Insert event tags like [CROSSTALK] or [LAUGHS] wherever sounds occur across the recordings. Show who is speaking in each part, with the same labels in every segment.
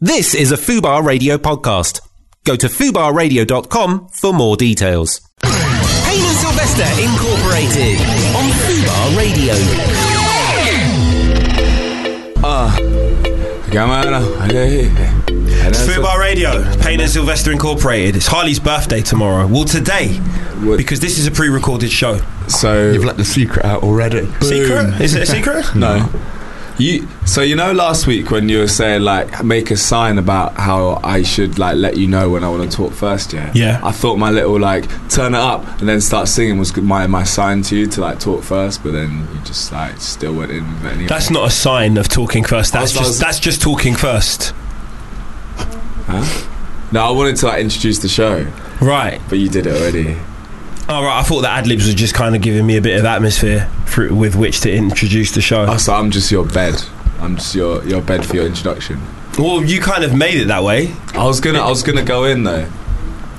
Speaker 1: This is a Fubar Radio podcast. Go to fubarradio.com for more details. Payne and Sylvester Incorporated on Fubar Radio.
Speaker 2: Gamana,
Speaker 3: Fubar Radio, Payne and Sylvester Incorporated. It's Harley's birthday tomorrow. Well, today,
Speaker 2: What?
Speaker 3: because this is a pre-recorded show.
Speaker 2: So
Speaker 4: You've let the secret out already.
Speaker 3: Secret? Is it
Speaker 1: [LAUGHS]
Speaker 3: a secret?
Speaker 2: no, you. So you know, last week when you were saying like make a sign about how I should like let you know when I want to talk first, yeah.
Speaker 3: Yeah.
Speaker 2: I thought my little like turn it up and then start singing was my my sign to you to like talk first, but then you just like still went in with it anyway.
Speaker 3: That's not a sign of talking first. That's
Speaker 2: I was- I
Speaker 3: just
Speaker 2: was-
Speaker 3: that's just talking first.
Speaker 2: no, I wanted to like introduce the show,
Speaker 3: Right.
Speaker 2: but you did it already.
Speaker 3: All Oh, right. I thought the ad libs were just kind of giving me a bit of atmosphere through, with which to introduce the show.
Speaker 2: Oh, so I'm just your bed. I'm just your your bed for your introduction.
Speaker 3: well, you kind of made it that way.
Speaker 2: I was gonna, I was gonna go in though.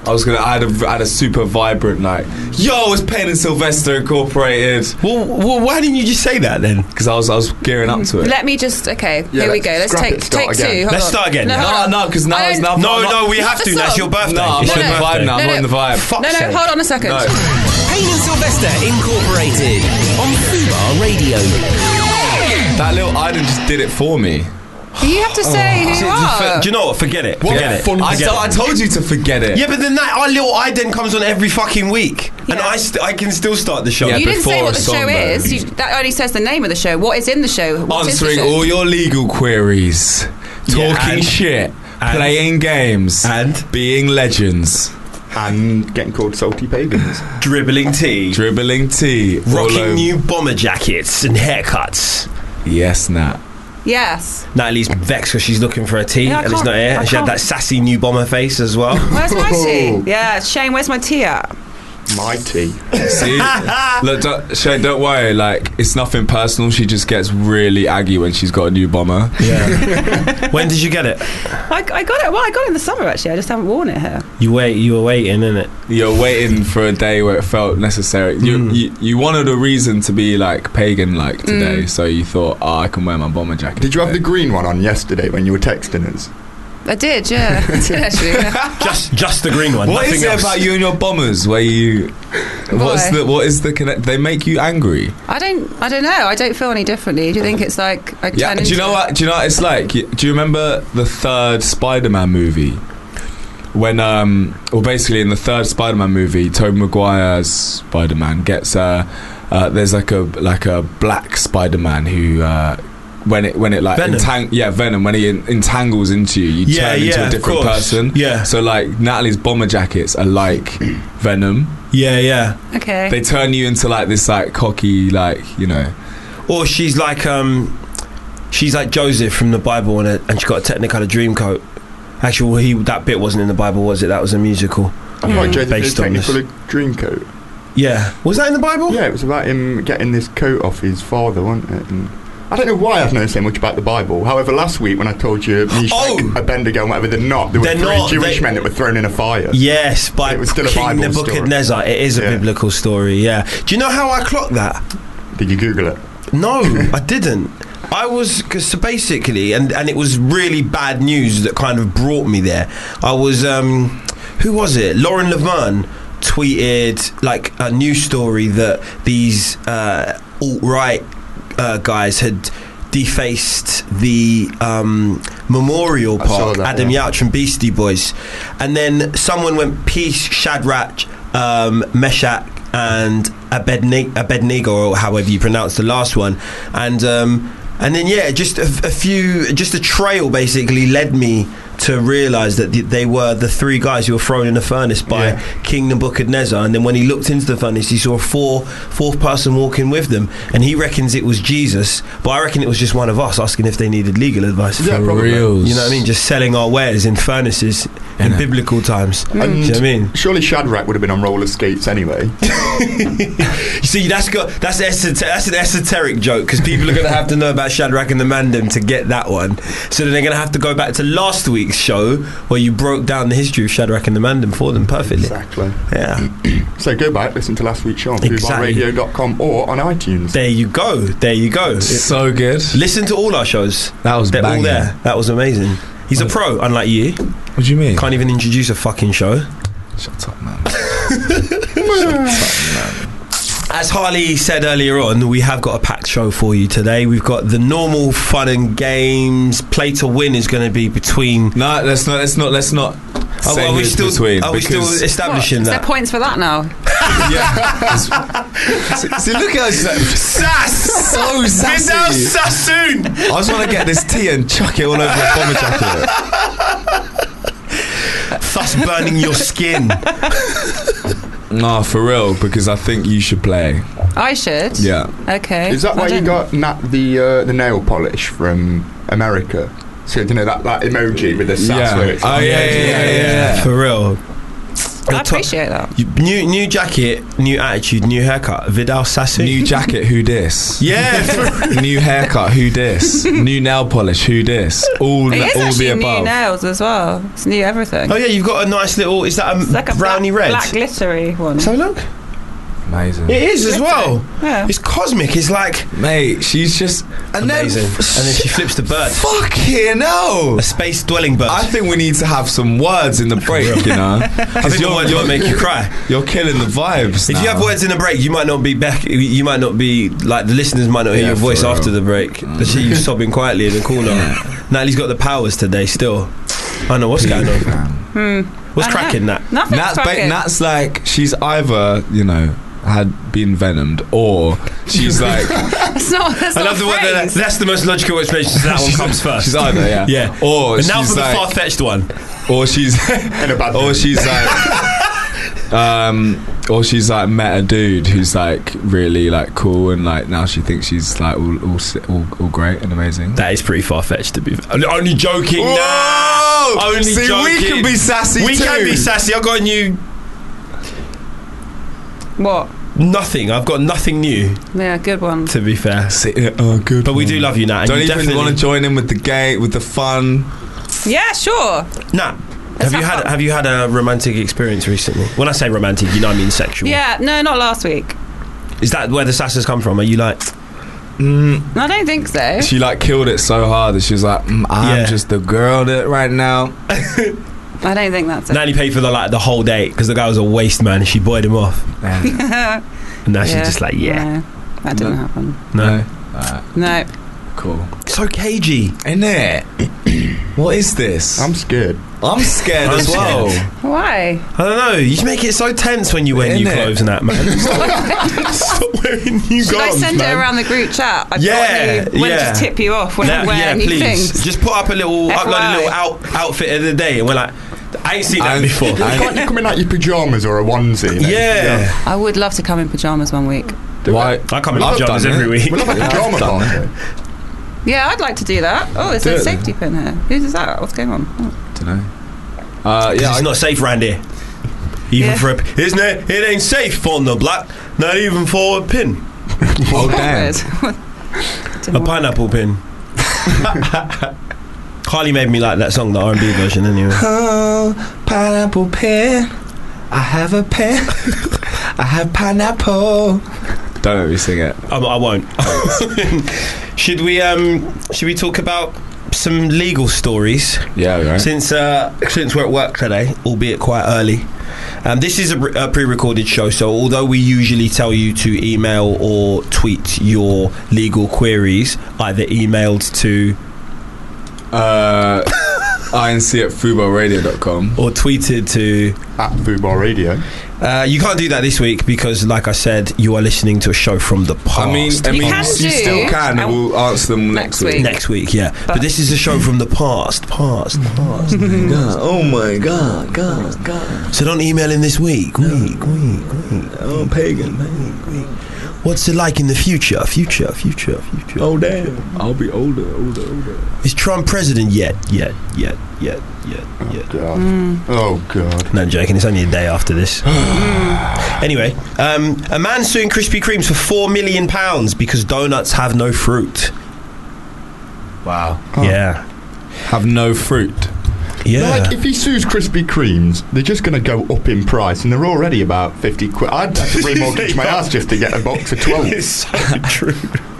Speaker 2: I was gonna, I had a, I had a super vibrant like, yo, it's Payne and Sylvester Incorporated,
Speaker 3: Well, well, why didn't you just say that then?
Speaker 2: because I was, I was gearing up to it.
Speaker 5: Let me just. Okay,
Speaker 4: Yeah,
Speaker 5: here we
Speaker 4: let's
Speaker 5: go. Let's
Speaker 4: scrap
Speaker 5: take
Speaker 4: it, start
Speaker 5: take
Speaker 4: again.
Speaker 5: two. Hold
Speaker 3: Let's
Speaker 5: on.
Speaker 3: start again.
Speaker 5: No,
Speaker 2: no,
Speaker 5: hold on.
Speaker 2: no, because now
Speaker 5: I
Speaker 2: it's now.
Speaker 5: don't-
Speaker 3: No,
Speaker 2: I'm not-
Speaker 3: no, we have
Speaker 5: Not
Speaker 3: to.
Speaker 5: the
Speaker 3: That's
Speaker 5: song.
Speaker 3: your birthday.
Speaker 2: no, I'm
Speaker 3: It's
Speaker 2: not
Speaker 3: your
Speaker 2: in the
Speaker 3: birthday.
Speaker 2: vibe now. I'm
Speaker 5: No,
Speaker 2: not in the
Speaker 5: no.
Speaker 2: vibe.
Speaker 3: Fuck's
Speaker 5: No,
Speaker 3: sake.
Speaker 5: no, hold on a second.
Speaker 2: No.
Speaker 1: Payne and Sylvester Incorporated on Fubar Radio.
Speaker 2: That little island just did it for me.
Speaker 5: You have to
Speaker 3: Oh,
Speaker 5: say who you are.
Speaker 3: Do you know what? Forget it.
Speaker 2: What
Speaker 3: Forget it.
Speaker 2: fun- I,
Speaker 3: Forget
Speaker 2: to-
Speaker 3: it.
Speaker 2: I told you to forget it.
Speaker 3: Yeah, but then that our little ident comes on every fucking week, and
Speaker 5: Yeah.
Speaker 3: I st- I can still start the show.
Speaker 2: Yeah,
Speaker 5: you didn't say
Speaker 2: before
Speaker 5: what
Speaker 2: a
Speaker 5: the
Speaker 2: song,
Speaker 5: show
Speaker 2: though.
Speaker 5: is. You, that only says the name of the show. What is in the show? What is the
Speaker 2: Answering
Speaker 5: show?
Speaker 2: all your legal queries, talking
Speaker 3: Yeah, and-
Speaker 2: shit,
Speaker 3: and-
Speaker 2: playing games,
Speaker 3: And
Speaker 2: being legends,
Speaker 4: [LAUGHS] And getting called salty pagans.
Speaker 3: dribbling tea,
Speaker 2: dribbling tea, all over-
Speaker 3: rocking new bomber jackets and haircuts.
Speaker 2: Yes, Nat.
Speaker 5: Yes.
Speaker 3: Natalie's vexed because she's looking for a tea
Speaker 5: Yeah, I
Speaker 3: and it's not
Speaker 5: can't-
Speaker 3: here.
Speaker 5: I
Speaker 3: she had
Speaker 5: can't-
Speaker 3: that sassy new bomber face as well.
Speaker 5: [LAUGHS] Where's my
Speaker 2: Oh.
Speaker 5: tea? Yeah, Shane. Where's my tea at?
Speaker 4: Mighty.
Speaker 3: [LAUGHS]
Speaker 2: See, look, don't, Shane, don't worry. Like, it's nothing personal. She just gets really aggy when she's got a new bomber.
Speaker 3: yeah. when did you get it?
Speaker 5: I, I got it. Well, I got it in the summer actually. I just haven't worn it here.
Speaker 3: You wait. You were waiting, innit?
Speaker 2: You're waiting for a day where it felt necessary. You,
Speaker 3: Mm.
Speaker 2: you, you wanted a reason to be like pagan like today,
Speaker 3: Mm.
Speaker 2: so you thought, oh, I can wear my bomber jacket.
Speaker 4: Did you have the
Speaker 2: today."
Speaker 4: green one on yesterday when you were texting us?
Speaker 5: I did.
Speaker 3: [LAUGHS]
Speaker 5: Yeah. I did actually. Yeah.
Speaker 3: Just just the green one.
Speaker 2: What
Speaker 3: nothing
Speaker 2: is it
Speaker 3: else.
Speaker 2: about you and your bombers where you? What's
Speaker 5: Why?
Speaker 2: the what is the connect? They make you angry.
Speaker 5: I don't. I don't know. I don't feel any differently. Do you think it's like? I
Speaker 2: Yeah.
Speaker 5: turn
Speaker 2: Do you
Speaker 5: into-
Speaker 2: know what? Do you know what it's like? Y- Do you remember the third Spider-Man movie? When um, well, basically in the third Spider-Man movie, Tobey Maguire's Spider-Man gets uh, uh, there's like a like a black Spider-Man who. Uh, when it when it like
Speaker 3: Venom.
Speaker 2: entang- yeah venom when he en- entangles into you you
Speaker 3: Yeah,
Speaker 2: turn
Speaker 3: yeah,
Speaker 2: into a
Speaker 3: of
Speaker 2: different
Speaker 3: course.
Speaker 2: person
Speaker 3: Yeah.
Speaker 2: so like Natalie's bomber jackets are like [CLEARS THROAT] venom
Speaker 3: Yeah, yeah.
Speaker 5: Okay.
Speaker 2: they turn you into like this like cocky like you know
Speaker 3: Or she's like um, she's like Joseph from the Bible, and, a, and she got a Technicolor dream coat. Actually, well, he that bit wasn't in the Bible, was it? That was a musical.
Speaker 4: I
Speaker 5: Yeah.
Speaker 4: like Joseph
Speaker 3: Based on this.
Speaker 4: technical dream coat.
Speaker 3: Yeah, was that in the Bible?
Speaker 4: Yeah, it was about him getting this coat off his father, wasn't it? And I don't know why I've known so much about the Bible. However, last week when I told you Meshach,
Speaker 3: Oh!
Speaker 4: Abednego, and whatever, they're not. There were
Speaker 3: They're
Speaker 4: three
Speaker 3: not,
Speaker 4: Jewish
Speaker 3: they-
Speaker 4: men that were thrown in a fire.
Speaker 3: Yes, by
Speaker 4: It was still a
Speaker 3: King
Speaker 4: Bible story.
Speaker 3: Nebuchadnezzar. It is a
Speaker 4: Yeah.
Speaker 3: biblical story. Yeah. Do you know how I clocked that?
Speaker 4: Did you Google it?
Speaker 3: No, I didn't. I was cause so basically, and and it was really bad news that kind of brought me there. I was, um, who was it? Lauren Laverne tweeted like a news story that these uh, alt right uh, guys had defaced the um, memorial
Speaker 4: I saw
Speaker 3: park,
Speaker 4: that,
Speaker 3: Adam
Speaker 4: yeah.
Speaker 3: Yauch and Beastie Boys. And then someone went peace, Shadrach, um, Meshach, and Abedne- Abednego, or however you pronounce the last one. And um, and then yeah, just a, a few, just a trail basically led me to realise that th- they were the three guys who were thrown in a furnace by
Speaker 4: Yeah.
Speaker 3: King Nebuchadnezzar. And then when he looked into the furnace, he saw a four fourth person walking with them, and he reckons it was Jesus, but I reckon it was just one of us asking if they needed legal advice.
Speaker 4: Yeah, probably.
Speaker 2: reals
Speaker 3: You know what I mean? Just selling our wares in furnaces in
Speaker 2: Yeah.
Speaker 3: biblical times. Do you know what I mean?
Speaker 4: Surely Shadrach would have been on roller skates anyway.
Speaker 3: You see, that's got that's esoter- that's an esoteric joke because people are going to have to know about Shadrach and the Mandem to get that one. So then they're going to have to go back to last week's show where you broke down the history of Shadrach and the Mandem for them perfectly.
Speaker 4: exactly.
Speaker 3: Yeah,
Speaker 4: So go back, listen to last week's show on
Speaker 3: Exactly.
Speaker 4: fubarradio.com or on iTunes.
Speaker 3: there you go. There you go.
Speaker 2: so good
Speaker 3: Listen to all our shows.
Speaker 2: that was
Speaker 3: They're all
Speaker 2: banging.
Speaker 3: there. That was amazing. He's a pro, unlike you.
Speaker 2: What do you mean?
Speaker 3: Can't even introduce a fucking show.
Speaker 2: Shut up, man.
Speaker 3: As Harley said earlier on, we have got a packed show for you today. We've got the normal fun and games. Play to win is going to be between.
Speaker 2: No, let's not. Let's not. Let's not.
Speaker 3: Are,
Speaker 2: say
Speaker 3: are we
Speaker 2: who's
Speaker 3: still?
Speaker 2: between,
Speaker 3: are we still
Speaker 2: because-
Speaker 3: establishing
Speaker 5: Is there
Speaker 3: that?
Speaker 5: points for that
Speaker 2: [LAUGHS]
Speaker 5: now?
Speaker 2: See, look at us. Like,
Speaker 3: Sass.
Speaker 2: so
Speaker 3: Been down
Speaker 2: sassy.
Speaker 3: Sassoon.
Speaker 2: I just want to get this tea and chuck it all over my bomber jacket.
Speaker 3: Thus burning
Speaker 5: [LAUGHS]
Speaker 3: your skin.
Speaker 2: Nah, for real, because I think you should play.
Speaker 5: I should.
Speaker 2: Yeah.
Speaker 5: Okay.
Speaker 4: Is that
Speaker 5: I
Speaker 4: why you
Speaker 5: don't-
Speaker 4: got na- the uh, the nail polish from America? So you know that, that emoji with the sass where it's
Speaker 2: Oh yeah,
Speaker 4: like-
Speaker 2: yeah, yeah, yeah. yeah.
Speaker 3: For real.
Speaker 5: I appreciate that.
Speaker 3: You- New new jacket, new attitude, new haircut. Vidal Sassoon.
Speaker 2: New jacket, who dis?
Speaker 3: yeah. for-
Speaker 2: New haircut, who dis? New nail polish, who dis? All,
Speaker 5: It is
Speaker 2: all
Speaker 5: actually
Speaker 2: the
Speaker 5: new
Speaker 2: above.
Speaker 5: nails as well. It's new everything.
Speaker 3: oh yeah, you've got a nice little. Is that a
Speaker 5: It's like a
Speaker 3: brownie
Speaker 5: black,
Speaker 3: red?
Speaker 5: black glittery one.
Speaker 3: Let's have a look.
Speaker 2: Amazing,
Speaker 3: It is as well.
Speaker 5: yeah.
Speaker 3: It's cosmic. It's like
Speaker 2: mate. She's just and
Speaker 3: amazing.
Speaker 2: Then,
Speaker 3: and then she flips the bird.
Speaker 2: fucking hell.
Speaker 3: A space dwelling bird.
Speaker 2: I think we need to have some words in the break, you
Speaker 3: [LAUGHS]
Speaker 2: know.
Speaker 3: I think
Speaker 2: Because
Speaker 3: the
Speaker 2: you're,
Speaker 3: words
Speaker 2: you're,
Speaker 3: might make you cry.
Speaker 2: you're killing the vibes.
Speaker 3: If you
Speaker 2: now.
Speaker 3: have words in a break, you might not be back. You might not be like the listeners might not hear
Speaker 2: Yeah,
Speaker 3: your
Speaker 2: for
Speaker 3: voice
Speaker 2: real. Mm.
Speaker 3: after the break. They see you sobbing quietly in the corner. Natalie's got the powers today. Still, I know what's going on. What's
Speaker 5: I don't
Speaker 3: cracking? That
Speaker 5: Nothing's
Speaker 2: Nat's, ba-
Speaker 5: cracking.
Speaker 2: Nat's like she's either you know had been venomed or
Speaker 3: [LAUGHS]
Speaker 2: she's like
Speaker 5: That's not. That's
Speaker 3: I
Speaker 5: not
Speaker 3: love
Speaker 5: a
Speaker 3: the one that
Speaker 5: phrase.
Speaker 3: that's the most logical explanation. so That one comes first.
Speaker 2: she's either yeah
Speaker 3: Yeah.
Speaker 2: or
Speaker 3: and
Speaker 2: she's
Speaker 3: now for the
Speaker 2: like
Speaker 3: far fetched one.
Speaker 2: or she's
Speaker 3: [LAUGHS]
Speaker 4: in a bad
Speaker 2: or
Speaker 4: mood.
Speaker 2: she's like
Speaker 4: [LAUGHS]
Speaker 2: um or she's like met a dude who's like really like cool and like now she thinks she's like all all, si- all, all great and amazing.
Speaker 3: That is pretty far fetched to be. I'm only joking.
Speaker 2: Whoa!
Speaker 3: Only
Speaker 2: See, we
Speaker 3: joking.
Speaker 2: can be sassy
Speaker 3: We
Speaker 2: too.
Speaker 3: can be sassy. I've got a new
Speaker 5: What?
Speaker 3: nothing. I've got nothing new.
Speaker 5: Yeah, good one.
Speaker 3: To be fair,
Speaker 2: See, yeah, oh, good.
Speaker 3: but we do
Speaker 2: one.
Speaker 3: love you, Nat. and
Speaker 2: Don't
Speaker 3: you
Speaker 2: even
Speaker 3: definitely-
Speaker 2: want to join in with the gay, with the fun.
Speaker 5: Yeah, sure.
Speaker 3: Nah. Have you had have you had a romantic experience recently? When I say romantic, you know I mean sexual.
Speaker 5: Yeah, no, not last week.
Speaker 3: Is that where the sass has come from? Are you like Mm.
Speaker 5: No, I don't think so.
Speaker 2: She like killed it so hard that she was like, mm, I'm
Speaker 3: Yeah.
Speaker 2: just the girl that right now.
Speaker 5: I don't think that's it.
Speaker 3: Nanny paid for the like the whole date because the guy was a waste man and she boyed him off.
Speaker 2: Man,
Speaker 3: And now
Speaker 5: Yeah.
Speaker 3: she's just like, yeah.
Speaker 5: No, that didn't happen.
Speaker 3: No.
Speaker 5: No.
Speaker 2: cool.
Speaker 3: So cagey.
Speaker 2: Isn't it? [CLEARS THROAT] what is this?
Speaker 4: I'm scared.
Speaker 2: I'm scared
Speaker 3: I'm
Speaker 2: as well.
Speaker 5: [LAUGHS] Why?
Speaker 3: I don't know. You make it so tense when you wear new
Speaker 2: Innit?
Speaker 3: clothes and that, man. Stop wearing new
Speaker 5: Should I
Speaker 3: garments,
Speaker 5: send
Speaker 3: man.
Speaker 5: it around the group chat? I've
Speaker 3: Yeah,
Speaker 5: got new, when
Speaker 3: yeah.
Speaker 5: to tip you off when
Speaker 3: Nah,
Speaker 5: I wear
Speaker 3: yeah,
Speaker 5: new
Speaker 3: please. [LAUGHS]
Speaker 5: things.
Speaker 3: Just put up a little, upload
Speaker 5: FYI.
Speaker 3: a little out, outfit of the day, and we're like, I ain't seen that
Speaker 2: And-
Speaker 3: before.
Speaker 2: and-
Speaker 4: Can't you come in like your pajamas or a onesie? you know?
Speaker 3: yeah.
Speaker 5: I would love to come in pajamas one week.
Speaker 2: Why?
Speaker 3: I come in
Speaker 2: I've
Speaker 3: pajamas
Speaker 2: done it.
Speaker 3: every week.
Speaker 4: We'll have a
Speaker 2: Yeah,
Speaker 4: pajama
Speaker 2: I've done
Speaker 4: party.
Speaker 5: Yeah, I'd like to do that. Oh, there's
Speaker 2: Do
Speaker 5: a
Speaker 2: it then.
Speaker 5: safety pin here. Who's is that? What's going on? Oh.
Speaker 2: Dunno. Uh, yeah,
Speaker 3: Yeah, it's
Speaker 2: I-
Speaker 3: not safe round here. Even
Speaker 5: Yeah.
Speaker 3: for a p- isn't it? It ain't safe on the block. Not even for a pin,
Speaker 5: [LAUGHS]
Speaker 2: oh damn.
Speaker 5: Weird. Didn't
Speaker 3: a
Speaker 5: work.
Speaker 3: pineapple pin. Harley made me like that song, the R and B version, anyway.
Speaker 2: Oh, pineapple pear. I have a pear. I have pineapple. Don't make me sing it.
Speaker 3: I, I won't. [LAUGHS] should we um? Should we talk about some legal stories?
Speaker 2: Yeah, right.
Speaker 3: Since uh, since we're at work today, albeit quite early. Um, this is a, re- a pre-recorded show, so although we usually tell you to email or tweet your legal queries, either emailed to
Speaker 2: Uh, INC at fuboradio.com.
Speaker 3: or tweeted to.
Speaker 4: At Fubar Radio.
Speaker 3: Uh, you can't do that this week because, like I said, you are listening to a show from the past.
Speaker 2: I mean, I
Speaker 5: We
Speaker 2: mean,
Speaker 5: can
Speaker 2: you
Speaker 5: do.
Speaker 2: still can. and
Speaker 5: And-
Speaker 2: We'll answer them next,
Speaker 5: Next
Speaker 2: week.
Speaker 5: week.
Speaker 3: next week, yeah. But,
Speaker 5: But-
Speaker 3: this is a show from the past, past,
Speaker 2: Mm-hmm.
Speaker 3: past.
Speaker 2: Oh my god, god, god.
Speaker 3: so don't email in this week, week, week.
Speaker 2: Oh, pagan.
Speaker 3: What's it like in the future? Future, future, future.
Speaker 2: Oh, damn. I'll be older, older, older.
Speaker 3: Is Trump president yet? Yet, yet, yet, yet, yet.
Speaker 4: God. Oh God.
Speaker 3: No, I'm joking. It's only a day after
Speaker 2: [SIGHS]
Speaker 3: this. anyway, um, a man suing Krispy Kremes for four million pounds because donuts have no fruit.
Speaker 2: Wow.
Speaker 3: Yeah,
Speaker 2: Have no fruit.
Speaker 3: yeah.
Speaker 4: Like if he sues Krispy Kremes, they're just going to go up in price, and they're already about fifty quid. I'd have to remortgage my house just to get a box for twelve.
Speaker 3: so true.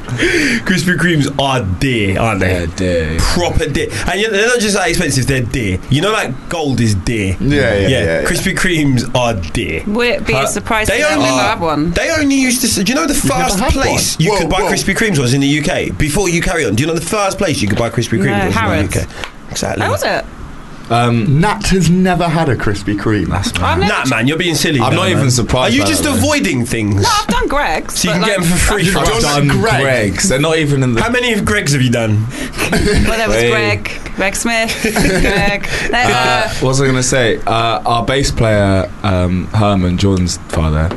Speaker 3: Krispy Kremes are dear, aren't they?
Speaker 2: Yeah, dear.
Speaker 3: Proper dear. And yet they're not just that expensive, they're dear. You know, like gold is dear.
Speaker 4: Yeah, yeah, yeah, yeah.
Speaker 3: Krispy Kremes are dear.
Speaker 5: Would it be
Speaker 3: Huh?
Speaker 5: a surprise
Speaker 3: They
Speaker 5: if I've
Speaker 3: only-
Speaker 5: never had one?
Speaker 3: They only used to. Do you know the first
Speaker 4: had
Speaker 3: place
Speaker 4: one?
Speaker 3: you
Speaker 4: Whoa,
Speaker 3: could buy
Speaker 4: whoa.
Speaker 3: Krispy Kremes was in the UK? Before you carry on, do you know the first place you could buy Krispy Kremes
Speaker 5: No,
Speaker 3: was
Speaker 5: Harrods.
Speaker 3: in the UK? Exactly.
Speaker 5: How was it?
Speaker 2: Um,
Speaker 4: Nat has never had a Krispy Kreme.
Speaker 5: I've never.
Speaker 3: Nah, man, you're being silly.
Speaker 2: I'm
Speaker 3: now,
Speaker 2: not
Speaker 3: man.
Speaker 2: even surprised
Speaker 3: Are you
Speaker 2: by
Speaker 3: just
Speaker 2: that, though.
Speaker 3: avoiding things?
Speaker 5: No, I've done Greg's.
Speaker 3: So you
Speaker 5: but,
Speaker 3: can get
Speaker 5: like-
Speaker 3: them for free.
Speaker 2: I've
Speaker 3: from us.
Speaker 2: done
Speaker 4: Greg.
Speaker 2: Greg's. They're not even in the.
Speaker 3: How many of Greg's have you done?
Speaker 5: Well,
Speaker 3: [LAUGHS]
Speaker 5: there was
Speaker 2: Hey.
Speaker 5: Greg, Greg Smith, Greg. There,
Speaker 2: Uh,
Speaker 5: uh,
Speaker 2: what was I going to say? Uh, our bass player, um, Herman, Jordan's father,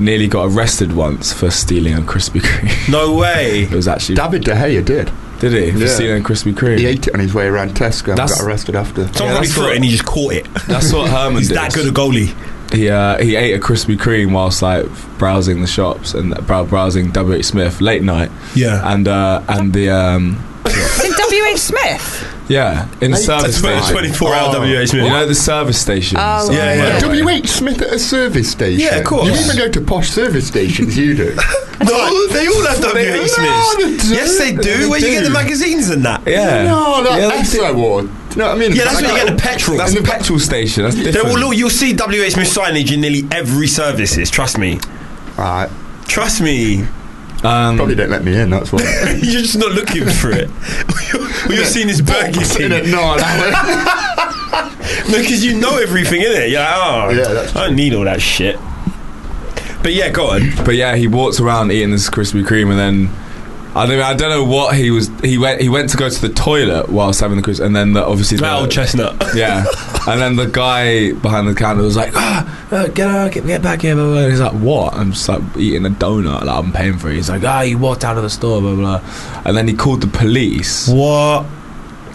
Speaker 2: nearly got arrested once for stealing a Krispy Kreme. [LAUGHS]
Speaker 3: No way.
Speaker 2: It was actually.
Speaker 4: David De Gea did.
Speaker 2: did he? For
Speaker 4: Yeah.
Speaker 2: stealing a Krispy
Speaker 4: He
Speaker 2: Kreme.
Speaker 4: ate it on his way around Tesco and
Speaker 2: That's-
Speaker 4: got arrested after.
Speaker 3: Someone
Speaker 2: Yeah,
Speaker 3: probably
Speaker 2: that's
Speaker 3: threw
Speaker 2: what-
Speaker 3: it and he just caught it.
Speaker 2: That's what Herman
Speaker 3: He's
Speaker 2: did.
Speaker 3: that good a goalie.
Speaker 2: He, uh, he ate a Krispy Kreme whilst like browsing the shops and brow- browsing WH Smith late night.
Speaker 3: Yeah.
Speaker 2: And uh, and the um,
Speaker 5: in W. H. Smith.
Speaker 2: yeah in the
Speaker 4: Late
Speaker 2: service
Speaker 4: night.
Speaker 2: station.
Speaker 3: 24 hour
Speaker 4: Oh.
Speaker 3: WH
Speaker 2: You
Speaker 3: minute.
Speaker 2: know the service stations.
Speaker 5: Oh,
Speaker 2: on
Speaker 5: Yeah,
Speaker 2: the
Speaker 3: yeah.
Speaker 2: motorway?
Speaker 4: W.H. Smith at a service station.
Speaker 3: Yeah, of course.
Speaker 4: You even go to posh service stations, you
Speaker 3: [LAUGHS]
Speaker 4: do.
Speaker 3: No, they all have WH
Speaker 4: No, they
Speaker 3: Smiths.
Speaker 4: don't.
Speaker 3: Yes, they do.
Speaker 4: They
Speaker 3: Where you get the
Speaker 4: do.
Speaker 3: magazines and that.
Speaker 2: Yeah.
Speaker 4: No, that
Speaker 2: Yeah, that's
Speaker 4: that's
Speaker 2: it.
Speaker 4: I wore. Do you know what I mean?
Speaker 3: Yeah, that's where you get the petrol.
Speaker 2: That's the petrol station. That's
Speaker 3: There
Speaker 2: different.
Speaker 3: will, look, you'll see WH Smith signage in nearly every services. Trust me.
Speaker 4: Right.
Speaker 3: Trust me. [LAUGHS]
Speaker 2: um,
Speaker 4: Probably don't let me in, that's why.
Speaker 3: You're just not looking for it. [LAUGHS] All you're seeing is Burger
Speaker 4: Sitting at
Speaker 3: King.
Speaker 4: nine
Speaker 3: [LAUGHS]
Speaker 4: hours.
Speaker 3: No, because you know everything, innit? You're like, oh,
Speaker 4: Yeah, that's
Speaker 3: I don't need all that shit. But yeah, go on.
Speaker 2: But yeah, he walked around eating this Krispy Kreme, and then I don't, I don't know what he was. He went, he went to go to the toilet whilst having the Krispy, and then the, obviously the,
Speaker 3: Old chestnut.
Speaker 2: yeah, and then the guy behind the counter was like, ah, uh, get out, get, get back here, blah, blah. And he's like, what? I'm just like eating a donut, like I'm paying for it. He's like, ah, you walked out of the store, blah blah, blah. and then he called the police.
Speaker 3: What?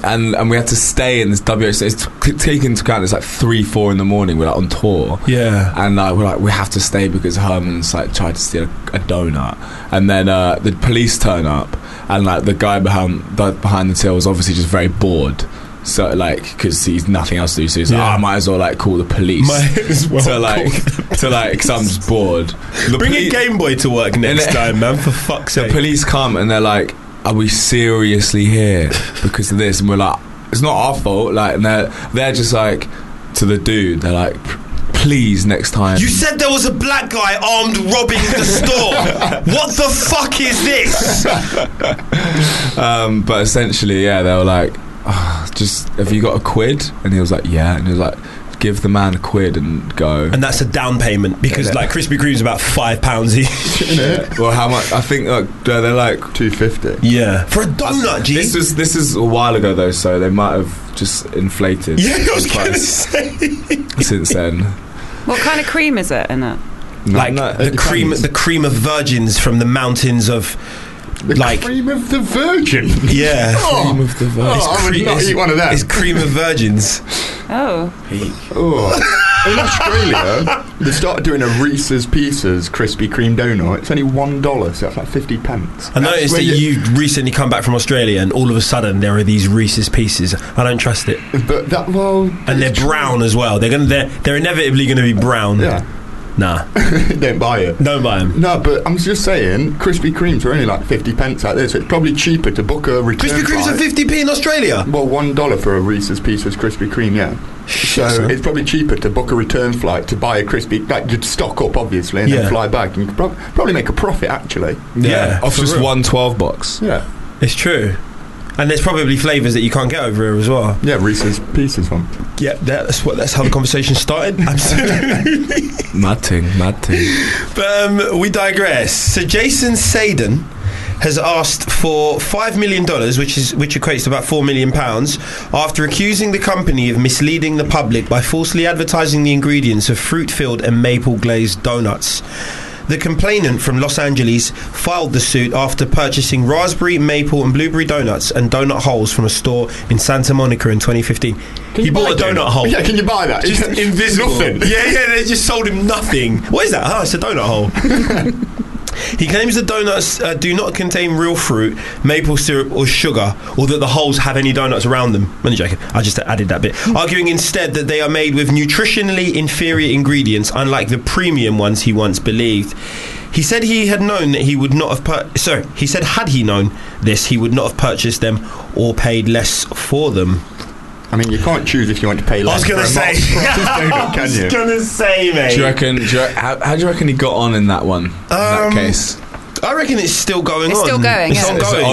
Speaker 2: and and we had to stay in this WH. So it's t- taken into account. It's like three, four in the morning. We're like on tour,
Speaker 3: [LAUGHS] Yeah.
Speaker 2: and like we're like we have to stay because Herman's like tried to steal a, a donut, and then uh, the police turn up, and like the guy behind the, behind the till was obviously just very bored. So like, because he's nothing else to do, so he's like,
Speaker 3: Yeah.
Speaker 2: "Oh, I might as well like call the police [LAUGHS]
Speaker 3: Might as well
Speaker 2: to like to like, because I'm just bored. The
Speaker 3: Bring
Speaker 2: poli-
Speaker 3: a Game Boy to work next
Speaker 2: Innit?
Speaker 3: time, man, for fuck's
Speaker 2: the
Speaker 3: sake.
Speaker 2: police come and they're like, "Are we seriously here because of this?" And we're like, "It's not our fault." Like, and they're they're just like to the dude. They're like, "Please, next time."
Speaker 3: You said there was a black guy armed robbing the store.
Speaker 4: [LAUGHS]
Speaker 3: what the fuck is this?
Speaker 2: um, but essentially, yeah, they were like, "Ah, "Just have you got a quid?" And he was like, "Yeah," and he was like, "Give the man a quid and go."
Speaker 3: And that's a down payment because like Krispy Kreme's about five pounds each.
Speaker 2: well, how much? I think like they're they're like.
Speaker 4: 250.
Speaker 3: Yeah, for a donut, G.
Speaker 2: This was this is a while ago though, so they might have just inflated.
Speaker 3: yeah, I was
Speaker 2: the
Speaker 3: gonna
Speaker 2: price
Speaker 3: say
Speaker 2: since then.
Speaker 5: What kind of cream is it in it?
Speaker 3: [LAUGHS] like
Speaker 2: no,
Speaker 3: the
Speaker 2: it
Speaker 3: cream,
Speaker 2: depends.
Speaker 3: the cream of virgins from the mountains of
Speaker 4: The
Speaker 3: Like-
Speaker 4: cream of the virgin.
Speaker 3: yeah.
Speaker 2: Cream
Speaker 4: [LAUGHS] Oh,
Speaker 2: of the
Speaker 4: oh,
Speaker 2: verse.
Speaker 4: I would
Speaker 3: cre-
Speaker 4: not
Speaker 3: it's-
Speaker 4: eat one of them.
Speaker 3: It's cream of virgins.
Speaker 5: Oh,
Speaker 4: Oh. In Australia, they started doing a Reese's Pieces Krispy Kreme donut. It's only one dollar, so that's like fifty pence.
Speaker 3: I noticed that
Speaker 4: That's where
Speaker 3: you recently come back from Australia, and all of a sudden there are these Reese's pieces. I don't trust it,
Speaker 4: But that well,
Speaker 3: and they're
Speaker 4: it's-
Speaker 3: brown as well. They're gonna, they're, they're inevitably gonna be brown.
Speaker 4: Yeah,
Speaker 3: Nah,
Speaker 4: [LAUGHS] don't buy it.
Speaker 3: don't buy them.
Speaker 4: No, but um, I'm just saying, Krispy Kremes are only like fifty pence out there, so it's probably cheaper to book a return.
Speaker 3: Krispy Kremes are
Speaker 4: flight.
Speaker 3: fifty p in Australia.
Speaker 4: Well, one dollar for a Reese's Pieces Krispy Kreme, yeah. So
Speaker 3: son.
Speaker 4: it's probably cheaper to book a return flight to buy a crispy. Like you'd stock up, obviously, and
Speaker 3: Yeah.
Speaker 4: then fly back, and you could prob- probably make a profit actually.
Speaker 3: Yeah,
Speaker 2: off
Speaker 3: for
Speaker 2: just
Speaker 3: real.
Speaker 2: one 12 box.
Speaker 4: Yeah,
Speaker 3: It's true. And there's probably flavours that you can't get over here as well.
Speaker 4: yeah, Reese's Pieces one.
Speaker 3: Yeah, that's what. That's how the conversation [LAUGHS] started. Absolutely.
Speaker 2: Mad thing, mad thing.
Speaker 3: but um, we digress. So Jason Saden has asked for five million dollars, which is which equates to about four million pounds, after accusing the company of misleading the public by falsely advertising the ingredients of fruit-filled and maple-glazed donuts. The complainant from Los Angeles filed the suit after purchasing raspberry, maple, and blueberry donuts and donut holes from a store in Santa Monica in 2015. he bought a donut, hole.
Speaker 4: Yeah, can you buy that? [LAUGHS]
Speaker 3: Just
Speaker 4: It's
Speaker 3: invisible.
Speaker 4: Nothing.
Speaker 3: Yeah, yeah, they just sold him nothing. What is that? Oh, it's a donut hole. He claims the donuts uh, do not contain real fruit, maple syrup, or sugar, or that the holes have any donuts around them. I'm only joking. I just added that bit. Arguing instead that they are made with nutritionally inferior ingredients, unlike the premium ones he once believed. He said he had known that he would not have pur- sorry, he said had he known this, he would not have purchased them or paid less for them.
Speaker 4: I mean, you can't choose if you want to pay
Speaker 3: I
Speaker 4: less.
Speaker 3: was gonna
Speaker 4: for a
Speaker 3: say, [LAUGHS]
Speaker 4: Marks Brothers donut,
Speaker 3: I
Speaker 4: can
Speaker 3: was
Speaker 4: you?
Speaker 3: gonna say, mate.
Speaker 2: Do you reckon? Do you, re- how, how do you reckon he got on in that one? In that
Speaker 3: Um,
Speaker 2: case,
Speaker 3: I reckon it's still going
Speaker 5: It's
Speaker 3: on.
Speaker 5: still going,
Speaker 3: It's
Speaker 5: yeah.
Speaker 2: It's
Speaker 3: ongoing.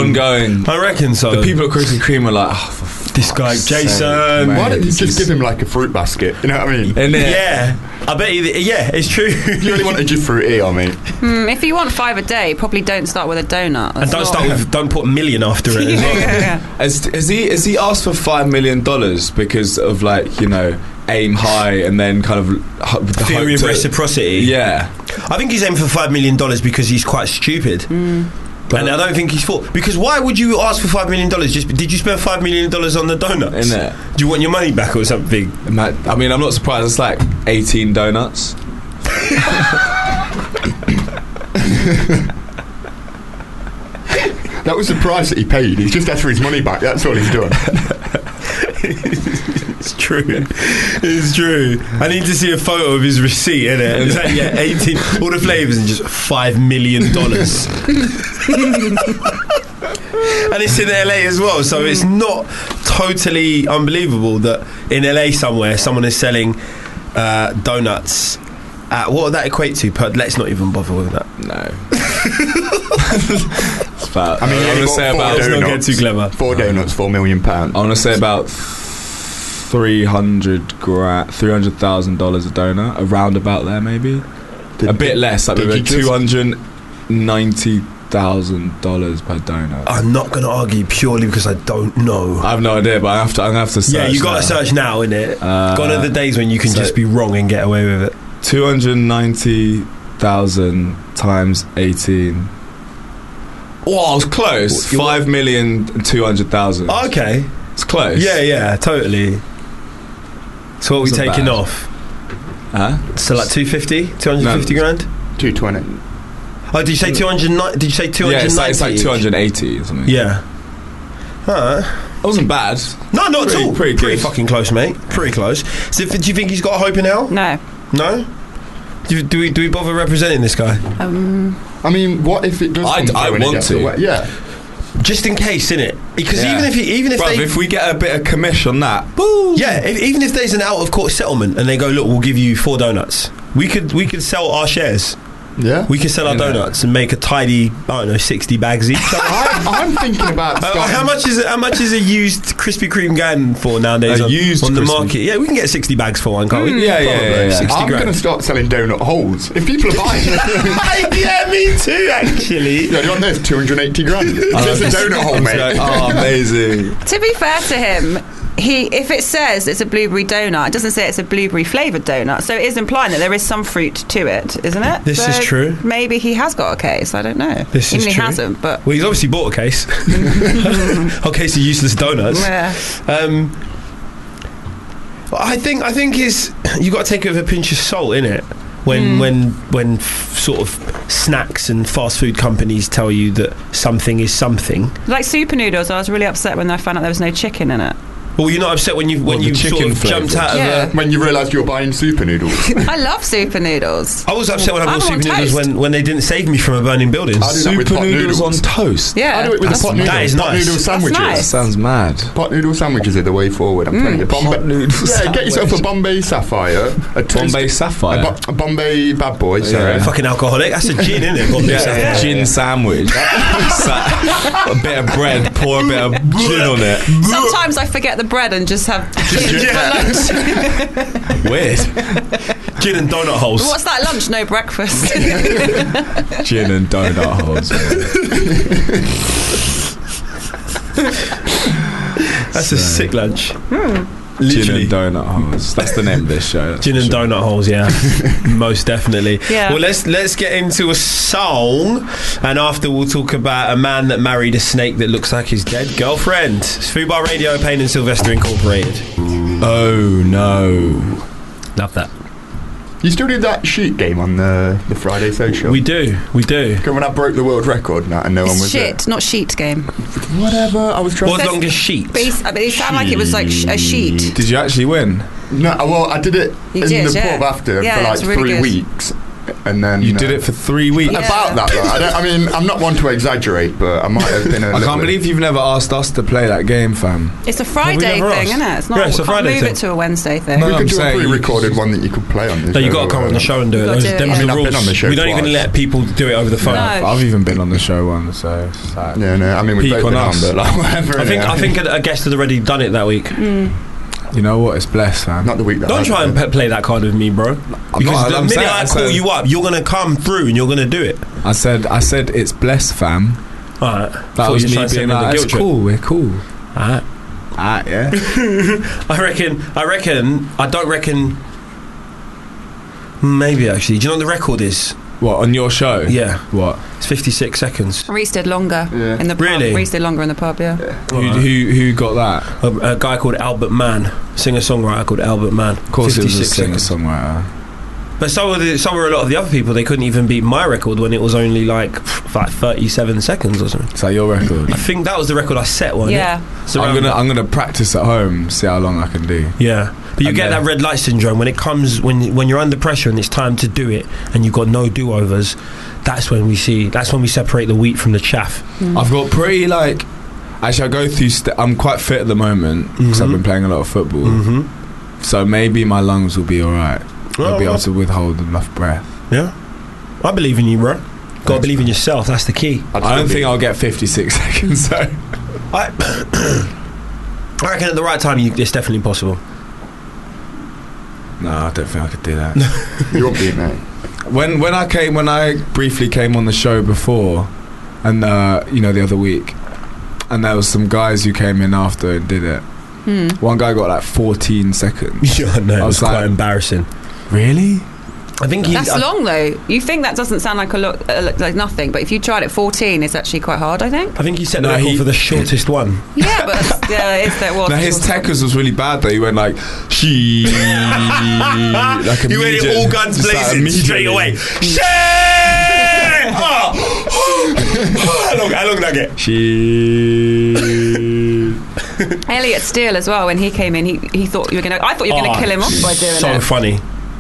Speaker 2: ongoing.
Speaker 3: I reckon so.
Speaker 2: The people at Krispy Kreme were like, oh, for
Speaker 3: this guy, Jason.
Speaker 2: sake, mate.
Speaker 4: Why don't you
Speaker 2: This is-
Speaker 4: just give him like a fruit basket? You know what I mean?
Speaker 2: And then,
Speaker 3: Yeah, I bet you. th- Yeah, it's true. [LAUGHS]
Speaker 4: You only wanted your fruit ear, mate.
Speaker 5: Mm, if you want five a day, probably don't start with a donut.
Speaker 3: and
Speaker 5: That's
Speaker 3: don't
Speaker 5: not-
Speaker 3: start with don't put million after it. as
Speaker 5: [LAUGHS] yeah,
Speaker 2: [LAUGHS]
Speaker 3: well.
Speaker 5: yeah, yeah.
Speaker 2: Has, has he has he asked for five million dollars because of like you know aim high and then kind of ho- with the
Speaker 3: Theory
Speaker 2: hope
Speaker 3: of
Speaker 2: to-
Speaker 3: reciprocity.
Speaker 2: Yeah,
Speaker 3: I think he's aiming for five million dollars because he's quite stupid,
Speaker 5: Hmm.
Speaker 3: and I don't think he's for. Because why would you ask for five million dollars? Just did you spend five million dollars on the donuts?
Speaker 2: Innit?
Speaker 3: Do you want your money back or something?
Speaker 2: Matt- I mean, I'm not surprised. It's like 18 donuts.
Speaker 4: That was the price that he paid. He's just asked for his money back. That's all he's done.
Speaker 3: It's true. It's true. I need to see a photo of his receipt, innit? It's like, yeah, 18, all the flavours and just $5 million. and it's in LA as well, so it's not totally unbelievable that in LA somewhere someone is selling uh, donuts. At, what would that equate to? Per, let's not even bother with that.
Speaker 2: No. It's about,
Speaker 4: I mean,
Speaker 2: [LAUGHS]
Speaker 4: yeah,
Speaker 2: I
Speaker 4: he
Speaker 2: want to
Speaker 4: bought
Speaker 2: say
Speaker 4: four
Speaker 2: about.
Speaker 4: donuts.
Speaker 3: Let's not get too clever.
Speaker 4: Four donuts, four million pounds.
Speaker 2: I want to say about 300 gra- 300 thousand dollars a donut, around about there maybe.
Speaker 4: Did-
Speaker 2: a bit less, like
Speaker 4: did
Speaker 2: maybe
Speaker 4: you just-
Speaker 2: 290 thousand dollars per donut.
Speaker 3: I'm not going to argue purely because I don't know.
Speaker 2: I have no idea, but I have to. I'm gonna have to. Search
Speaker 3: Yeah, you got
Speaker 2: now.
Speaker 3: to search now, innit?
Speaker 2: Uh,
Speaker 3: Gone are the days when you can
Speaker 2: so-
Speaker 3: just be wrong and get away with it.
Speaker 2: 290,000 times 18. Wow, it's close.
Speaker 3: You-
Speaker 2: 5 million and 200,000.
Speaker 3: Okay.
Speaker 2: It's close.
Speaker 3: Yeah, yeah, totally. So what are we
Speaker 2: It's not
Speaker 3: taking
Speaker 2: bad.
Speaker 3: off?
Speaker 2: Huh?
Speaker 3: So like 250, 250
Speaker 2: No. Mm.
Speaker 3: grand?
Speaker 4: Two twenty.
Speaker 3: Oh, did you say 290? Did you say 290?
Speaker 2: Yeah, it's like, it's like 280 or something.
Speaker 3: Yeah. Alright.
Speaker 2: It wasn't bad.
Speaker 3: No, not
Speaker 2: Pretty-
Speaker 3: at all.
Speaker 2: pretty good.
Speaker 3: fucking close, mate. Pretty close. So if, do you think he's got hope in hell?
Speaker 5: No.
Speaker 3: No? Do, do we do we bother representing this guy?
Speaker 5: Um,
Speaker 4: I mean, what if it does?
Speaker 2: I-
Speaker 4: come
Speaker 2: I
Speaker 4: through and it
Speaker 2: want
Speaker 4: gets
Speaker 2: to.
Speaker 4: away? Yeah.
Speaker 3: Just in case, innit? Because
Speaker 2: Yeah.
Speaker 3: even if he, even if
Speaker 2: Bruv,
Speaker 3: they
Speaker 2: if we get a bit of commission on that,
Speaker 3: [LAUGHS]
Speaker 2: boo!
Speaker 3: yeah, if, even if there's an out of court settlement and they go, look, we'll give you four donuts. We could we could sell our shares.
Speaker 4: Yeah.
Speaker 3: We could sell our
Speaker 2: Yeah.
Speaker 3: donuts and make a tidy, I don't know, sixty
Speaker 2: [LAUGHS]
Speaker 3: bags each.
Speaker 4: I, I'm thinking about
Speaker 3: Uh,
Speaker 4: starting-
Speaker 3: how much is how much is a used Krispy Kreme gun for nowadays
Speaker 2: A
Speaker 3: on,
Speaker 2: used
Speaker 3: on the
Speaker 2: Krispy-
Speaker 3: market? Yeah, we can get sixty bags for one, can't we?
Speaker 2: Mm, yeah, yeah,
Speaker 3: Probably,
Speaker 2: yeah, yeah.
Speaker 3: sixty
Speaker 4: I'm going to
Speaker 3: grand.
Speaker 4: start selling donut holes. If people are buying them,
Speaker 3: yeah, me too. Actually,
Speaker 4: yeah, do [LAUGHS] you want this? 280 grand. It's a
Speaker 2: [LAUGHS]
Speaker 4: donut hole,
Speaker 2: It's
Speaker 4: mate.
Speaker 2: like, Uh, oh, amazing.
Speaker 5: to be fair to him, he if it says it's a blueberry donut, it doesn't say it's a blueberry flavoured donut. So it is implying that there is some fruit to it, isn't it?
Speaker 3: This
Speaker 5: So
Speaker 3: is true.
Speaker 5: Maybe he has got a case. I don't know.
Speaker 3: This
Speaker 5: Even
Speaker 3: is
Speaker 5: he
Speaker 3: true.
Speaker 5: hasn't, but.
Speaker 3: well, he's obviously bought a case.
Speaker 2: [LAUGHS]
Speaker 3: [LAUGHS] a case of useless donuts.
Speaker 5: Yeah.
Speaker 3: Um, I think I think is you got to take it with a pinch of salt in it when when when f- sort of snacks and fast food companies tell you that something is something.
Speaker 5: Like super noodles, I was really upset when I found out there was no chicken in it.
Speaker 3: Well, you're not upset when you when
Speaker 2: Well, the
Speaker 3: you sort
Speaker 2: chicken
Speaker 3: of jumped
Speaker 2: flavours.
Speaker 3: out of a
Speaker 5: Yeah.
Speaker 4: When you realise you're buying super
Speaker 2: [LAUGHS]
Speaker 4: noodles.
Speaker 5: I love super noodles.
Speaker 3: I was upset when I
Speaker 5: I
Speaker 3: bought
Speaker 5: want
Speaker 3: super noodles
Speaker 5: toast.
Speaker 3: when, when they didn't save me from a burning building.
Speaker 4: I do that with
Speaker 2: Super
Speaker 4: pot
Speaker 2: noodles, on
Speaker 4: noodles.
Speaker 2: toast.
Speaker 5: Yeah.
Speaker 4: I do it with
Speaker 5: That's-
Speaker 4: the pot noodles.
Speaker 3: That is
Speaker 4: pot
Speaker 3: nice.
Speaker 4: noodle
Speaker 3: That's
Speaker 4: sandwiches.
Speaker 2: That
Speaker 5: nice.
Speaker 2: sounds mad.
Speaker 4: Pot noodle sandwiches are the way forward. I'm telling you. Bombay,
Speaker 2: Mm. Pot noodle
Speaker 4: yeah, get yourself a
Speaker 2: sandwich.
Speaker 4: Bombay Sapphire, a toast,
Speaker 2: Bombay
Speaker 4: a,
Speaker 2: Sapphire.
Speaker 4: bo- a Bombay Bad Boy. Sorry. [LAUGHS]
Speaker 2: Yeah.
Speaker 3: Fucking alcoholic. That's a gin, isn't it? Bombay
Speaker 2: Yeah,
Speaker 3: Sapphire?
Speaker 2: gin [LAUGHS] sandwich. Sa- a bit of bread, pour a bit of gin on it.
Speaker 5: Sometimes I forget the bread and just have gin
Speaker 4: gin.
Speaker 5: for lunch.
Speaker 2: Weird.
Speaker 3: Gin and donut holes.
Speaker 5: What's that lunch? No breakfast.
Speaker 2: Gin and donut holes.
Speaker 3: That's a sick lunch.
Speaker 2: Gin
Speaker 4: Hmm.
Speaker 3: Literally.
Speaker 2: and donut holes. That's the name of this show. that's
Speaker 3: Gin
Speaker 2: for
Speaker 3: and
Speaker 2: sure.
Speaker 3: donut
Speaker 2: [LAUGHS]
Speaker 3: holes, yeah, most definitely.
Speaker 5: Yeah.
Speaker 3: Well, let's let's get into a song, and after we'll talk about a man that married a snake that looks like his dead girlfriend. It's Food Bar Radio, Payne and Sylvester Incorporated.
Speaker 2: Oh no.
Speaker 3: Love that.
Speaker 4: You still do that sheet game on the, the Friday social?
Speaker 6: We do, we do.
Speaker 4: When I broke the world record and that, and no one
Speaker 5: It's
Speaker 4: was
Speaker 5: [LAUGHS] shit, not sheet game.
Speaker 4: there. Whatever. I was trying.
Speaker 3: What's
Speaker 5: Says-
Speaker 3: longest sheet?
Speaker 5: But he's- but it sounded like it was like sh- a sheet.
Speaker 2: Did you actually win?
Speaker 4: No, well, I did it
Speaker 5: You
Speaker 4: in
Speaker 5: did,
Speaker 4: the
Speaker 5: yeah.
Speaker 4: pub after
Speaker 5: Yeah,
Speaker 4: for like
Speaker 5: it's really
Speaker 4: three
Speaker 5: good.
Speaker 4: weeks, and then
Speaker 2: You
Speaker 4: uh,
Speaker 2: did it for three weeks.
Speaker 5: Yeah.
Speaker 4: About that, though. I, don't, I mean, I'm not one to exaggerate, but I might have been. A
Speaker 2: I
Speaker 4: little
Speaker 2: can't believe you've never asked us to play that game, fam.
Speaker 5: It's a Friday
Speaker 6: never
Speaker 5: thing,
Speaker 6: asked.
Speaker 5: isn't it? It's not.
Speaker 6: Yeah, it's a
Speaker 5: we can't
Speaker 6: Friday
Speaker 5: move
Speaker 6: thing.
Speaker 5: it to a Wednesday thing.
Speaker 2: No,
Speaker 4: We
Speaker 2: I'm
Speaker 4: could do a
Speaker 2: saying-
Speaker 4: pre-recorded one that you could play on. This
Speaker 6: No, you got to come on the show and do it.
Speaker 5: You've got
Speaker 6: Those,
Speaker 5: to do it,
Speaker 6: them's
Speaker 5: yeah. I
Speaker 6: the
Speaker 4: mean, I've been
Speaker 6: rules.
Speaker 4: on the show
Speaker 6: we don't even
Speaker 4: twice.
Speaker 6: let people do it over the phone.
Speaker 5: No.
Speaker 2: I've even been on the show once, so it's like-
Speaker 4: Yeah, no, I mean we've
Speaker 2: Peak
Speaker 4: both
Speaker 2: on
Speaker 4: been on,
Speaker 2: us.
Speaker 4: but like, whatever.
Speaker 6: I think
Speaker 4: innit?
Speaker 6: I think a, a guest had already done it that week.
Speaker 2: Mm. you know what? It's blessed, man.
Speaker 4: not the week. That I
Speaker 6: Don't try
Speaker 4: did.
Speaker 6: and pe- play that card with me, bro.
Speaker 3: Because
Speaker 2: No,
Speaker 3: the
Speaker 2: I'm
Speaker 3: minute
Speaker 2: saying-
Speaker 3: I
Speaker 2: I'm
Speaker 3: call
Speaker 2: saying-
Speaker 3: you up, you're gonna come through and you're gonna do it.
Speaker 2: I said, I said it's blessed, fam.
Speaker 6: All right.
Speaker 2: That was me being like, it's cool, we're cool.
Speaker 6: Alright.
Speaker 2: Ah, yeah.
Speaker 3: I reckon. I reckon. I don't reckon. Maybe actually. Do you know what the record is?
Speaker 2: What on your show?
Speaker 3: Yeah,
Speaker 2: What?
Speaker 3: it's 56 seconds.
Speaker 5: Reese did longer
Speaker 4: Yeah.
Speaker 5: in the
Speaker 3: Really?
Speaker 5: pub. Reese did longer in the pub. Yeah.
Speaker 2: Who, who who got that?
Speaker 3: A, a guy called Albert Mann, singer songwriter called Albert Mann.
Speaker 2: Of course, it was a
Speaker 3: 56
Speaker 2: singer
Speaker 3: seconds.
Speaker 2: songwriter.
Speaker 3: But so were the, so were a lot of the other people. They couldn't even beat my record when it was only like like 37 seconds or something.
Speaker 2: Is that your [LAUGHS] record?
Speaker 3: I think that was the record I set one.
Speaker 5: Yeah.
Speaker 3: So
Speaker 2: I'm gonna I'm gonna practice at home. See how long I can do.
Speaker 3: Yeah, but you
Speaker 2: And
Speaker 3: get
Speaker 2: then-
Speaker 3: that red light syndrome when it comes when when you're under pressure and it's time to do it and you've got no do overs. That's when we see. That's when we separate the wheat from the chaff.
Speaker 2: I've got pretty like. Actually, I go through. St- I'm quite fit at the moment because I've
Speaker 3: Mhm.
Speaker 2: been playing a lot of football.
Speaker 3: Mm-hmm.
Speaker 2: So maybe my lungs will be all right. I'll be able to withhold enough breath.
Speaker 3: yeah, I believe in you, bro. Gotta
Speaker 2: Thanks,
Speaker 3: believe in yourself. That's the key.
Speaker 4: I'd
Speaker 2: I don't
Speaker 4: still be-
Speaker 2: think I'll get 56 [LAUGHS] seconds. So
Speaker 3: I, [COUGHS] I reckon at the right time, you, it's definitely
Speaker 2: [LAUGHS]
Speaker 3: possible.
Speaker 2: no, I don't think I could do that.
Speaker 4: you'll be mate.
Speaker 2: when when I came when I briefly came on the show before, and uh, you know the other week, and there was some guys who came in after and did it.
Speaker 5: Hmm.
Speaker 2: One guy got like 14 seconds.
Speaker 3: yeah, no, it
Speaker 2: I
Speaker 3: was
Speaker 2: was
Speaker 3: quite
Speaker 2: like-
Speaker 3: embarrassing.
Speaker 2: Really?
Speaker 3: I think he.
Speaker 5: That's
Speaker 3: I,
Speaker 5: long though. You think that doesn't sound like a lot, uh, like nothing, but if you tried at 14, it's actually quite hard. I
Speaker 3: [LAUGHS]
Speaker 5: think.
Speaker 3: I think he set the
Speaker 2: No,
Speaker 3: record
Speaker 2: he-
Speaker 3: for the shortest
Speaker 2: [LAUGHS]
Speaker 3: one.
Speaker 5: Yeah, but yeah, it's that was.
Speaker 2: Now his techers was really bad though. He went like she. Mm, like
Speaker 3: [LAUGHS] You went it
Speaker 2: immediate-
Speaker 3: all guns
Speaker 2: just, like,
Speaker 3: blazing straight
Speaker 2: immediately.
Speaker 3: away. Shit! Ah! how, long, how long did I get?
Speaker 2: She.
Speaker 5: Elliot Steele as well. When he came in, he, he thought you were gonna. I thought you were gonna
Speaker 3: Oh,
Speaker 5: kill him off by doing
Speaker 3: so
Speaker 5: it.
Speaker 3: funny.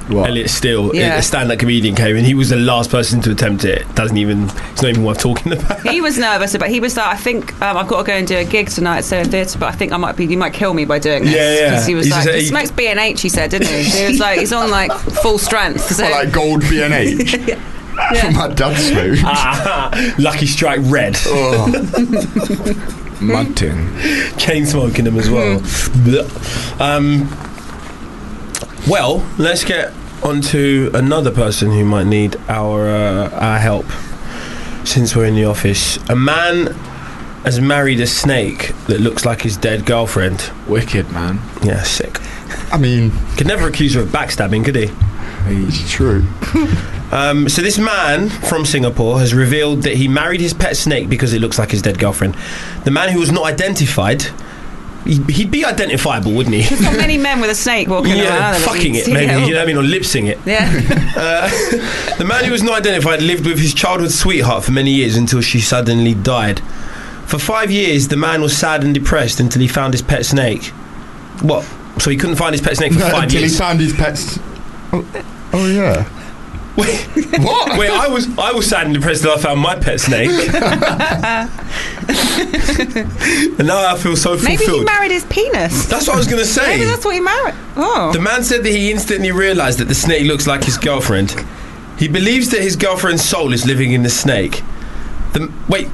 Speaker 2: what?
Speaker 3: Elliot Steele,
Speaker 5: Yeah.
Speaker 3: a stand-up comedian, came in. He was the last person to attempt it. Doesn't even. It's not even worth talking [LAUGHS]
Speaker 5: [LAUGHS]
Speaker 3: about.
Speaker 5: He was nervous, but he was like, I think um, I've got to go and do a gig tonight at Soho Theatre, but I think I might be, you might kill me by doing this.
Speaker 3: Yeah, yeah.
Speaker 5: 'Cause he was
Speaker 3: He
Speaker 5: like,
Speaker 3: said
Speaker 5: he,
Speaker 3: he-
Speaker 5: smokes B and H. He said, didn't he? He was like, he's on like full strength. So
Speaker 4: But Oh, like gold B and H [LAUGHS] from my dad's food.
Speaker 3: Ah. Lucky Strike Red,
Speaker 4: [LAUGHS] Oh,
Speaker 2: Mud
Speaker 3: [LAUGHS]
Speaker 2: tin.
Speaker 3: chain smoking them as well.
Speaker 5: Hmm.
Speaker 3: Blech. um, well, let's get on to another person who might need our uh, our help since we're in the office. A man has married a snake that looks like his dead girlfriend.
Speaker 2: Wicked man.
Speaker 3: Yeah, sick.
Speaker 4: I mean,
Speaker 3: Could never accuse her of backstabbing, could he?
Speaker 4: it's true.
Speaker 3: Um, so this man from Singapore has revealed that he married his pet snake because it looks like his dead girlfriend. The man who was not identified, he'd, he'd be identifiable, wouldn't he?
Speaker 5: not many men with a snake walking
Speaker 3: yeah,
Speaker 5: around. that
Speaker 3: fucking
Speaker 5: we'd
Speaker 3: it,
Speaker 5: see
Speaker 3: maybe.
Speaker 5: him.
Speaker 3: You know what I mean, or lip sing it. [LAUGHS]
Speaker 5: Yeah,
Speaker 3: The man who was not identified lived with his childhood sweetheart for many years until she suddenly died. For five years, the man was sad and depressed until he found his pet snake. What? So he couldn't find his pet snake for five
Speaker 4: Until he
Speaker 3: years.
Speaker 4: found his pets. Oh, oh yeah. what?
Speaker 3: Wait, I was I was sad and depressed that I found my pet snake. and now I feel so
Speaker 5: maybe he
Speaker 3: fulfilled.
Speaker 5: married his penis.
Speaker 3: that's what I was gonna say.
Speaker 5: Maybe that's what he married. Oh,
Speaker 3: the man said that he instantly realised that the snake looks like his girlfriend. He believes that his girlfriend's soul is living in the snake. The, wait,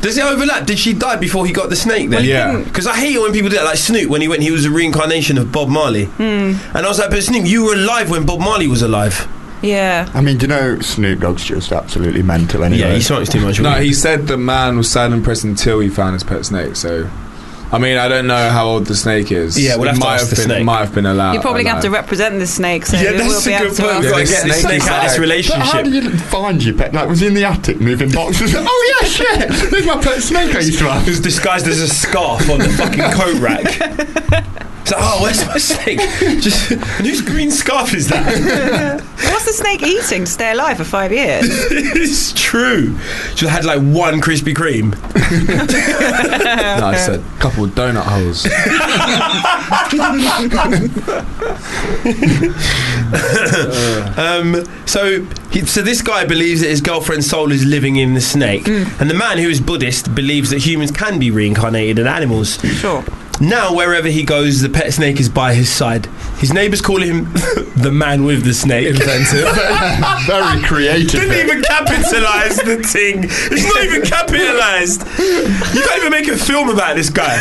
Speaker 3: does it overlap? Did she die before he got the snake then?
Speaker 2: Well, he Yeah. didn't-
Speaker 3: Because I hate it when people do that, like Snoop when he went, he was a reincarnation of Bob Marley. And I was like, but Snoop, you were alive when Bob Marley was alive.
Speaker 5: yeah.
Speaker 4: I mean, do you know Snoop Dogg's just absolutely mental anyway.
Speaker 3: Yeah, he smokes too much.
Speaker 2: No,
Speaker 3: weed.
Speaker 2: he said the man was sad and depressed until he found his pet snake. So, I mean, I don't know how old the snake is.
Speaker 3: Yeah, we'll
Speaker 2: It
Speaker 3: have to
Speaker 2: might
Speaker 3: ask
Speaker 2: have
Speaker 3: the
Speaker 2: been,
Speaker 3: snake.
Speaker 2: Might have been allowed.
Speaker 5: You're probably gonna have to
Speaker 2: allowed.
Speaker 5: represent the snake, so
Speaker 3: Yeah,
Speaker 5: we will
Speaker 3: that's
Speaker 5: be
Speaker 3: a
Speaker 5: able
Speaker 3: good
Speaker 5: to
Speaker 3: point.
Speaker 5: ask
Speaker 3: We've got to
Speaker 2: Yeah,
Speaker 3: get
Speaker 2: this
Speaker 3: snake
Speaker 2: is
Speaker 3: out of this
Speaker 2: like-
Speaker 4: But how
Speaker 3: relationship.
Speaker 4: did you find your pet? Like, was he in the attic moving boxes? [LAUGHS] oh yeah, shit.
Speaker 3: [LAUGHS]
Speaker 4: There's my pet snake I used to have.
Speaker 3: Who's disguised as a scarf on the fucking coat rack. It's like, oh, where's my snake? Just and whose green scarf is that? [LAUGHS]
Speaker 5: What's the snake eating to stay alive for five years?
Speaker 3: [LAUGHS] it's true. She had like one Krispy Kreme.
Speaker 2: No, I said couple of donut holes.
Speaker 3: Um, so, he, so this guy believes that his girlfriend's soul is living in the snake, and the man who is Buddhist believes that humans can be reincarnated in animals.
Speaker 5: Sure.
Speaker 3: Now, wherever he goes, the pet snake is by his side. His neighbors call him [LAUGHS] the man with the snake.
Speaker 4: Very creative.
Speaker 3: Didn't
Speaker 2: [LAUGHS]
Speaker 3: even capitalize the thing. It's not even capitalized. You can't even make a film about this guy.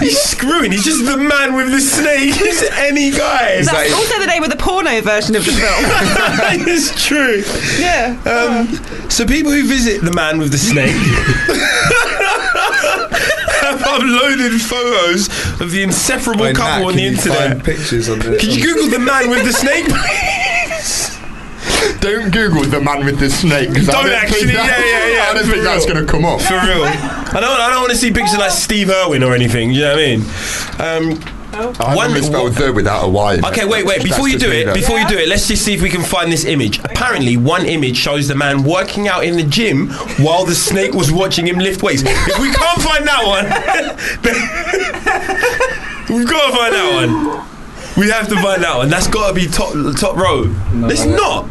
Speaker 3: He's screwing. He's just the man with the snake. He's any guy. It's [LAUGHS]
Speaker 5: That's also the name of the porno version of the film.
Speaker 3: it's true.
Speaker 5: [LAUGHS] yeah.
Speaker 3: Um, so people who visit the man with the snake [LAUGHS] have uploaded photos of the inseparable
Speaker 2: Wait, Nat,
Speaker 3: couple on
Speaker 2: can
Speaker 3: the
Speaker 2: you
Speaker 3: internet.
Speaker 2: find pictures on the.
Speaker 3: Can you Google the man with
Speaker 2: [LAUGHS]
Speaker 3: the snake?
Speaker 4: Don't Google the man with the snake. 'cause I
Speaker 3: Don't
Speaker 4: think
Speaker 3: actually,
Speaker 4: that-
Speaker 3: yeah, yeah, yeah,
Speaker 4: I don't
Speaker 3: for
Speaker 4: think that's
Speaker 3: real.
Speaker 4: going to come up.
Speaker 3: For real, I don't. I don't want to see pictures like Steve Irwin or anything. You know what I mean? Um,
Speaker 4: I
Speaker 3: One-
Speaker 4: haven't misspelled the without a Y. in it.
Speaker 3: Okay, wait, wait.
Speaker 4: That's
Speaker 3: Before you
Speaker 4: just
Speaker 3: do
Speaker 4: me,
Speaker 3: it,
Speaker 4: though.
Speaker 3: before you do it, let's just see if we can find this image. Apparently, one image shows the man working out in the gym while the snake was watching him lift weights. If we can't find that one, [LAUGHS] then- we've got to find that one. We have to find that one. That's got to be top top row. it's not.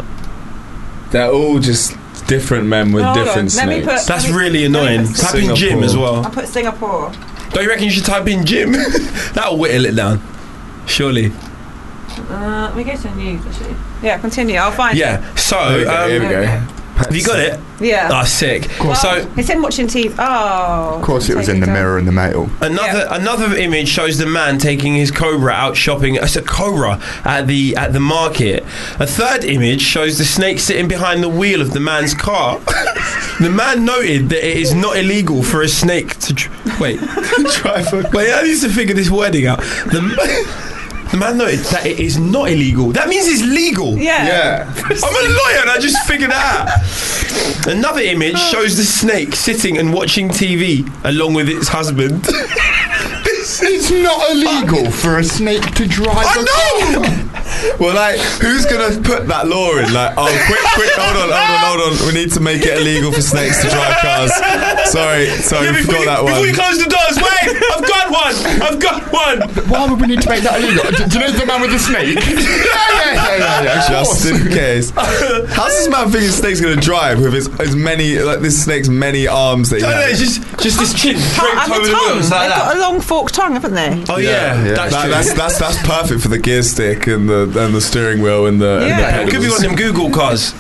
Speaker 2: They're all just different men with
Speaker 5: Hold on,
Speaker 2: different
Speaker 5: let me
Speaker 2: snakes.
Speaker 5: put-
Speaker 3: That's really annoying. Type in gym
Speaker 2: Singapore.
Speaker 3: as well.
Speaker 5: I put Singapore.
Speaker 3: Don't you reckon you should type in gym? [LAUGHS] That'll whittle it down. Surely.
Speaker 5: Uh, we go to news actually. Yeah, continue. I'll find.
Speaker 3: Yeah. So,
Speaker 2: There we go, here we
Speaker 3: um,
Speaker 2: go.
Speaker 5: Okay.
Speaker 3: have you got it?
Speaker 5: Yeah.
Speaker 3: Ah, sick. So,
Speaker 5: it's him watching TV. Oh.
Speaker 4: Of course, it was in the mirror and the metal.
Speaker 3: Another another image shows the man taking his cobra out shopping. It's a cobra at the at the market. A third image shows the snake sitting behind the wheel of the man's car. [LAUGHS] the man noted that it is not illegal for a snake to dr-
Speaker 2: [LAUGHS]
Speaker 3: wait.
Speaker 2: Drive a-
Speaker 3: Wait, I need to figure this wording out. The, ma- [LAUGHS] the man noted that it is not illegal. That means it's legal.
Speaker 5: Yeah.
Speaker 2: Yeah.
Speaker 3: I'm a lawyer and I just figured that out. Another image
Speaker 2: Oh.
Speaker 3: shows the snake sitting and watching TV along with its husband. [LAUGHS]
Speaker 4: It's not illegal for a snake to drive. a
Speaker 3: I
Speaker 2: Well, like, who's gonna put that law in? Like, oh, quick, quick, hold on, hold on, hold on. We need to make it illegal for snakes to drive cars. Sorry, sorry, we
Speaker 3: before,
Speaker 2: forgot
Speaker 3: you,
Speaker 2: that
Speaker 3: before you
Speaker 2: one.
Speaker 3: close the doors, wait! I've got one! I've got
Speaker 2: [LAUGHS]
Speaker 3: one!
Speaker 4: Why would we need to make that illegal? Do, do you know the man with the snake? yeah, yeah, yeah, yeah, yeah. of
Speaker 2: Just
Speaker 4: course.
Speaker 2: in case. How's this man thinking snake's gonna drive with his as many like this snake's many arms that he
Speaker 3: No, no,
Speaker 2: has?
Speaker 3: it's just, just this chin draped
Speaker 5: And the
Speaker 3: over the
Speaker 5: tongue.
Speaker 3: wheels
Speaker 5: They've
Speaker 3: like
Speaker 5: got
Speaker 3: that.
Speaker 5: a long forked tongue, haven't they?
Speaker 3: Oh, yeah,
Speaker 4: yeah.
Speaker 3: that's
Speaker 2: That,
Speaker 3: true.
Speaker 2: that's that's that's perfect for the gear stick and the and the steering wheel and the.
Speaker 5: Yeah.
Speaker 2: and
Speaker 3: it
Speaker 2: the
Speaker 3: could be one
Speaker 2: pedals.
Speaker 3: of them Google cars.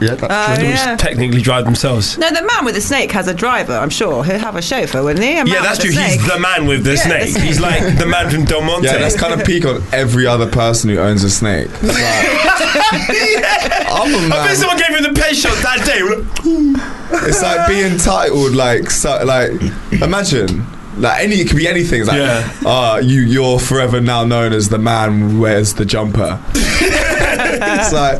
Speaker 4: Yeah, that's
Speaker 5: Oh,
Speaker 4: true.
Speaker 5: yeah.
Speaker 3: Technically drive themselves.
Speaker 5: No, the man with the snake has a driver. I'm sure he'll have a chauffeur, wouldn't he? A man
Speaker 3: Yeah, that's true.
Speaker 5: with a Snake.
Speaker 3: He's the man with the
Speaker 5: the
Speaker 3: snake.
Speaker 5: snake.
Speaker 3: He's like the man from Del Monte.
Speaker 2: Yeah, that's kind of peak on every other person who owns a
Speaker 3: [LAUGHS]
Speaker 2: snake. It's Like, I'm a
Speaker 3: I bet
Speaker 2: man.
Speaker 3: someone gave him the pet shot that day.
Speaker 2: It's like being entitled, like so, like imagine. Like any, it could be anything. It's like,
Speaker 3: Yeah.
Speaker 2: uh, you, you're forever now known as the man who wears the jumper. it's like,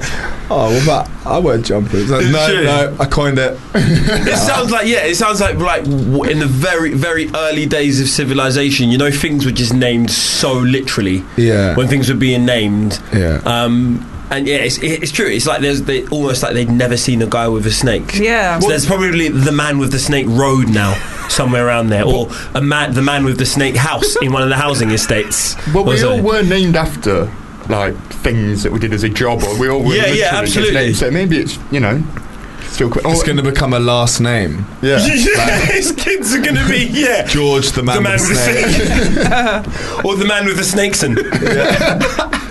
Speaker 2: oh, what about I wear jumpers? It's like, no,
Speaker 3: Sure.
Speaker 2: no, I coined it.
Speaker 3: It sounds like yeah. It sounds like like w- in the very very early days of civilization, you know, things were just named so literally.
Speaker 2: Yeah,
Speaker 3: When things were being named,
Speaker 2: yeah.
Speaker 3: um, and yeah, it's, it's true. It's like there's they, almost like they'd never seen a guy with a snake.
Speaker 5: Yeah.
Speaker 3: So there's probably the man with the snake road now, somewhere around there, or a man, the man with the snake house in one of the housing estates.
Speaker 4: Well, we
Speaker 3: Also-
Speaker 4: all were named after like things that we did as a job, or we all were.
Speaker 3: Yeah, yeah,
Speaker 4: literally just
Speaker 3: absolutely.
Speaker 4: named, So maybe it's you know still quite.
Speaker 2: it's going to become a last name.
Speaker 4: yeah.
Speaker 3: yeah, [LAUGHS] his kids are gonna be yeah.
Speaker 2: George, the man,
Speaker 3: the man
Speaker 2: with the snake.
Speaker 3: or the man with the snakes in.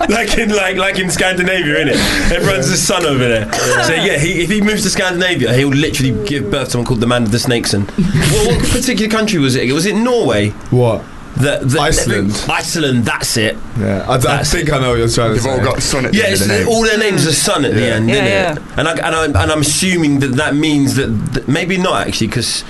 Speaker 3: [LAUGHS] like in like like in Scandinavia, innit? Everyone's the son over there. So yeah, he, if he moves to Scandinavia, he'll literally give birth to someone called the man with the snakes in. well, what particular country was it? Was it Norway?
Speaker 2: What?
Speaker 3: The, the,
Speaker 2: Iceland.
Speaker 3: Iceland. That's it.
Speaker 2: Yeah, I, I
Speaker 3: That's
Speaker 2: think I know what you're trying to
Speaker 4: They've
Speaker 2: say.
Speaker 4: all got sun at the
Speaker 3: Yeah,
Speaker 4: end of
Speaker 3: it's,
Speaker 4: the name.
Speaker 3: all their names are son at the
Speaker 4: Yeah.
Speaker 3: end,
Speaker 5: Yeah,
Speaker 3: innit?
Speaker 5: yeah.
Speaker 3: And I, and I and I'm assuming that that means that, that maybe not actually because.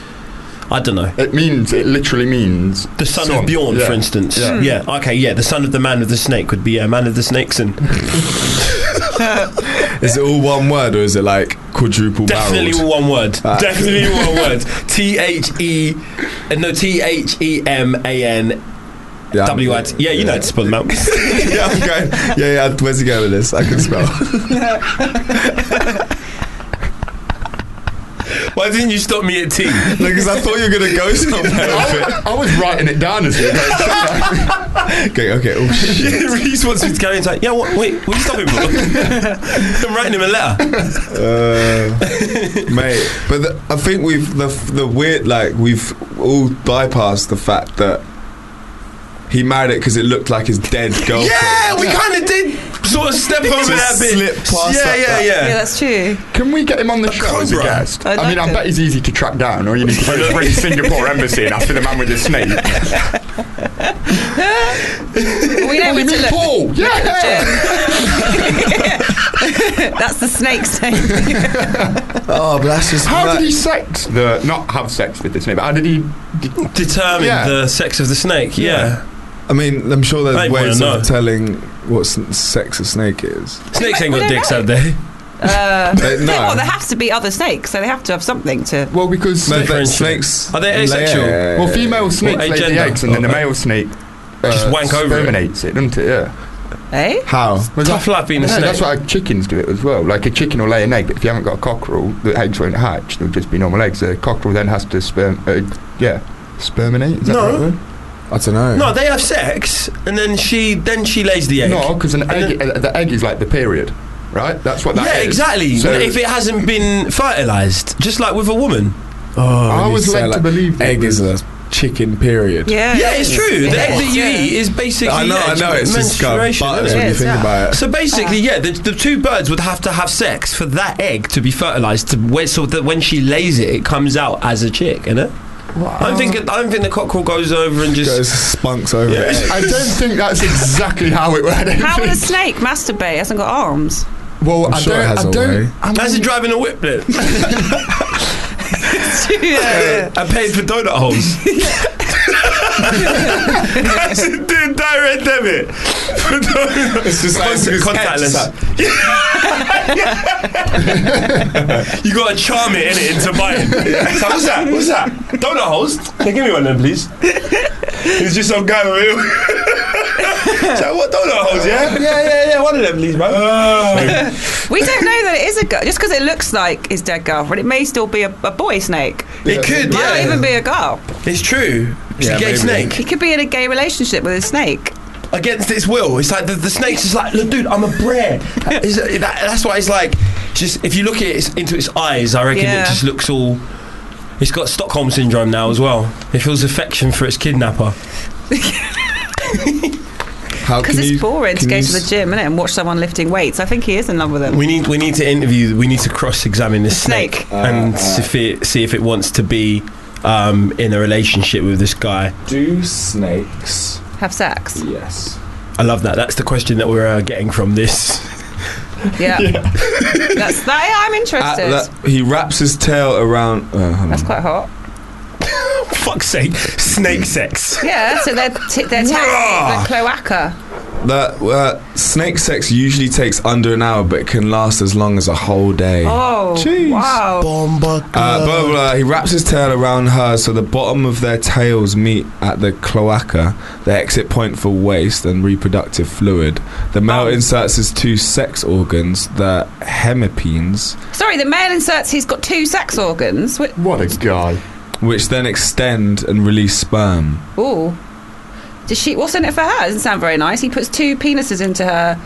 Speaker 3: I don't know.
Speaker 4: it means it literally means
Speaker 3: The son, of Bjorn,
Speaker 4: yeah.
Speaker 3: for instance.
Speaker 4: Yeah.
Speaker 3: Yeah. Okay. Yeah. The son of the man with the snake would be a man of the snakes, and
Speaker 2: Is it all one word or is it like quadruple
Speaker 3: Definitely
Speaker 2: barreled?
Speaker 3: one word.
Speaker 2: Ah.
Speaker 3: Definitely one word. T H E, uh, no T H E M A N
Speaker 2: Yeah, I'm-
Speaker 6: W-I-T. Yeah, you know how to spell them out.
Speaker 2: yeah, [LAUGHS] I'm going. Yeah, yeah. Where's he going with this? I can spell.
Speaker 3: [LAUGHS] Why didn't you stop me at T?
Speaker 2: Because I thought you were gonna
Speaker 4: [LAUGHS]
Speaker 2: go somewhere.
Speaker 4: I, I was writing it down as well.
Speaker 2: [LAUGHS] okay, okay. Oh
Speaker 4: [LAUGHS]
Speaker 2: shit.
Speaker 3: Reese wants me to carry on. It's like, yeah, what, wait, what are you stopping for? I'm writing him a letter.
Speaker 2: Uh, mate. But the, I think we've the the weird like we've all bypassed the fact that he married it because it looked like his dead girlfriend.
Speaker 3: Yeah, we kind of did sort of step over
Speaker 2: Just
Speaker 3: that bit.
Speaker 2: slip past
Speaker 3: yeah,
Speaker 2: that-
Speaker 3: yeah,
Speaker 2: that-
Speaker 5: Yeah,
Speaker 3: yeah,
Speaker 5: that's true.
Speaker 4: Can we get him on the show as a
Speaker 3: cobra.
Speaker 4: guest?
Speaker 5: I'd
Speaker 4: I, mean,
Speaker 5: like
Speaker 4: I
Speaker 5: to.
Speaker 4: bet he's easy to track down. All you need to do is ring Singapore embassy and ask for the man with the snake.
Speaker 5: We know
Speaker 4: Oh,
Speaker 5: where
Speaker 4: you
Speaker 5: to
Speaker 4: mean
Speaker 5: [LAUGHS] look.
Speaker 4: Paul? Yeah.
Speaker 5: That's the snake's
Speaker 3: [LAUGHS]
Speaker 5: name.
Speaker 2: Oh, but that's just.
Speaker 4: How
Speaker 2: mad.
Speaker 4: did he sex the not have sex with the snake? But how did he? Did,
Speaker 6: Determine
Speaker 4: Yeah.
Speaker 6: the sex of the snake. Yeah.
Speaker 2: I mean, I'm sure there's
Speaker 6: Mate,
Speaker 2: ways
Speaker 6: wanna
Speaker 2: of
Speaker 6: know.
Speaker 2: telling what s- sex a snake is.
Speaker 6: Snakes ain't
Speaker 5: We
Speaker 6: got
Speaker 5: don't
Speaker 6: dicks,
Speaker 5: know.
Speaker 6: have they?
Speaker 5: Uh,
Speaker 2: They- no.
Speaker 5: Well, there has to be other snakes, so they have to have something to.
Speaker 4: well, because
Speaker 2: No, but
Speaker 6: Differentiate.
Speaker 2: snakes.
Speaker 6: Are they asexual?
Speaker 2: lay-
Speaker 4: well, female snake lays the
Speaker 6: agenda?
Speaker 4: eggs, and then the
Speaker 6: Oh,
Speaker 4: male snake uh,
Speaker 6: Just wank over it.
Speaker 4: Terminates it, doesn't it? Yeah.
Speaker 5: Eh?
Speaker 2: How?
Speaker 4: Was
Speaker 6: Tough
Speaker 4: that-
Speaker 6: life being a
Speaker 4: No,
Speaker 6: snake.
Speaker 4: that's why chickens do it as well. Like a chicken will lay an egg, but if you haven't got a cockerel, the eggs won't hatch. They'll just be normal eggs. The cockerel then has to sperm. Uh, yeah, sperminate. Is that
Speaker 3: No.
Speaker 4: the right word?
Speaker 2: I don't know.
Speaker 3: No, they have sex, and then she then she lays the egg.
Speaker 4: No, because an egg, uh, the egg is like the period, right? That's what that
Speaker 3: yeah,
Speaker 4: is.
Speaker 3: exactly.
Speaker 4: So
Speaker 3: if it hasn't been fertilized, just like with a woman.
Speaker 2: Oh,
Speaker 4: I
Speaker 2: when you
Speaker 4: was
Speaker 2: say,
Speaker 4: led to
Speaker 2: like,
Speaker 4: believe that
Speaker 2: egg is a chicken. Period.
Speaker 5: Yeah.
Speaker 3: Yeah, it's true. The egg that you
Speaker 5: Yeah.
Speaker 3: eat is basically
Speaker 2: I know.
Speaker 3: yeah,
Speaker 2: I know. It's just kind of
Speaker 3: menstruation,
Speaker 2: butters when
Speaker 3: isn't it?
Speaker 2: you
Speaker 5: Yes,
Speaker 2: think
Speaker 5: yeah.
Speaker 2: about it.
Speaker 3: So basically,
Speaker 5: Uh-huh.
Speaker 3: yeah, the, the two birds would have to have sex for that egg to be fertilized, to where, so that when she lays it, it comes out as a chick, innit? I don't think I don't think the cockerel goes over and just.
Speaker 2: Goes spunks over
Speaker 3: Yeah.
Speaker 2: it.
Speaker 4: I don't think that's exactly how it went.
Speaker 2: [LAUGHS]
Speaker 3: [LAUGHS]
Speaker 5: How would a snake masturbate? It hasn't got arms.
Speaker 4: well,
Speaker 2: I'm
Speaker 4: I
Speaker 2: sure it
Speaker 4: don't-
Speaker 2: has
Speaker 4: I
Speaker 2: a way.
Speaker 4: don't. I
Speaker 3: That's it driving a whip blip.
Speaker 5: yeah.
Speaker 3: Uh, I paid for donut holes. That's a dude direct debit. For donut-
Speaker 2: It's just like
Speaker 3: Contact- contactless. [LAUGHS] You gotta charm it in it into buying. So what's that? What's that? Donut holes? Can you give me one then, please? It's just some guy over here. [LAUGHS] so what donut holes? Yeah, Uh, yeah, yeah, yeah. One of them, please, man.
Speaker 5: [LAUGHS]
Speaker 3: [LAUGHS]
Speaker 5: We don't know that it is a girl. Just because it looks like his dead girlfriend, it may still be a, a boy snake.
Speaker 3: it could,
Speaker 5: Might not
Speaker 3: yeah.
Speaker 5: even be a girl.
Speaker 3: it's true. It's
Speaker 2: Yeah,
Speaker 3: a gay
Speaker 2: maybe.
Speaker 3: snake
Speaker 5: He could be in a gay relationship with a snake.
Speaker 3: against its will. It's like the, the snake's just like, look, dude, I'm a
Speaker 5: [LAUGHS]
Speaker 3: brer. It's- that- that's why it's like, just if you look at it it's- into its eyes, I reckon
Speaker 5: Yeah.
Speaker 3: it just looks all. It's got Stockholm syndrome now as well. It feels affection for its kidnapper.
Speaker 2: How
Speaker 5: Because
Speaker 2: can
Speaker 5: it's
Speaker 2: you-
Speaker 5: boring to
Speaker 2: can
Speaker 5: go
Speaker 2: you
Speaker 5: to the
Speaker 2: s-
Speaker 5: gym innit, and watch someone lifting weights. I think he is in love
Speaker 3: [LAUGHS]
Speaker 5: with them.
Speaker 3: We need we need to interview. We need to cross-examine this
Speaker 5: Snake.
Speaker 3: snake, and see if it, see if it wants to be um, in a relationship with this guy.
Speaker 2: Do snakes? [LAUGHS]
Speaker 5: Have sex.
Speaker 2: Yes.
Speaker 3: I love that. That's the question that we're uh, getting from this. [LAUGHS]
Speaker 5: Yeah. That's that. I'm
Speaker 2: At
Speaker 5: interested.
Speaker 2: that, he wraps his tail around. Uh, hang on.
Speaker 5: That's quite hot.
Speaker 3: Fuck's sake, snake sex.
Speaker 5: Yeah. So they're t- they're
Speaker 3: Rah!
Speaker 5: taxing the cloaca.
Speaker 2: That uh, snake sex usually takes under an hour, but it can last as long as a whole day.
Speaker 5: Oh.
Speaker 2: Jeez.
Speaker 5: Wow.
Speaker 2: Uh, blah, blah, blah. He wraps his tail around her so the bottom of their tails meet at the cloaca, the exit point for waste and reproductive fluid. The male inserts his two sex organs, the hemipenes,
Speaker 5: Sorry, the male inserts he's got two sex organs. Which,
Speaker 4: What a guy.
Speaker 2: which then extend and release sperm.
Speaker 5: ooh. Does she? What's in it for her? Doesn't sound very nice. He puts two penises into her,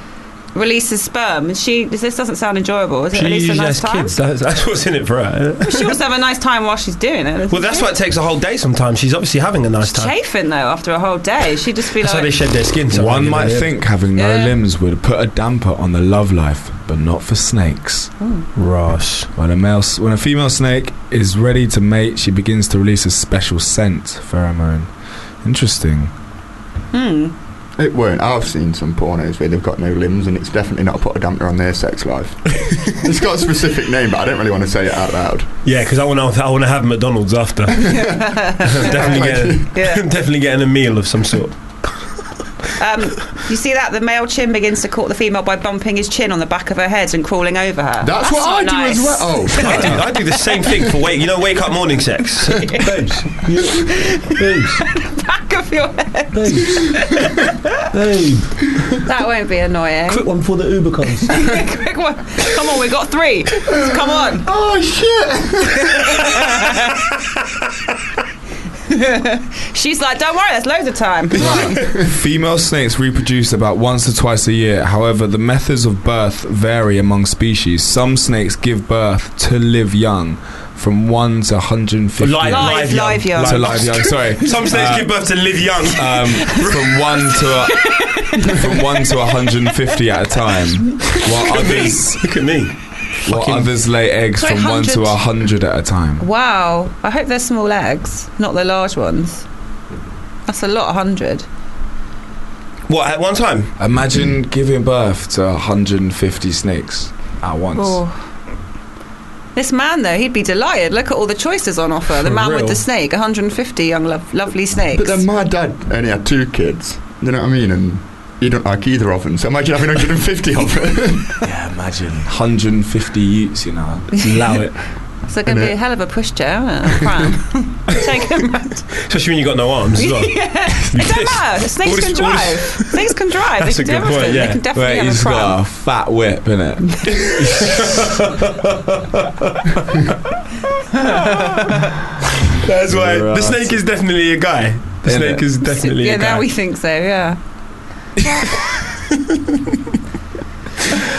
Speaker 5: releases sperm, and she. This doesn't sound enjoyable. Is it at least a nice time?
Speaker 3: kids. That's, that's what's in it for her.
Speaker 5: But she wants to have a nice time while she's doing it. doesn't
Speaker 3: Well, that's
Speaker 5: she?
Speaker 3: why it takes a whole day sometimes. She's obviously having a nice time.
Speaker 5: Chafing though after a whole day, she'd just be
Speaker 3: That's how they
Speaker 5: like,
Speaker 3: shed their skin. so
Speaker 2: One
Speaker 3: regularly,
Speaker 2: might
Speaker 3: yeah.
Speaker 2: think having no
Speaker 5: Yeah.
Speaker 2: limbs would put a damper on the love life, but not for snakes.
Speaker 3: Ross.
Speaker 2: When a male, s- when a female snake is ready to mate, she begins to release a special scent pheromone. Interesting.
Speaker 5: "Hmm,
Speaker 4: It weren't. I've seen some pornos where they've got no limbs, and it's definitely not put a damper on their sex life. [LAUGHS] it's got a specific name, but I don't really want to say it out loud.
Speaker 6: Yeah, because I want to. I want to have McDonald's
Speaker 5: [LAUGHS]
Speaker 6: after.
Speaker 3: definitely, getting,
Speaker 5: yeah."
Speaker 3: [LAUGHS] definitely getting a meal of some sort.
Speaker 5: Um, you see that the male chin begins to court the female by bumping his chin on the back of her head and crawling over her.
Speaker 4: That's, what I
Speaker 5: not
Speaker 4: do
Speaker 5: nice.
Speaker 4: as well. Oh,
Speaker 3: I do, I do
Speaker 2: [LAUGHS]
Speaker 3: the same thing for wake. You know, wake up morning sex. Babes. Babes.
Speaker 5: [LAUGHS] Back of off your head.
Speaker 3: Hey,
Speaker 5: That won't be annoying.
Speaker 3: quick one before the Uber comes.
Speaker 5: [LAUGHS] Quick one. Come on, we got three. Come on.
Speaker 4: Oh shit!
Speaker 5: [LAUGHS] She's like, don't worry, there's loads of time.
Speaker 2: [LAUGHS] Female snakes reproduce about once or twice a year. However, the methods of birth vary among species. Some snakes give birth to live young, from one to 150.
Speaker 3: Live,
Speaker 5: Live, live young.
Speaker 2: to live young. Sorry,
Speaker 3: [LAUGHS] Some snakes
Speaker 2: Uh,
Speaker 3: give birth to live young.
Speaker 2: um, from one to a, from one to 150 at a time, while others
Speaker 3: [LAUGHS] Look at me.
Speaker 2: while others lay eggs
Speaker 5: Sorry,
Speaker 2: from one to
Speaker 5: 100.
Speaker 2: 100 at a time.
Speaker 5: Wow. I hope they're small eggs, not the large ones. That's a lot, 100.
Speaker 3: What at one time?
Speaker 2: Imagine giving birth to 150 snakes at once.
Speaker 5: Oh. This man, though, he'd be delighted. Look at all the choices on offer. The
Speaker 3: For
Speaker 5: man with
Speaker 3: real.
Speaker 5: the snake, 150 young, lo- lovely snakes.
Speaker 4: But then my dad only had two kids. You know what I mean? And he didn't like either of them. So imagine having 150 of them.
Speaker 5: [LAUGHS]
Speaker 2: Yeah, imagine 150 utes, you
Speaker 3: [LAUGHS]
Speaker 2: know.
Speaker 3: Allow it.
Speaker 5: so going to be a hell of a pushchair, isn't
Speaker 3: [LAUGHS]
Speaker 5: it? Take him round.
Speaker 3: Especially when you got no arms
Speaker 5: [LAUGHS]
Speaker 3: as well.
Speaker 5: It don't matter. Snakes
Speaker 3: All this-
Speaker 5: can
Speaker 3: all
Speaker 5: drive.
Speaker 3: this-
Speaker 5: Snakes can drive.
Speaker 3: That's
Speaker 5: they
Speaker 3: a
Speaker 5: can do
Speaker 3: good point,
Speaker 5: everything.
Speaker 3: yeah.
Speaker 5: They can definitely
Speaker 2: Wait,
Speaker 5: have
Speaker 2: he's
Speaker 5: a pram.
Speaker 2: got a fat whip in
Speaker 3: [LAUGHS]
Speaker 2: it.
Speaker 3: That's why the
Speaker 2: Right.
Speaker 3: snake is definitely a guy. The
Speaker 2: Isn't
Speaker 3: snake
Speaker 2: it?
Speaker 3: is definitely
Speaker 5: yeah,
Speaker 3: a guy.
Speaker 5: now we think so,
Speaker 3: [LAUGHS]
Speaker 5: yeah. Do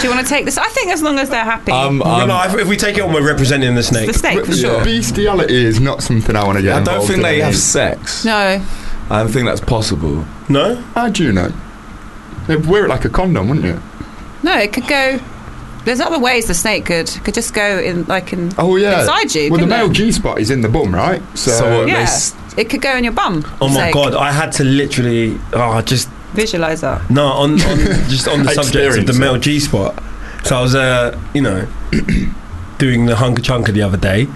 Speaker 5: you want to take this? I think as long as they're happy.
Speaker 2: Um,
Speaker 3: No,
Speaker 2: um,
Speaker 3: no, if, if we take it on, we're representing the
Speaker 5: the
Speaker 3: snake.
Speaker 5: snake, for
Speaker 2: yeah.
Speaker 5: sure.
Speaker 4: Bestiality is not something I want to get
Speaker 2: I don't
Speaker 4: involved
Speaker 2: think
Speaker 4: in,
Speaker 2: they
Speaker 4: I
Speaker 2: have
Speaker 4: mean.
Speaker 2: sex.
Speaker 5: No.
Speaker 2: I don't think that's possible.
Speaker 3: No?
Speaker 4: How do you know? They'd wear it like a condom, wouldn't you?
Speaker 5: No, it could go. There's other ways the snake could could just go in, like in
Speaker 4: Oh yeah.
Speaker 5: inside you.
Speaker 4: well, the
Speaker 5: couldn't
Speaker 4: male
Speaker 5: it?
Speaker 4: G spot is in the bum, right? So,
Speaker 2: So, uh,
Speaker 5: Yeah.
Speaker 2: This-
Speaker 5: It could go in your bum.
Speaker 3: Oh my
Speaker 5: Like,
Speaker 3: god, I had to literally oh just
Speaker 5: Visualize that.
Speaker 3: no on, [LAUGHS] on just on the
Speaker 4: I
Speaker 3: subject of the
Speaker 4: experienced
Speaker 3: male G spot. So I was uh you know [CLEARS THROAT] doing the hunker chunker the other day.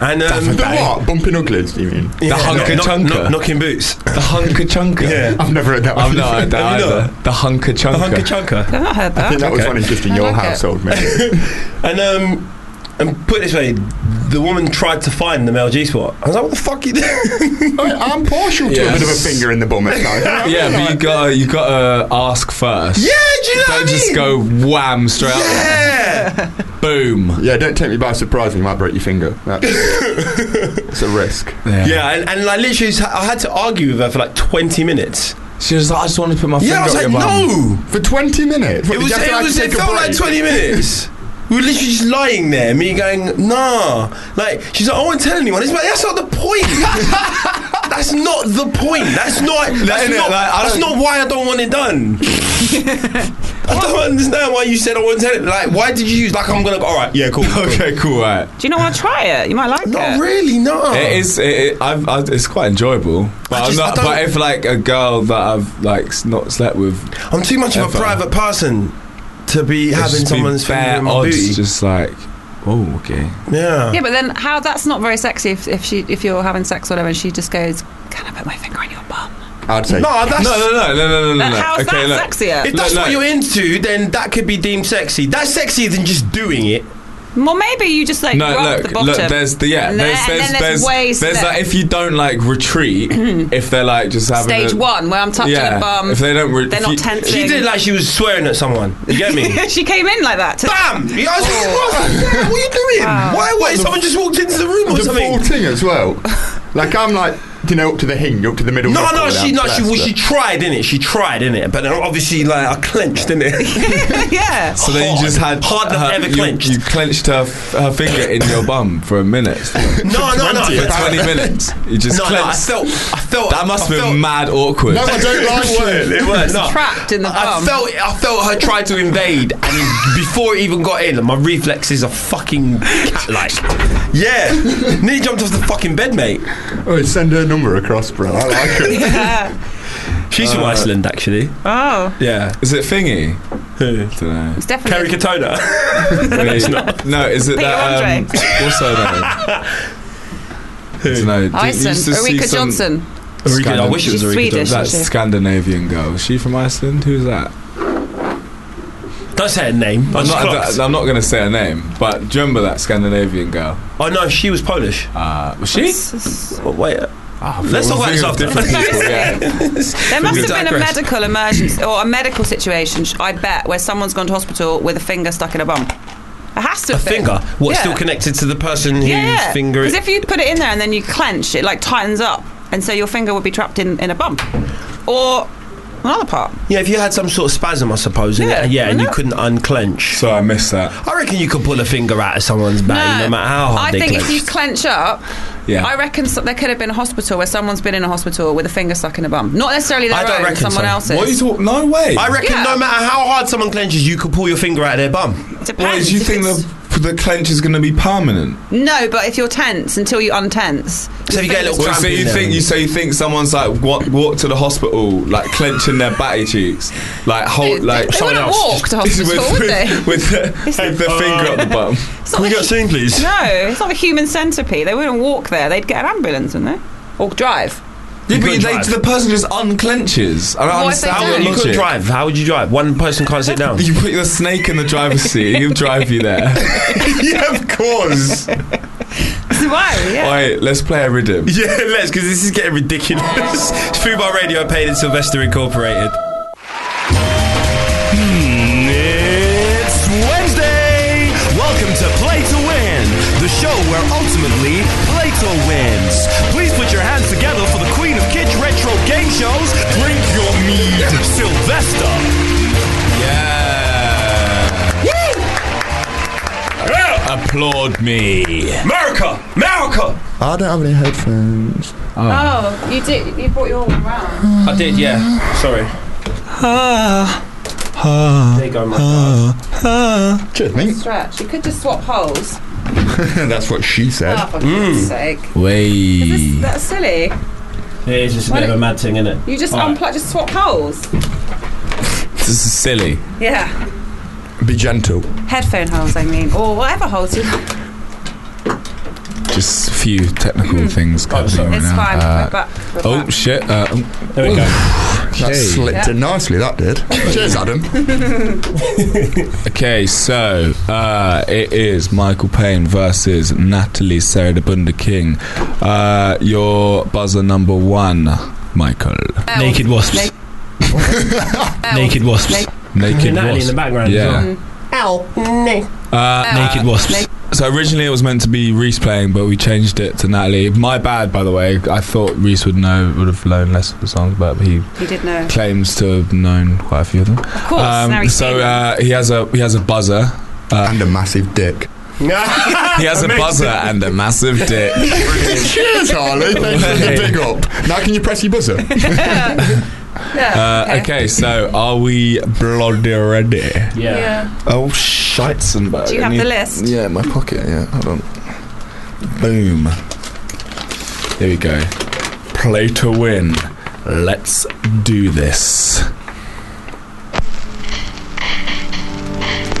Speaker 3: And um,
Speaker 4: the what? Bumping uglies? You mean?
Speaker 3: Yeah,
Speaker 2: The hunker
Speaker 3: knock- knock-
Speaker 2: chunker?
Speaker 3: knocking boots.
Speaker 2: The hunker chunker.
Speaker 3: [LAUGHS] Yeah.
Speaker 4: I've never heard that.
Speaker 2: I've
Speaker 4: one.
Speaker 2: not
Speaker 4: [LAUGHS]
Speaker 2: heard that
Speaker 3: Have you
Speaker 2: either. The hunker
Speaker 3: The hunker
Speaker 2: chunker.
Speaker 3: chunker.
Speaker 5: I've not heard
Speaker 4: I think
Speaker 5: that.
Speaker 4: that was
Speaker 2: Okay.
Speaker 4: one is just in
Speaker 5: I
Speaker 4: your
Speaker 5: like it.
Speaker 4: household,
Speaker 5: [LAUGHS]
Speaker 4: mate.
Speaker 3: And um, and put it this way, the woman tried to find the male G spot. I was like, what the fuck you [LAUGHS] doing?
Speaker 4: I mean, Oh, I'm partial to a bit of a
Speaker 2: Yes.
Speaker 4: finger in the bum at
Speaker 2: [LAUGHS]
Speaker 4: times.
Speaker 2: Yeah, but you gotta you gotta ask first. Yeah,
Speaker 3: do you know what I
Speaker 2: Don't just
Speaker 3: mean?
Speaker 2: go wham straight up. Boom.
Speaker 4: Yeah, don't take me by surprise. You might break your finger.
Speaker 3: [LAUGHS]
Speaker 4: That's, it's a risk.
Speaker 3: Yeah, and, and like literally, s- I had to argue with her for like 20 minutes.
Speaker 2: She was like, I just want to put my
Speaker 3: Yeah, I was
Speaker 2: finger
Speaker 3: like,
Speaker 2: up your bum.
Speaker 3: no!
Speaker 4: For 20 minutes.
Speaker 3: It was,
Speaker 4: You have to,
Speaker 3: it,
Speaker 4: like,
Speaker 3: was, it
Speaker 4: take a
Speaker 3: felt like
Speaker 4: break.
Speaker 3: 20 minutes. We were literally just lying there, me going, nah. Like, she's like, I won't tell anyone. It's like, that's not the point. [LAUGHS] that's not the point. That's not, that's,
Speaker 2: innit?
Speaker 3: not,
Speaker 2: Like, I
Speaker 3: that's
Speaker 2: don't-
Speaker 3: not why I don't want it done. I don't understand why you said I won't tell it. Like, why did you use, like, I'm gonna go, alright, yeah, cool. cool."
Speaker 2: Okay, cool, right.
Speaker 5: Do you not want to try it? You might like
Speaker 3: Not
Speaker 5: it.
Speaker 3: really, no.
Speaker 2: It is. It, it, I've, I, it's quite enjoyable, but
Speaker 3: Oh. I
Speaker 2: I'm
Speaker 3: just-
Speaker 2: not.
Speaker 3: I don't-
Speaker 2: But if like a girl that I've like s- not slept with,
Speaker 3: I'm too much of
Speaker 2: Ever.
Speaker 3: a private person to be
Speaker 2: it's
Speaker 3: having
Speaker 2: just been
Speaker 3: someone's finger
Speaker 2: bare
Speaker 3: in my
Speaker 2: odds,
Speaker 3: booty.
Speaker 2: just like, oh, okay.
Speaker 3: yeah.
Speaker 5: Yeah, but then how? That's not very sexy if, if she if you're having sex or whatever, and she just goes, "Can I put my finger in your bum?"
Speaker 4: I'd say.
Speaker 3: No,
Speaker 2: No,
Speaker 3: that's.
Speaker 2: no, no, no, no, no, no.
Speaker 5: Like,
Speaker 2: no.
Speaker 5: how's
Speaker 2: okay,
Speaker 5: that
Speaker 2: look.
Speaker 5: sexier?
Speaker 3: If that's
Speaker 2: No, no.
Speaker 3: what you're into, then that could be deemed sexy. That's sexier than just doing it.
Speaker 5: Well, maybe you just like
Speaker 2: No,
Speaker 5: rub
Speaker 2: look,
Speaker 5: the bottom.
Speaker 2: look. There's the yeah.
Speaker 5: And
Speaker 2: There's
Speaker 5: then- and
Speaker 2: there's
Speaker 5: then there's
Speaker 2: there's,
Speaker 5: ways
Speaker 2: there's
Speaker 5: that-
Speaker 2: like if you don't like
Speaker 5: [CLEARS THROAT]
Speaker 2: retreat, if they're like just having
Speaker 5: Stage
Speaker 2: a,
Speaker 5: one where I'm touching
Speaker 2: yeah.
Speaker 5: the bum.
Speaker 2: If they don't, re-
Speaker 5: They're
Speaker 2: if
Speaker 5: not
Speaker 2: you,
Speaker 5: tensing.
Speaker 3: She did it like she was swearing at someone. You get me?
Speaker 5: [LAUGHS] she came in like that. To,
Speaker 3: Bam! You guys, [LAUGHS] what, what are you doing?
Speaker 5: Wow.
Speaker 3: Why? What? Someone just walked into the room or
Speaker 4: the
Speaker 3: something?
Speaker 4: full thing as well. like I'm like, you know, up to the hing, up to the middle.
Speaker 3: No,
Speaker 4: knuckle
Speaker 3: no,
Speaker 4: down
Speaker 3: she,
Speaker 4: to
Speaker 3: no,
Speaker 4: the
Speaker 3: she,
Speaker 4: left,
Speaker 3: well,
Speaker 4: but-
Speaker 3: she tried in it. She tried in it, but then obviously, like, I clenched in it.
Speaker 2: [LAUGHS]
Speaker 5: [LAUGHS] yeah.
Speaker 2: So then you just had
Speaker 3: Hard enough
Speaker 2: her-
Speaker 3: ever
Speaker 2: you,
Speaker 3: clenched.
Speaker 2: You clenched her f- her finger in
Speaker 3: [LAUGHS]
Speaker 2: your bum for a minute, for
Speaker 3: no, no, no.
Speaker 4: For
Speaker 2: twenty minutes. You just
Speaker 3: No, no, I
Speaker 2: clenched.
Speaker 3: felt, I felt
Speaker 2: that must
Speaker 3: I
Speaker 2: have
Speaker 3: felt-
Speaker 2: been mad awkward.
Speaker 4: No, I
Speaker 2: [LAUGHS]
Speaker 4: don't like it.
Speaker 3: It was no.
Speaker 5: Trapped in the
Speaker 3: I
Speaker 5: bum.
Speaker 3: felt I felt her try to invade, and before it even got in, my reflexes are fucking cat-like. Yeah, [LAUGHS] nearly jumped off the fucking bed, mate.
Speaker 4: Oh, send her number across, bro. I like
Speaker 3: [LAUGHS]
Speaker 4: it.
Speaker 5: [LAUGHS] yeah.
Speaker 3: She's
Speaker 2: Uh.
Speaker 3: from Iceland, actually.
Speaker 5: Oh,
Speaker 3: Yeah,
Speaker 2: Is it thingy? I don't know.
Speaker 5: it's definitely.
Speaker 2: [LAUGHS]
Speaker 3: Kerry Katona.
Speaker 2: Really?
Speaker 5: [LAUGHS]
Speaker 2: No, is it
Speaker 5: Peter
Speaker 2: that? Um,
Speaker 5: Andre.
Speaker 2: what's her name?
Speaker 3: [LAUGHS]
Speaker 2: I don't know. Do you- you used to
Speaker 5: Iceland,
Speaker 2: see
Speaker 5: Erika
Speaker 2: some-
Speaker 5: Johnson.
Speaker 3: Original- I wish it was
Speaker 5: She's
Speaker 3: Original.
Speaker 5: Swedish.
Speaker 2: That
Speaker 5: isn't she?
Speaker 2: Scandinavian girl. Is she from Iceland? Who's that?
Speaker 3: Don't say her name. I
Speaker 2: I'm not,
Speaker 3: just clocked.
Speaker 2: I'm not going to say her name, but do you remember that Scandinavian girl?
Speaker 3: Oh no, she was Polish.
Speaker 2: Uh, was she?
Speaker 5: S- s-
Speaker 3: [LAUGHS] Oh, wait, Let's talk about this after.
Speaker 5: [LAUGHS] There must
Speaker 3: We
Speaker 5: have been a
Speaker 3: digress.
Speaker 5: medical emergency or a medical situation, sh- I bet, where someone's gone to hospital with a finger stuck in a bum. It has to
Speaker 3: A
Speaker 5: have been.
Speaker 3: finger. What's
Speaker 5: Yeah.
Speaker 3: still connected to the person whose
Speaker 5: Yeah, yeah.
Speaker 3: finger
Speaker 5: Because
Speaker 3: it
Speaker 5: if you put it in there and then you clench, it like tightens up, and so your finger would be trapped in, in a bump or another part.
Speaker 3: Yeah, if you had some sort of spasm, I suppose. and-
Speaker 5: Yeah,
Speaker 3: Yeah, and
Speaker 5: why
Speaker 3: you
Speaker 5: not?
Speaker 3: couldn't unclench.
Speaker 2: [LAUGHS] So I missed that.
Speaker 3: I reckon you could pull a finger out of someone's back, no, matter how hard
Speaker 5: I
Speaker 3: they
Speaker 5: think
Speaker 3: clench.
Speaker 5: if you clench up,
Speaker 2: Yeah.
Speaker 5: I reckon so, there could have been a hospital where someone's been in a hospital with a finger stuck in a bum. Not necessarily their
Speaker 3: I don't
Speaker 5: own,
Speaker 3: reckon
Speaker 5: someone
Speaker 3: so.
Speaker 5: else's.
Speaker 2: What are you talking? No way.
Speaker 3: I reckon
Speaker 5: Yeah.
Speaker 3: no matter how hard someone clenches, you could pull your finger out of their bum.
Speaker 5: Depends.
Speaker 2: Why do you
Speaker 5: if
Speaker 2: think
Speaker 5: it's-
Speaker 2: the the clench is going to be permanent?
Speaker 5: No, but if you're tense until you untense.
Speaker 3: So if you get a little
Speaker 2: Well,
Speaker 3: cramp
Speaker 2: so
Speaker 3: in
Speaker 2: you
Speaker 3: there
Speaker 2: think
Speaker 3: and-
Speaker 2: you so you think someone's like walk, walk to the hospital like clenching their batty cheeks, like
Speaker 5: They-
Speaker 2: hold
Speaker 5: they
Speaker 2: like
Speaker 5: wouldn't walk to
Speaker 2: [LAUGHS]
Speaker 5: hospital,
Speaker 2: with,
Speaker 5: would
Speaker 2: with,
Speaker 5: they?
Speaker 2: with the, with the finger up the
Speaker 3: [LAUGHS]
Speaker 2: bum.
Speaker 5: It's not a hu-
Speaker 3: seen, please?
Speaker 5: No, it's not a human centipede. They wouldn't walk there. They'd get an ambulance, wouldn't they? Or drive.
Speaker 2: Yeah,
Speaker 3: couldn't
Speaker 2: but
Speaker 3: drive.
Speaker 2: they, the person just unclenches. I don't
Speaker 5: What if
Speaker 2: understand
Speaker 5: they don't?
Speaker 2: your
Speaker 5: You
Speaker 3: You
Speaker 2: logic.
Speaker 3: could drive. How would you drive? One person can't sit down.
Speaker 2: You put your snake in the driver's seat. He'll drive you
Speaker 5: [LAUGHS]
Speaker 2: there. [LAUGHS]
Speaker 3: yeah, of course. yeah,
Speaker 5: [LAUGHS] Why?
Speaker 2: All
Speaker 5: Yeah.
Speaker 2: right, let's play a rhythm.
Speaker 3: [LAUGHS] let's, because this is getting ridiculous. [LAUGHS] It's Food Bar Radio, paid in Sylvester Incorporated.
Speaker 7: Hmm, It's Wednesday! Welcome to Play to Win, the show where ultimately Plato wins. Please put your hands together for the Queen of Kids Retro Game Shows. Drink your mead, Sylvester.
Speaker 2: Yeah. Applaud me.
Speaker 3: America! America!
Speaker 4: I don't have any headphones.
Speaker 5: Oh, you did. You brought your one round.
Speaker 3: I did, yeah. Sorry. There you go, my guy.
Speaker 4: Cheers, mate.
Speaker 5: Stretch. You could just swap holes.
Speaker 4: That's what she said.
Speaker 5: Oh, for God's sake. This,
Speaker 2: Wait.
Speaker 5: that's silly.
Speaker 3: It is just a
Speaker 5: Why
Speaker 3: bit of
Speaker 5: don't-
Speaker 3: a mad thing, isn't it?
Speaker 5: You just
Speaker 3: All right.
Speaker 5: unplug, just swap holes.
Speaker 2: This is silly.
Speaker 5: Yeah.
Speaker 4: Be gentle.
Speaker 5: Headphone holes, I mean. Or whatever holes you like.
Speaker 2: Just a few technical things happening right
Speaker 5: Hmm. Oh, It's
Speaker 2: now.
Speaker 5: fine.
Speaker 2: Uh,
Speaker 5: We're back. We're
Speaker 2: oh
Speaker 5: back.
Speaker 2: shit. Uh, um,
Speaker 3: There we go.
Speaker 4: That slipped
Speaker 5: Yeah.
Speaker 4: in nicely, that did. Cheers, Adam.
Speaker 2: Okay, so uh, it is Michael Payne versus Natalie Seredabunda King. Uh, your buzzer number one, Michael.
Speaker 6: Naked wasps.
Speaker 5: Naked-
Speaker 6: [LAUGHS] Naked wasps.
Speaker 5: Naked-
Speaker 2: Naked wasp.
Speaker 6: background.
Speaker 2: Yeah. Uh,
Speaker 6: Naked wasps.
Speaker 2: so originally it was meant to be Reese playing, but we changed it to Natalie. My bad, by the way. I thought Reese would know, would have known less of the songs, but he
Speaker 5: You did know.
Speaker 2: claims to have known quite a few of them.
Speaker 5: Of course. now he's
Speaker 2: so
Speaker 5: seen it.
Speaker 2: uh, he has a he has a buzzer.
Speaker 4: and a massive dick.
Speaker 2: He has a buzzer and a massive dick.
Speaker 5: [LAUGHS]
Speaker 4: Cheers, Harley. Thanks for the big up. Now can you press your buzzer?
Speaker 5: yeah.
Speaker 2: Uh, okay, so are we bloody ready?
Speaker 5: Yeah.
Speaker 4: Oh, Scheitzenberg.
Speaker 5: Do you have the list?
Speaker 4: Yeah, in my pocket, yeah. Hold on. Boom.
Speaker 2: Here we go. Play to win. Let's do this.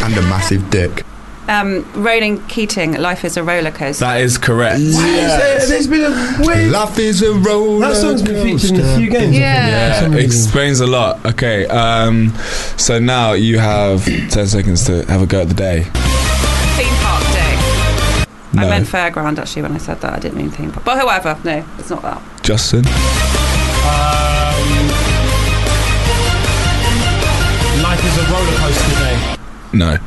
Speaker 4: And a massive dick.
Speaker 5: Um, Ronan Keating, Life is a roller coaster.
Speaker 2: That is correct.
Speaker 6: There's been a way.
Speaker 4: Life is a roller
Speaker 6: That song's been featured in a few games.
Speaker 5: yeah.
Speaker 2: Yeah, explains a lot. Okay, um, so now you have 10 seconds to have a go at the day.
Speaker 5: Theme park day. I
Speaker 2: No.
Speaker 5: meant fairground actually when I said that. I didn't mean theme park. But however, no, it's not that.
Speaker 2: Justin?
Speaker 6: Um, Life is a roller coaster today.
Speaker 2: No.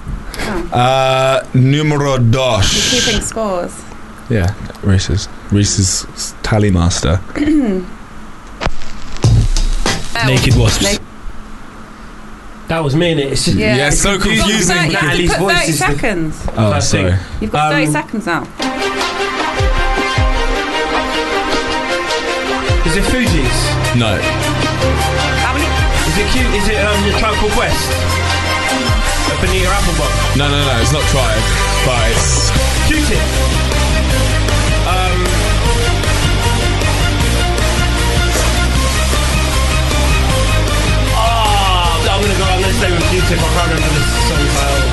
Speaker 2: Uh, numero dos.
Speaker 5: Oh. Keeping scores.
Speaker 2: Yeah, Reese's. Reese's tally master.
Speaker 5: Oh,
Speaker 6: Naked wasps.
Speaker 5: Naked-
Speaker 6: That was me, and it's just
Speaker 5: Yeah.
Speaker 2: Yeah, it's so
Speaker 5: You've got
Speaker 2: confusing.
Speaker 5: 30 you have to
Speaker 6: Natalie's
Speaker 5: put
Speaker 6: voice
Speaker 5: 30
Speaker 6: is the-
Speaker 5: seconds.
Speaker 2: Oh,
Speaker 6: Classic.
Speaker 2: sorry.
Speaker 5: You've got 30
Speaker 6: Um,
Speaker 5: seconds now.
Speaker 6: Is it Fuji's?
Speaker 2: No.
Speaker 5: How many?
Speaker 6: Is it cute? Is it um, the Tribe Called Quest? A Benita Applebum.
Speaker 2: No, no, no, it's not tried. But it's.
Speaker 6: Cute it. Um. Ah, I'm gonna go. I'm gonna stay with Q-Tip. I can't remember this song title.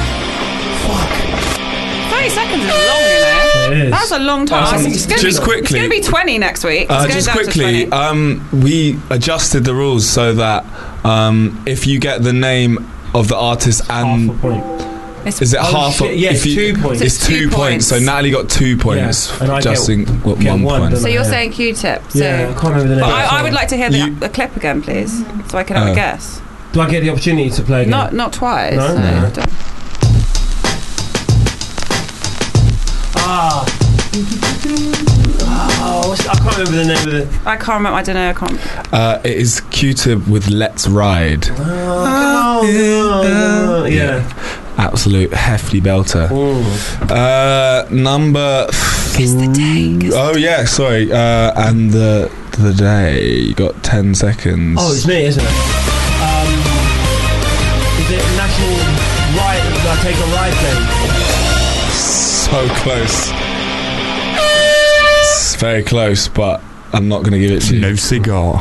Speaker 5: 30 seconds is long, you know.
Speaker 6: It is.
Speaker 5: That's a long time.
Speaker 6: Um,
Speaker 5: It's gonna
Speaker 2: just
Speaker 5: be,
Speaker 2: quickly.
Speaker 5: It's going to be 20 next week. It's
Speaker 2: Uh,
Speaker 5: going
Speaker 2: just
Speaker 5: down
Speaker 2: quickly,
Speaker 5: To 20.
Speaker 2: um, we adjusted the rules so that um, if you get the name of the artist and
Speaker 6: point.
Speaker 5: It's
Speaker 2: Is it
Speaker 3: Oh,
Speaker 2: half?
Speaker 3: shit,
Speaker 2: of-
Speaker 3: yeah,
Speaker 2: if you-
Speaker 3: two points.
Speaker 2: It's,
Speaker 5: It's
Speaker 2: two,
Speaker 5: two
Speaker 2: points.
Speaker 5: points.
Speaker 2: So Natalie got two points.
Speaker 3: Yeah, and I
Speaker 2: Justin got
Speaker 3: get
Speaker 2: one,
Speaker 3: one,
Speaker 2: point.
Speaker 3: don't
Speaker 5: So you're
Speaker 3: Yeah.
Speaker 5: saying Q-tip. So.
Speaker 3: yeah, I can't remember the name. of
Speaker 5: But
Speaker 3: the
Speaker 5: I, I
Speaker 3: song.
Speaker 5: would like to hear the,
Speaker 2: You-
Speaker 5: the clip again, please, so I can have
Speaker 2: Oh.
Speaker 5: a guess.
Speaker 3: Do I get the opportunity to play again?
Speaker 5: Not not twice.
Speaker 3: No,
Speaker 5: so
Speaker 3: no.
Speaker 5: don't-
Speaker 3: Ah. Oh, what's- I can't remember the name of the.
Speaker 5: I can't remember. I don't know. I can't.
Speaker 2: Uh, it is Q-Tip with "Let's Ride."
Speaker 3: Oh, yeah. yeah.
Speaker 2: Absolute hefty belter. Uh, number. It's the day. Oh yeah, sorry. Uh, and the the day you got ten seconds.
Speaker 3: Oh, it's me, isn't it? Um, is it National Ride? I take a ride then.
Speaker 2: so close. It's very close, but I'm not gonna give it to you.
Speaker 4: No cigar.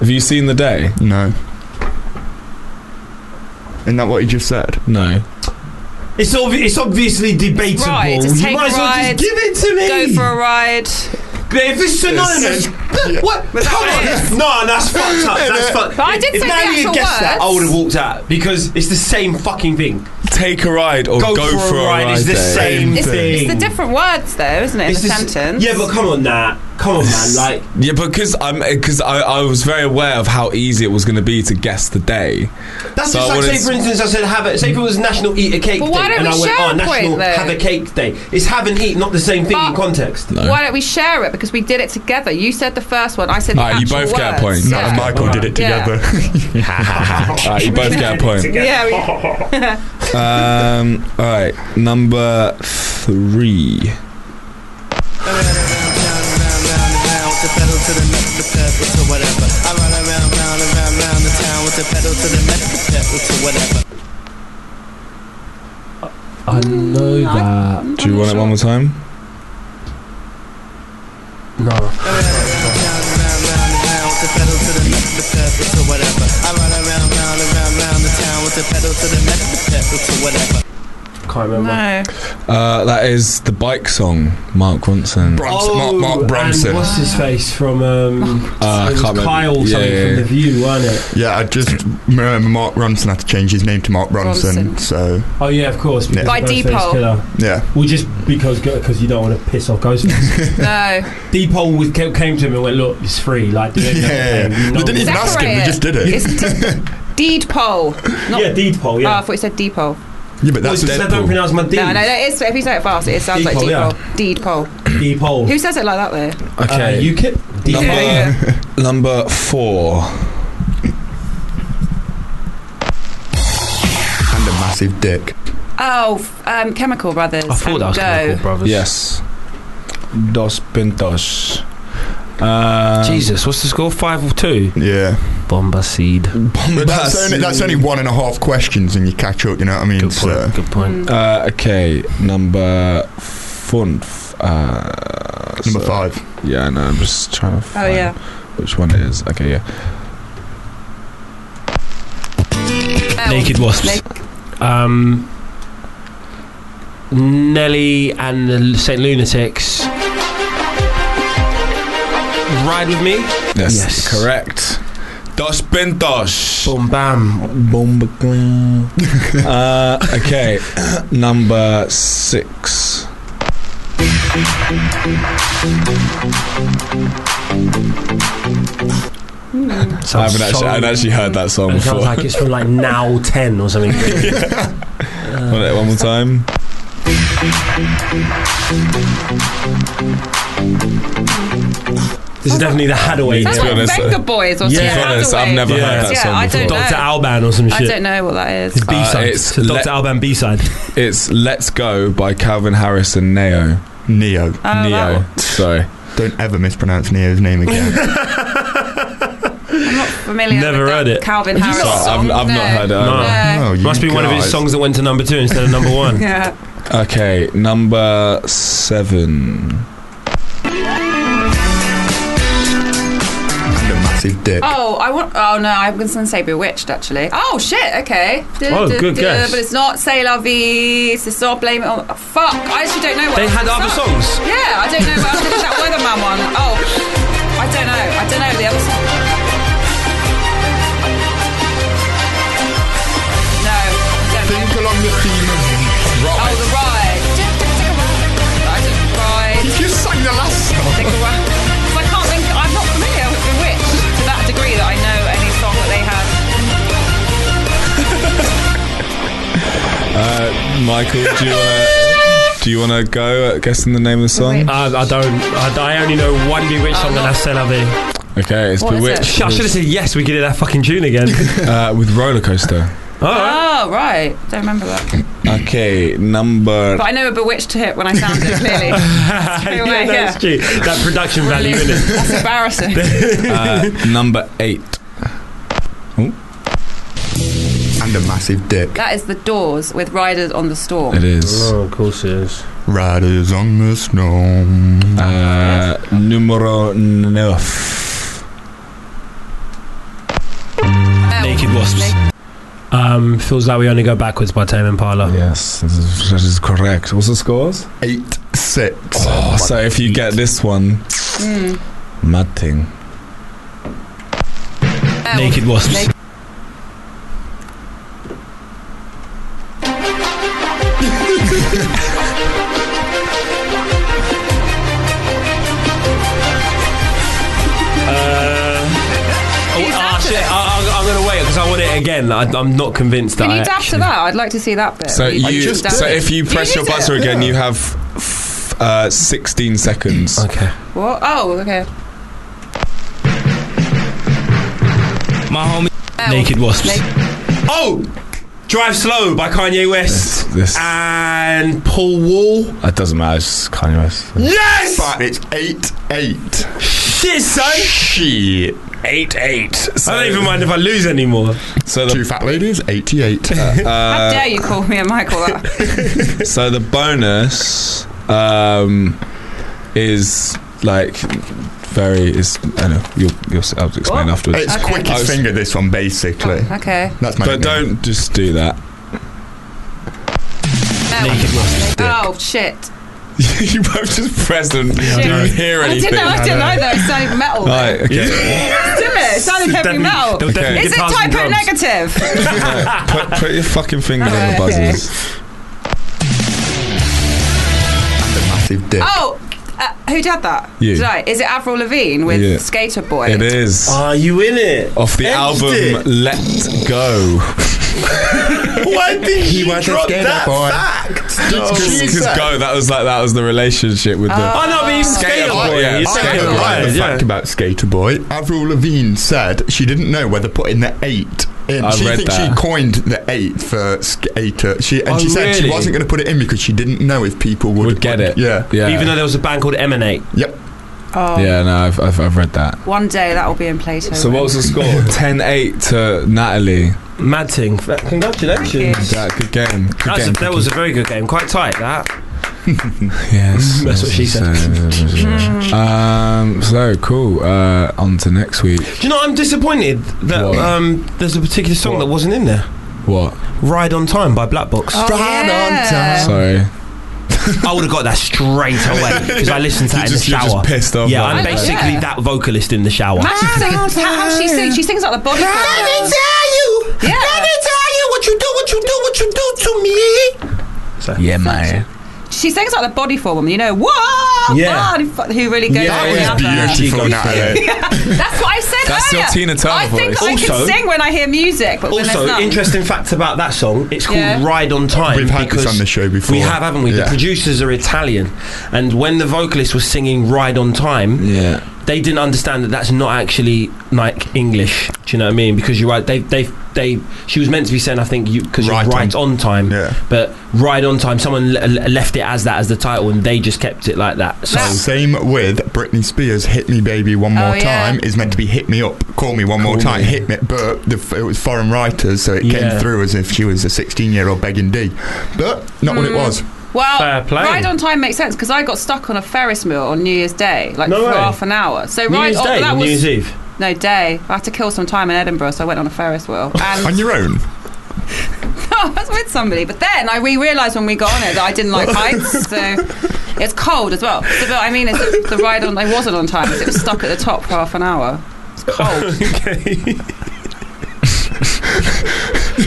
Speaker 2: Have you seen the day?
Speaker 4: No. Isn't that what you just said?
Speaker 2: No.
Speaker 3: It's, obvi- it's obviously debatable.
Speaker 5: Right, it's
Speaker 3: you
Speaker 5: take
Speaker 3: might as
Speaker 5: a
Speaker 3: well
Speaker 5: ride,
Speaker 3: just give it to me.
Speaker 5: Go for a ride.
Speaker 3: But if it's synonymous, what?
Speaker 5: Was that
Speaker 3: Come
Speaker 5: what it
Speaker 3: on! No, that's fucked up. That's fucked.
Speaker 5: But I did
Speaker 3: if
Speaker 5: say the
Speaker 3: Natalie had
Speaker 5: actual
Speaker 3: guessed that, I
Speaker 5: words.
Speaker 3: would have walked out because it's the same fucking thing.
Speaker 2: Take a ride or go,
Speaker 3: Go, for, a ride, is the
Speaker 2: day.
Speaker 3: same
Speaker 5: It's,
Speaker 3: thing.
Speaker 5: it's the different words, though, isn't it? In
Speaker 3: It's
Speaker 5: the
Speaker 3: the s-
Speaker 5: sentence.
Speaker 3: Yeah, but come on, nah. Come on, man. Like,
Speaker 2: Yeah, because I'm because I, I was very aware of how easy it was going to be to guess the day.
Speaker 3: That's
Speaker 2: So
Speaker 3: just
Speaker 2: I
Speaker 3: like, say,
Speaker 2: wouldn't-
Speaker 3: for instance, I said, have a, say if it was National Eat a Cake
Speaker 5: But
Speaker 3: Day,
Speaker 5: why don't
Speaker 3: and
Speaker 5: we
Speaker 3: I went,
Speaker 5: share
Speaker 3: oh,
Speaker 5: a
Speaker 3: National
Speaker 5: point, though?"
Speaker 3: Have a Cake Day. It's have and eat, not the same thing in
Speaker 5: But-
Speaker 3: context.
Speaker 2: No.
Speaker 5: Why don't we share it? Because we did it together. You said the first one. I said the
Speaker 2: Ah, you
Speaker 5: actual
Speaker 2: both get a
Speaker 5: words.
Speaker 2: point.
Speaker 5: Yeah.
Speaker 4: Michael did it
Speaker 5: Yeah.
Speaker 4: together.
Speaker 2: Alright, you both get a
Speaker 5: [LAUGHS]
Speaker 2: point.
Speaker 5: Yeah,
Speaker 3: [LAUGHS]
Speaker 5: we-
Speaker 2: Um, all right, number three.
Speaker 3: I know that.
Speaker 2: Do you want it one more time?
Speaker 3: No. Can't remember.
Speaker 5: no.
Speaker 2: Uh, that is the bike song, Mark Ronson.
Speaker 4: Brunson, Mark, Mark
Speaker 3: Oh, And
Speaker 4: Brunson.
Speaker 3: what's his face from um,
Speaker 2: Uh,
Speaker 3: it was
Speaker 2: can't remember.
Speaker 3: Kyle
Speaker 2: Yeah,
Speaker 3: something
Speaker 2: yeah,
Speaker 3: from
Speaker 2: yeah.
Speaker 3: The View, wasn't it?
Speaker 4: Yeah, I just remember Mark Ronson had to change his name to Mark Bronson.
Speaker 5: Bronson.
Speaker 4: So
Speaker 3: Oh yeah, of course. because
Speaker 5: By
Speaker 3: Ghostface
Speaker 5: Deepole.
Speaker 3: Killer.
Speaker 4: yeah,
Speaker 3: Well, just because because you don't want to piss off [LAUGHS] Ghostface.
Speaker 5: No.
Speaker 3: Deepole was, came, came to him and went, "Look, it's free. Like, do it
Speaker 4: [LAUGHS]
Speaker 3: another
Speaker 4: Yeah.
Speaker 3: day. You
Speaker 4: We
Speaker 3: know
Speaker 4: didn't
Speaker 3: it."
Speaker 4: even ask him, we
Speaker 5: Separate
Speaker 4: just did it.
Speaker 5: It's
Speaker 3: [LAUGHS]
Speaker 5: d- deed poll. Not,
Speaker 3: yeah, Deepole.
Speaker 5: Oh, I
Speaker 3: Yeah.
Speaker 2: Uh,
Speaker 5: thought you said deed poll.
Speaker 4: yeah, but
Speaker 3: Well, it's
Speaker 4: that's
Speaker 3: because I don't
Speaker 4: Deadpool.
Speaker 3: pronounce my D.
Speaker 5: No, no, that is. If you say it fast, it sounds like
Speaker 3: Deed
Speaker 5: deed
Speaker 3: poll,
Speaker 5: poll. Deed poll.
Speaker 3: Deepole.
Speaker 5: Who says it like that though?
Speaker 3: Uh,
Speaker 2: Okay,
Speaker 3: UKIP.
Speaker 2: Number-
Speaker 3: Deepole.
Speaker 2: [LAUGHS]
Speaker 5: Yeah.
Speaker 2: number four.
Speaker 4: And a massive dick.
Speaker 5: Oh, f- um, Chemical Brothers. and Go.
Speaker 1: Brothers.
Speaker 2: Yes. Dos pintos. Uh,
Speaker 1: Jesus, what's the score? Five or two?
Speaker 4: Yeah,
Speaker 1: Um, Bomba seed.
Speaker 4: but that's only that's only one and a half questions, and you catch up. You know what I mean?
Speaker 1: Good
Speaker 4: so
Speaker 1: point. Good point.
Speaker 5: Mm.
Speaker 2: Uh, okay, number five. Uh, so-
Speaker 4: number five.
Speaker 2: Yeah, no, I'm just trying to.
Speaker 5: Oh
Speaker 2: Find
Speaker 5: yeah.
Speaker 2: Which one it is? Okay, yeah.
Speaker 5: Oh.
Speaker 1: Naked wasps.
Speaker 3: Um, Nelly and the Saint Lunatics. Ride with me.
Speaker 2: Yes,
Speaker 3: Yes.
Speaker 2: correct. Dos pintos.
Speaker 3: Boom, bam.
Speaker 2: Bomba uh, okay, number six. I haven't actually, I'd actually heard that song
Speaker 3: It
Speaker 2: before.
Speaker 3: sounds like it's from like now ten or something.
Speaker 2: Want it one more time.
Speaker 3: This is definitely the Hadaway.
Speaker 5: Sounds
Speaker 2: to be
Speaker 5: like
Speaker 2: honest, uh,
Speaker 5: Venga Boys or
Speaker 3: yeah.
Speaker 5: Tia
Speaker 3: To be
Speaker 2: honest, I've
Speaker 5: Hathaway.
Speaker 2: never
Speaker 3: heard
Speaker 2: that
Speaker 5: yeah,
Speaker 2: song
Speaker 5: I
Speaker 2: before.
Speaker 5: don't
Speaker 3: Doctor
Speaker 5: know.
Speaker 3: Alban or some
Speaker 5: I
Speaker 3: shit.
Speaker 5: don't know what that
Speaker 3: His
Speaker 5: is. Oh,
Speaker 3: B
Speaker 2: Uh,
Speaker 3: side.
Speaker 2: it's
Speaker 3: it's the Doctor
Speaker 2: Le-
Speaker 3: Alban B side.
Speaker 2: It's "Let's Go" by Calvin Harris and Neo.
Speaker 4: Neo.
Speaker 5: Oh, that
Speaker 2: Neo.
Speaker 5: one.
Speaker 2: Sorry.
Speaker 4: Don't ever mispronounce Neo's name
Speaker 5: [LAUGHS]
Speaker 4: again.
Speaker 5: I'm not familiar.
Speaker 3: Never
Speaker 5: with that
Speaker 3: heard it.
Speaker 5: Calvin
Speaker 2: Sorry,
Speaker 5: Harris.
Speaker 2: I've,
Speaker 5: song.
Speaker 2: I've
Speaker 5: no.
Speaker 2: not heard it.
Speaker 3: No.
Speaker 5: No.
Speaker 3: [LAUGHS]
Speaker 4: Oh, you
Speaker 3: Must be one of his
Speaker 4: guys.
Speaker 3: songs that went to number two instead of number
Speaker 5: [LAUGHS]
Speaker 3: one. Uh,
Speaker 5: Yeah.
Speaker 2: Okay, number seven.
Speaker 4: And a massive dick.
Speaker 5: Oh, I want. Oh no, I was going to say Bewitched actually. Oh shit. Okay. Duh,
Speaker 3: Oh,
Speaker 5: duh,
Speaker 3: good
Speaker 5: duh,
Speaker 3: guess.
Speaker 5: But it's not Say La Vie. It's not Blame It On. Fuck. I actually don't know what.
Speaker 3: They
Speaker 5: else
Speaker 3: had
Speaker 5: it's
Speaker 3: other
Speaker 5: not.
Speaker 3: songs.
Speaker 5: Yeah, I don't know. But I did that Weatherman one. Oh, I don't know. I don't know the other song. No. I don't know.
Speaker 4: Think along the theme of
Speaker 5: Oh,
Speaker 2: Michael, do you uh, do you want to go at guessing the name of the song?
Speaker 8: I, I don't. I, I only know one Bewitched song, and that's Celavi.
Speaker 2: Okay, it's
Speaker 5: What is
Speaker 2: Bewitched
Speaker 8: Shit, I should have said yes. We could hear that fucking tune again.
Speaker 2: uh, with roller coaster.
Speaker 8: All right.
Speaker 5: Oh right, don't remember that.
Speaker 2: Okay, number.
Speaker 5: But I know a bewitched hit when I sound it
Speaker 8: [LAUGHS]
Speaker 5: clearly.
Speaker 8: yeah,
Speaker 5: away,
Speaker 8: that's cute. That production value in it.
Speaker 5: That's embarrassing.
Speaker 2: [LAUGHS]
Speaker 3: [LAUGHS]
Speaker 2: Uh, number eight.
Speaker 4: And a massive dick.
Speaker 5: That is the Doors with Riders on the Storm.
Speaker 2: It is
Speaker 8: of course it is.
Speaker 4: Riders on the storm.
Speaker 2: uh, numero neuf.
Speaker 5: Oh.
Speaker 9: Naked wasps.
Speaker 8: Um, feels like we only go backwards by Tame Impala.
Speaker 2: Yes, this is, this is correct. What's the scores?
Speaker 4: Eight, six.
Speaker 2: Oh, so if you get this one,
Speaker 5: Mm.
Speaker 2: mad thing.
Speaker 5: Oh.
Speaker 9: Naked wasps.
Speaker 5: Naked-
Speaker 8: Uh, Oh,
Speaker 5: you
Speaker 8: ah,
Speaker 5: dab to
Speaker 8: shit.
Speaker 5: this?
Speaker 8: I, I, I'm gonna wait because I want it again. I, I'm not convinced
Speaker 5: Can
Speaker 8: that.
Speaker 5: you
Speaker 8: I
Speaker 5: dab to
Speaker 8: actually-
Speaker 5: that? I'd like to see that bit.
Speaker 2: So
Speaker 5: where
Speaker 2: you,
Speaker 5: just dab
Speaker 2: so
Speaker 5: it.
Speaker 2: if you press
Speaker 5: You
Speaker 2: your
Speaker 5: did it.
Speaker 2: buzzer again, you have f- uh, 16 seconds.
Speaker 8: Okay.
Speaker 5: What? Oh, okay.
Speaker 9: My homie.
Speaker 5: Oh.
Speaker 9: Naked wasps.
Speaker 5: Naked-
Speaker 8: Oh, Drive Slow by Kanye West
Speaker 2: This
Speaker 8: and Paul Wall.
Speaker 2: that doesn't matter. It's just Kanye West.
Speaker 8: Yes.
Speaker 4: But it's eight, eight.
Speaker 8: Shit, son.
Speaker 4: Shit.
Speaker 8: Eight eight. I don't even mind if I lose anymore.
Speaker 2: So
Speaker 4: Two
Speaker 2: the
Speaker 4: fat ladies,
Speaker 2: [LAUGHS]
Speaker 4: 88.
Speaker 5: How
Speaker 9: Uh,
Speaker 5: dare you call me and Michael
Speaker 9: [LAUGHS]
Speaker 5: that?
Speaker 2: Uh, so the bonus um, is like very is I know you'll you'll I'll explain
Speaker 5: What?
Speaker 2: afterwards.
Speaker 4: it's
Speaker 5: Okay.
Speaker 4: quick as finger, this one, basically.
Speaker 5: okay.
Speaker 4: That's my
Speaker 2: But
Speaker 4: nickname.
Speaker 2: don't just do that. [LAUGHS]
Speaker 5: Oh.
Speaker 9: Naked wasps.
Speaker 5: Oh shit!
Speaker 2: you both just pressed and didn't hear
Speaker 5: I
Speaker 2: anything.
Speaker 5: didn't know. I didn't
Speaker 3: eh?
Speaker 5: know that it sounded metal.
Speaker 2: Right, okay.
Speaker 5: Let's do it. It sounded heavy
Speaker 8: Definitely-
Speaker 5: metal.
Speaker 8: they'll definitely get
Speaker 5: Is it
Speaker 8: past some
Speaker 5: typo
Speaker 8: drums.
Speaker 3: [LAUGHS]
Speaker 5: negative?
Speaker 2: put, put your fucking fingers on the
Speaker 5: Alright, okay.
Speaker 2: buzzers.
Speaker 4: And a massive dick.
Speaker 5: Oh, uh, who did that?
Speaker 2: You.
Speaker 5: Did I? Is it Avril Lavigne with
Speaker 2: Yeah.
Speaker 5: Skater Boy?
Speaker 2: It is.
Speaker 3: Are you in it?
Speaker 2: off the album
Speaker 3: it.
Speaker 2: Let Go.
Speaker 3: Why did
Speaker 4: He
Speaker 3: you
Speaker 4: was a
Speaker 3: drop
Speaker 4: skater
Speaker 3: that
Speaker 4: boy.
Speaker 3: fact?
Speaker 2: Because Oh. Go, that was like that was the relationship with the.
Speaker 3: Uh,
Speaker 8: Oh no, but he's
Speaker 2: Skater
Speaker 8: skater
Speaker 2: boy,
Speaker 8: boy.
Speaker 2: yeah,
Speaker 8: He's
Speaker 4: I
Speaker 8: skater
Speaker 4: don't
Speaker 8: boy.
Speaker 4: like the
Speaker 8: yeah.
Speaker 4: fact about Skater Boy. Avril Lavigne said she didn't know whether putting the eight in.
Speaker 2: I
Speaker 4: she
Speaker 2: read
Speaker 4: thinks
Speaker 2: that.
Speaker 4: she coined the eight for skater. She and
Speaker 2: Oh,
Speaker 4: she said
Speaker 2: really?
Speaker 4: she wasn't going to put it in because she didn't know if people would,
Speaker 2: Would get it.
Speaker 4: Yeah.
Speaker 2: Yeah.
Speaker 8: Even though there was a band called Emanate.
Speaker 4: Yep.
Speaker 5: Oh,
Speaker 2: yeah, no, I've, I've, I've read that.
Speaker 5: one day that will be in Plato.
Speaker 2: So what was the score? 10-8 to Natalie.
Speaker 8: Mad Ting.
Speaker 5: Thank you.
Speaker 3: Congratulations.
Speaker 2: Yeah, good game. Good
Speaker 8: That was, a,
Speaker 2: game.
Speaker 8: that was a very good game. Quite tight. That.
Speaker 2: yes,
Speaker 8: [LAUGHS] That's what she said.
Speaker 2: said. [LAUGHS] um, so cool. Uh, on to next week.
Speaker 3: Do you know I'm disappointed that
Speaker 2: What?
Speaker 3: um, there's a particular song that wasn't in there?
Speaker 2: What?
Speaker 3: Ride on Time by Black Box.
Speaker 5: Oh, yeah.
Speaker 2: Sorry, you
Speaker 3: I would have got that
Speaker 4: [LAUGHS]
Speaker 3: straight away because I listened to that in
Speaker 2: just,
Speaker 3: the
Speaker 2: you're
Speaker 3: shower.
Speaker 2: just pissed off.
Speaker 3: yeah,
Speaker 2: aren't you?
Speaker 3: I'm
Speaker 5: I know,
Speaker 3: basically
Speaker 5: yeah.
Speaker 3: that vocalist in the shower.
Speaker 5: Imagine
Speaker 3: [LAUGHS]
Speaker 5: singing, how, how she sings. She sings like the body. Chorus.
Speaker 3: tell you.
Speaker 5: Yeah.
Speaker 3: tell you what you do, what you do, what you do to me.
Speaker 2: yeah, man.
Speaker 5: She sings like the body for woman. You know what?
Speaker 3: Yeah.
Speaker 5: Body for- Who really goes?
Speaker 3: Yeah, yeah.
Speaker 5: on the other.
Speaker 3: Yeah.
Speaker 4: Beautiful,
Speaker 3: Yeah.
Speaker 4: Natalie.
Speaker 5: [LAUGHS] That's what I said
Speaker 2: That's your
Speaker 5: earlier.
Speaker 2: Tina Turner
Speaker 5: I think
Speaker 2: voice.
Speaker 5: I
Speaker 3: Also-
Speaker 5: can sing when I hear music, but when there's
Speaker 3: Also,
Speaker 5: none.
Speaker 3: interesting fact about that song, it's called
Speaker 5: Yeah.
Speaker 3: Ride on Time.
Speaker 4: We've had this
Speaker 3: because
Speaker 4: on the show before.
Speaker 3: We have, haven't we? The
Speaker 4: Yeah.
Speaker 3: producers are Italian, and when the vocalist was singing Ride on Time,
Speaker 2: Yeah.
Speaker 3: they didn't understand that that's not actually like English. Do you know what I mean? Because you're right. They they they. She was meant to be saying, I think, you because
Speaker 4: Right
Speaker 3: you're right on, time.
Speaker 4: Yeah.
Speaker 3: But Ride on Time, someone le- le- left it as that as the title, and they just kept it like that. So
Speaker 4: Same with Britney Spears. Hit me, baby, one more
Speaker 5: Oh, yeah.
Speaker 4: time is meant to be hit me up. Call me one more
Speaker 3: Call
Speaker 4: time.
Speaker 3: me.
Speaker 4: Hit me, but the, f- it was foreign writers, so it
Speaker 3: Yeah.
Speaker 4: came through as if she was a 16-year-old begging D, but not what it
Speaker 5: Mm,
Speaker 4: was.
Speaker 5: Well,
Speaker 8: Fair play.
Speaker 5: ride on time makes sense because I got stuck on a Ferris wheel on New Year's Day, like
Speaker 3: No
Speaker 5: for
Speaker 3: way.
Speaker 5: half an hour. So
Speaker 3: New
Speaker 5: ride
Speaker 3: Year's
Speaker 5: on
Speaker 3: Day,
Speaker 5: that
Speaker 3: New
Speaker 5: was
Speaker 3: Year's Eve.
Speaker 5: no day. I had to kill some time in Edinburgh, so I went on a Ferris
Speaker 3: [LAUGHS]
Speaker 5: wheel.
Speaker 4: On
Speaker 5: And [LAUGHS]
Speaker 4: your own.
Speaker 5: I was with somebody, but then I we realised when we got on it that I didn't like
Speaker 3: [LAUGHS]
Speaker 5: heights, so it's cold as well. So, but I mean, it's, the ride on I wasn't on time; 'cause it was stuck at the top for half an hour. It's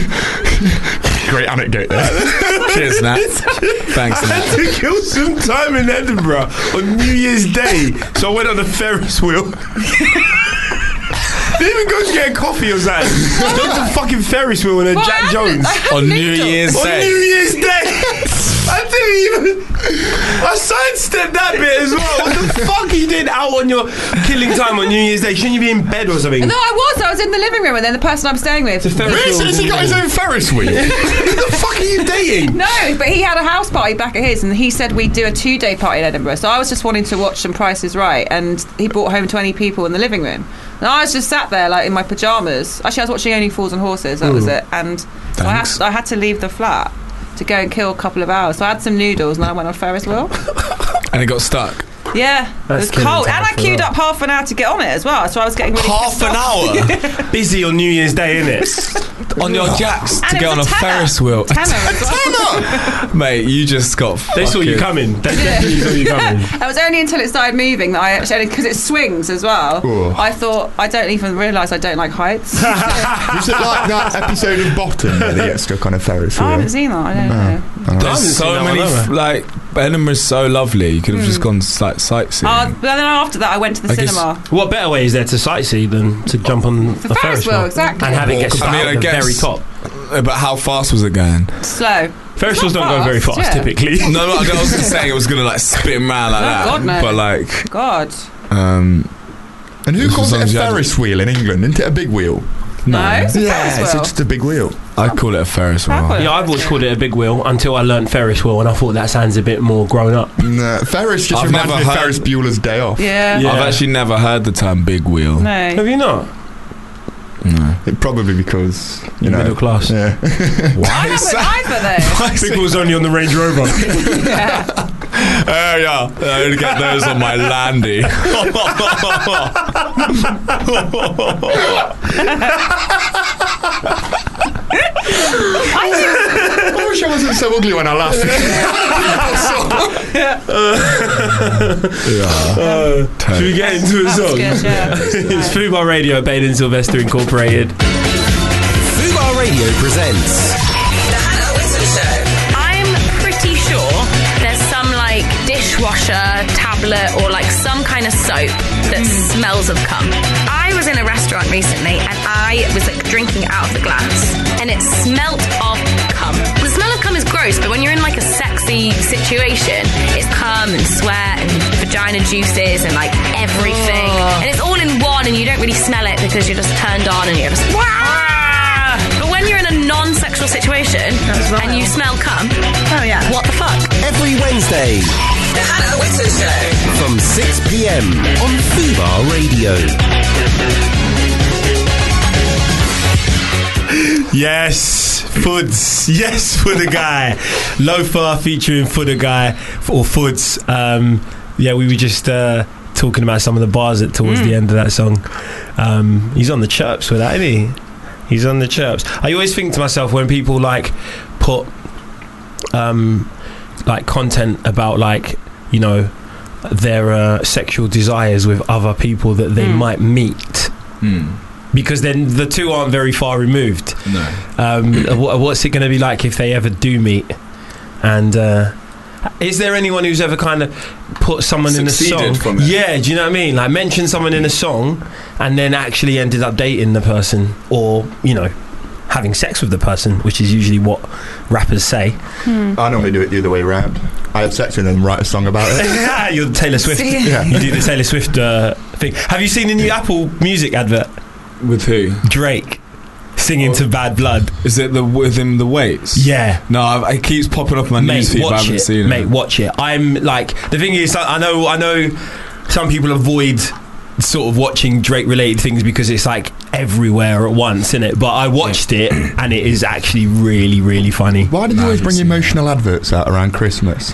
Speaker 3: [LAUGHS]
Speaker 5: cold.
Speaker 4: Great anecdote
Speaker 3: [LAUGHS]
Speaker 4: there.
Speaker 2: Cheers, Nat. Thanks, Nat.
Speaker 3: to kill some time in Edinburgh on New Year's Day, so I went on a Ferris wheel. [LAUGHS] Didn't even go to get a coffee or something. Just a fucking Ferris wheel and a
Speaker 5: What
Speaker 3: Jack
Speaker 5: happened?
Speaker 3: Jones.
Speaker 5: I had
Speaker 2: On New
Speaker 5: needles.
Speaker 2: Year's
Speaker 3: On New
Speaker 2: Day.
Speaker 10: [LAUGHS]
Speaker 3: Year's Day.
Speaker 10: even. I sidestepped that bit as well. What the [LAUGHS] fuck you did out on your killing time on New Year's Day? Shouldn't you be in bed or something?
Speaker 5: No, I was. I was in the living room, and then the person I'm staying with.
Speaker 4: Really? So he got his own Ferris [LAUGHS] wheel?
Speaker 10: Who the fuck are you dating?
Speaker 5: No, but he had a house party back at his, and he said we'd do a two day party in Edinburgh. So I was just wanting to watch some prices right, and he brought home 20 people in the living room. And I was just sat there, like in my pajamas. Actually, I was watching Only Fools and Horses, that was it. And so I had, I had to leave the flat to go and kill a couple of hours. So I had some noodles, and I went on
Speaker 11: [LAUGHS]
Speaker 5: Ferris wheel.
Speaker 2: and it got stuck.
Speaker 5: Yeah,
Speaker 11: That's
Speaker 5: it was cold,
Speaker 11: killing
Speaker 5: and
Speaker 11: time
Speaker 5: I
Speaker 11: for
Speaker 5: queued
Speaker 11: that.
Speaker 5: up half an hour to get on it as well. So I was getting really
Speaker 3: Half
Speaker 5: pissed
Speaker 3: an
Speaker 5: off.
Speaker 10: [LAUGHS]
Speaker 3: hour.
Speaker 10: Busy on New Year's Day, innit?
Speaker 2: On your jacks
Speaker 5: And
Speaker 2: to
Speaker 5: it
Speaker 2: go
Speaker 5: was
Speaker 2: on a,
Speaker 5: tenner.
Speaker 2: Ferris wheel.
Speaker 5: Tenner as well.
Speaker 2: [LAUGHS] Mate, you just got.
Speaker 10: They saw you
Speaker 2: fucking-
Speaker 10: coming. They
Speaker 5: Yeah.
Speaker 10: definitely saw you coming.
Speaker 5: It was only until it started moving that I actually, because it swings as well. I thought I don't even realise I don't like
Speaker 11: [LAUGHS]
Speaker 5: heights. I
Speaker 4: Is it like that episode of Bottom where they get stuck on a Ferris wheel?
Speaker 5: haven't seen that. I don't know.
Speaker 2: There's so many f- like Edinburgh's so lovely. You could have just gone like sightseeing.
Speaker 5: Hmm. Uh, but then after that, I went to the
Speaker 2: I guess-
Speaker 5: cinema.
Speaker 3: What better way is there to sightsee than to jump on a
Speaker 5: Ferris
Speaker 3: Ferris
Speaker 5: wheel,
Speaker 3: wheel
Speaker 5: exactly.
Speaker 3: and have it get
Speaker 2: I
Speaker 3: stuck
Speaker 2: mean, I
Speaker 3: at the
Speaker 2: guess-
Speaker 3: very top?
Speaker 2: Uh, but how fast was it going?
Speaker 5: Slow.
Speaker 3: Ferris
Speaker 5: It's
Speaker 3: wheels
Speaker 5: not
Speaker 3: don't go very
Speaker 5: fast,
Speaker 3: fast
Speaker 5: yeah.
Speaker 3: typically.
Speaker 2: no, no, I was just saying it was gonna like spin around like
Speaker 5: Oh,
Speaker 2: that.
Speaker 5: God, no.
Speaker 2: But like,
Speaker 5: God.
Speaker 2: um,
Speaker 4: And who
Speaker 2: This was
Speaker 4: calls
Speaker 2: on
Speaker 4: it a
Speaker 2: the other-
Speaker 4: Ferris wheel in England? Isn't it a big wheel?
Speaker 5: No. it's a Ferris
Speaker 4: it's
Speaker 5: wheel.
Speaker 4: just a big wheel.
Speaker 2: I call it a Ferris wheel.
Speaker 5: Proper.
Speaker 3: Yeah, I've always called it a big wheel until I learned Ferris wheel, and I thought that sounds a bit more grown up.
Speaker 4: No, Ferris just
Speaker 2: I've
Speaker 4: reminds
Speaker 2: never
Speaker 4: me of
Speaker 2: heard-
Speaker 4: Ferris Bueller's Day Off.
Speaker 5: Yeah.
Speaker 3: Yeah.
Speaker 2: I've actually never heard the term big wheel.
Speaker 5: No.
Speaker 3: Have you not?
Speaker 2: No.
Speaker 4: It probably because you know.
Speaker 3: Middle class.
Speaker 4: Yeah.
Speaker 2: [LAUGHS]
Speaker 5: I haven't either
Speaker 3: [LAUGHS]
Speaker 5: though.
Speaker 3: Big wheel's only on the
Speaker 10: [LAUGHS]
Speaker 3: Range Rover.
Speaker 2: Oh yeah, I only get those on my landy.
Speaker 4: [LAUGHS] I wish I wasn't so ugly when I laughed.
Speaker 3: Should we get into a song?
Speaker 5: Good, yeah.
Speaker 3: [LAUGHS] It's Fubar Radio, Baden Sylvester Incorporated.
Speaker 1: Fubar Radio presents
Speaker 12: The Hannah Whistle Show. I'm pretty sure there's some like dishwasher tablet or like some kind of soap that smells of cum. I was in a restaurant recently and I was like drinking out of the glass and it smelt of cum. The smell of cum is gross, but when you're in like a sexy situation, it's cum and sweat and vagina juices and like everything. And it's all in one and you don't really smell it because you're just turned on and you're just but when you're in a non-sexual situation and you smell cum, oh yeah, what the fuck?
Speaker 1: every Wednesday
Speaker 12: The Hannah Whistle Show.
Speaker 1: from 6 pm on Fubar Radio.
Speaker 3: Yes, Foods. Yes, for the guy. Loafer featuring for the guy f- or Foods. Um, yeah, we were just uh, talking about some of the bars at towards the end of that song. Um, he's on the chirps with that, isn't he? He's on the chirps. I always think to myself when people like put um, like content about like you know their uh, sexual desires with other people that they
Speaker 5: Mm.
Speaker 3: might meet
Speaker 2: Hmm.
Speaker 3: because then the two aren't very far removed.
Speaker 2: no.
Speaker 3: Um, wha- what's it going to be like if they ever do meet? And uh, is there anyone who's ever kind of put someone in a
Speaker 2: Succeeded
Speaker 3: song?
Speaker 2: from it.
Speaker 3: Yeah, do you know what I mean? Like mention someone in a song and then actually ended up dating the person or, you know, having sex with the person, which is usually what
Speaker 2: [LAUGHS]
Speaker 3: rappers say.
Speaker 4: [LAUGHS] I normally do it the other way around. I have sex and then write a song about it.
Speaker 3: You're Taylor Swift.
Speaker 5: See?
Speaker 4: Yeah.
Speaker 3: You do the Taylor Swift uh, thing. Have you seen the new Apple Music advert?
Speaker 2: With who?
Speaker 3: Drake singing to Bad Blood.
Speaker 2: Is it the within the weights?
Speaker 3: Yeah.
Speaker 2: No, I, it keeps popping up on my
Speaker 3: mate,
Speaker 2: newsfeed, but I
Speaker 3: watch
Speaker 2: haven't
Speaker 3: it.
Speaker 2: seen
Speaker 3: mate,
Speaker 2: it.
Speaker 3: watch it. I'm like the thing is, I I know, I know, some people avoid sort of watching Drake related things because it's like everywhere at once, is it? But I watched it, and it is actually really, really funny.
Speaker 4: Why do you always bring emotional adverts out around Christmas?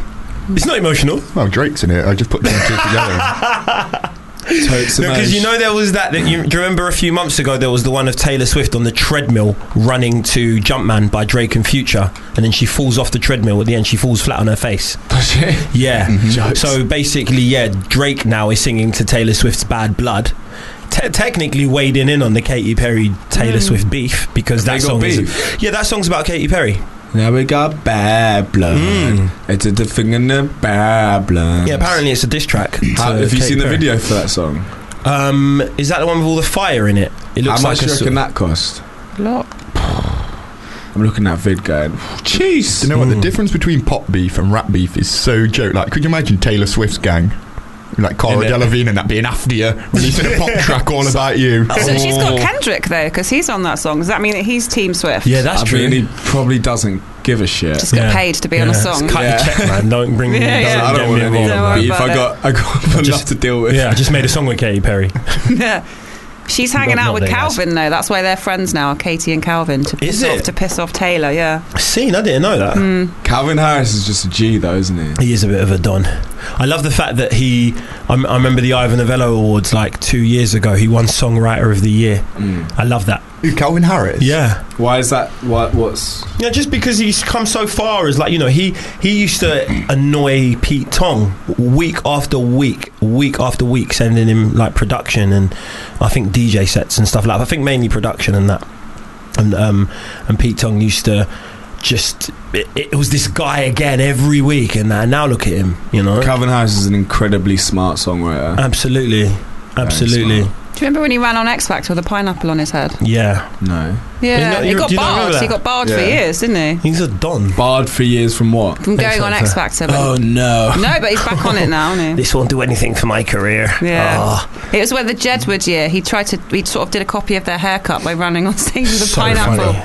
Speaker 3: It's not emotional
Speaker 4: Well, Drake's in it. I just put them two [LAUGHS] together.
Speaker 2: Totes and
Speaker 3: because you
Speaker 2: Ash. [LAUGHS]
Speaker 3: know there was that. that you, do you remember a few months ago there was the one of Taylor Swift on the treadmill running to Jumpman by Drake and Future, and then she falls off the treadmill at the end. She falls flat on her face.
Speaker 2: Does it?
Speaker 3: Yeah. So basically, yeah, Drake now is singing to Taylor Swift's Bad Blood. Te- technically wading in on the Katy Perry Taylor Swift beef because
Speaker 2: Hmm. They
Speaker 3: that
Speaker 2: got
Speaker 3: song is
Speaker 2: beef?
Speaker 3: yeah that song's about Katy Perry
Speaker 2: Now we got bad blood. It's a thing in the bad blood.
Speaker 3: Mm. yeah apparently it's a diss track to
Speaker 2: Hmm. How, have you
Speaker 3: Katy
Speaker 2: seen the
Speaker 3: Perry.
Speaker 2: video for that song?
Speaker 3: um is that the one with all the fire in it it
Speaker 2: How much
Speaker 3: looks like
Speaker 2: do
Speaker 3: a
Speaker 2: you
Speaker 3: sort
Speaker 2: reckon
Speaker 3: of-
Speaker 2: that cost?
Speaker 5: Look.
Speaker 2: I'm looking at Vid going, jeez.
Speaker 4: You know what?
Speaker 3: Mm.
Speaker 4: The difference between pop beef and rap beef is so joke. Like, could you imagine Taylor Swift's gang? Like Cara Delevingne and that being after you, releasing a
Speaker 3: [LAUGHS]
Speaker 4: pop track all about you.
Speaker 5: So she's
Speaker 3: Oh.
Speaker 5: got Kendrick though, because he's on that song. Does that mean that he's Team Swift?
Speaker 3: Yeah, that's
Speaker 2: I
Speaker 3: true.
Speaker 2: mean, he probably doesn't give a shit.
Speaker 5: Just got
Speaker 3: Yeah.
Speaker 5: paid to be on a
Speaker 3: Yeah.
Speaker 5: song. [LAUGHS]
Speaker 3: Cut the check, man. Don't bring me.
Speaker 5: Yeah,
Speaker 3: don't
Speaker 5: yeah.
Speaker 2: I
Speaker 3: get
Speaker 2: don't want
Speaker 3: me
Speaker 2: any
Speaker 3: involved,
Speaker 5: Don't
Speaker 2: more
Speaker 5: worry
Speaker 2: beef.
Speaker 5: about
Speaker 2: I
Speaker 5: it.
Speaker 2: got, I got [LAUGHS] enough
Speaker 3: just-
Speaker 2: to deal with.
Speaker 3: Yeah, I just made a song with Katy Perry.
Speaker 5: Yeah. She's hanging
Speaker 3: Not-
Speaker 5: out
Speaker 3: not
Speaker 5: with
Speaker 3: that nice.
Speaker 5: Calvin though. That's why they're friends now, Katie and Calvin, to piss
Speaker 13: Is
Speaker 5: off
Speaker 13: it?
Speaker 5: to piss off Taylor. Yeah.
Speaker 3: Seen, I didn't know that.
Speaker 2: Calvin Harris is just a G though, isn't he?
Speaker 3: He is a bit of a don. I love the fact that he. I'm, I remember the Ivan Novello Awards like two years ago. He won Songwriter of the Year. I love that.
Speaker 4: Who, Calvin Harris.
Speaker 3: Yeah.
Speaker 2: Why is that? What, what's
Speaker 3: Yeah, just because he's come so far is like you know he he used to annoy Pete Tong week after week, week after week, sending him like production and I think DJ sets and stuff like. that. I think mainly production and that, and um and Pete Tong used to just it, it was this guy again every week and that. now look at him, you know.
Speaker 2: Calvin Harris is an incredibly smart songwriter.
Speaker 3: Absolutely, absolutely,
Speaker 2: smart.
Speaker 5: Do you remember when he ran on X Factor with a pineapple on his head?
Speaker 3: yeah.
Speaker 2: no,
Speaker 5: Yeah.
Speaker 3: not-
Speaker 5: he
Speaker 3: you-
Speaker 5: got
Speaker 3: do you not remember
Speaker 5: barred. He
Speaker 3: that?
Speaker 5: got barred for
Speaker 2: Yeah.
Speaker 5: years, didn't he?
Speaker 3: He's a don.
Speaker 2: barred for years from what?
Speaker 5: From
Speaker 3: X
Speaker 5: going on
Speaker 3: Factor.
Speaker 5: X Factor. but-
Speaker 2: Oh no!
Speaker 5: No, but he's back on it now, isn't he?
Speaker 3: [LAUGHS] This won't do anything for my career.
Speaker 5: Yeah.
Speaker 3: Ah.
Speaker 5: It was where the Jedward year. He tried to. He sort of did a copy of their haircut by running on [LAUGHS] stage with a
Speaker 3: So
Speaker 5: pineapple.
Speaker 3: funny.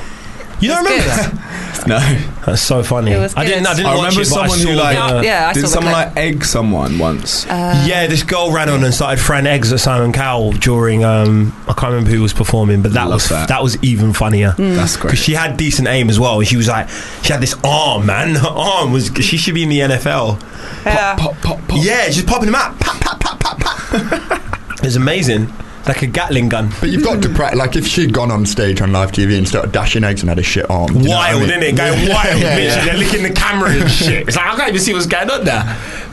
Speaker 3: You don't
Speaker 5: It's
Speaker 3: remember
Speaker 5: good.
Speaker 3: that?
Speaker 2: [LAUGHS] No.
Speaker 3: That's so funny.
Speaker 5: It was
Speaker 3: I
Speaker 5: good.
Speaker 3: didn't. I didn't
Speaker 2: I
Speaker 3: watch
Speaker 2: remember
Speaker 3: it, but I
Speaker 2: someone who
Speaker 3: saw
Speaker 2: like
Speaker 3: the-
Speaker 5: Yeah, yeah, I saw
Speaker 2: did
Speaker 5: the
Speaker 2: someone
Speaker 5: clip. Uh,
Speaker 2: like egg someone once?
Speaker 3: yeah, this girl ran on and started throwing eggs at Simon Cowell during. Um, I can't remember who was performing, but that
Speaker 2: Love
Speaker 3: was that.
Speaker 2: that.
Speaker 3: was even funnier.
Speaker 5: Mm.
Speaker 2: That's great.
Speaker 3: Because she had decent aim as well, and she was like, she had this arm, man. [LAUGHS] Her arm was. She should be in the NFL.
Speaker 2: Oh.
Speaker 5: Yeah.
Speaker 2: pop, pop, pop.
Speaker 3: Yeah, she's popping them out. Pop, pop, pop, pop, [LAUGHS] pop. it's amazing, like a Gatling gun.
Speaker 4: But you've got to practice. Like, if she'd gone on stage on live TV and started dashing eggs and had a shit arm. do you know what I
Speaker 3: Wild,
Speaker 4: mean?
Speaker 3: isn't it? Going
Speaker 4: [LAUGHS]
Speaker 3: wild,
Speaker 4: Yeah,
Speaker 3: bitch.
Speaker 4: yeah.
Speaker 3: They're licking the camera and shit. It's like I can't even see what's going on there.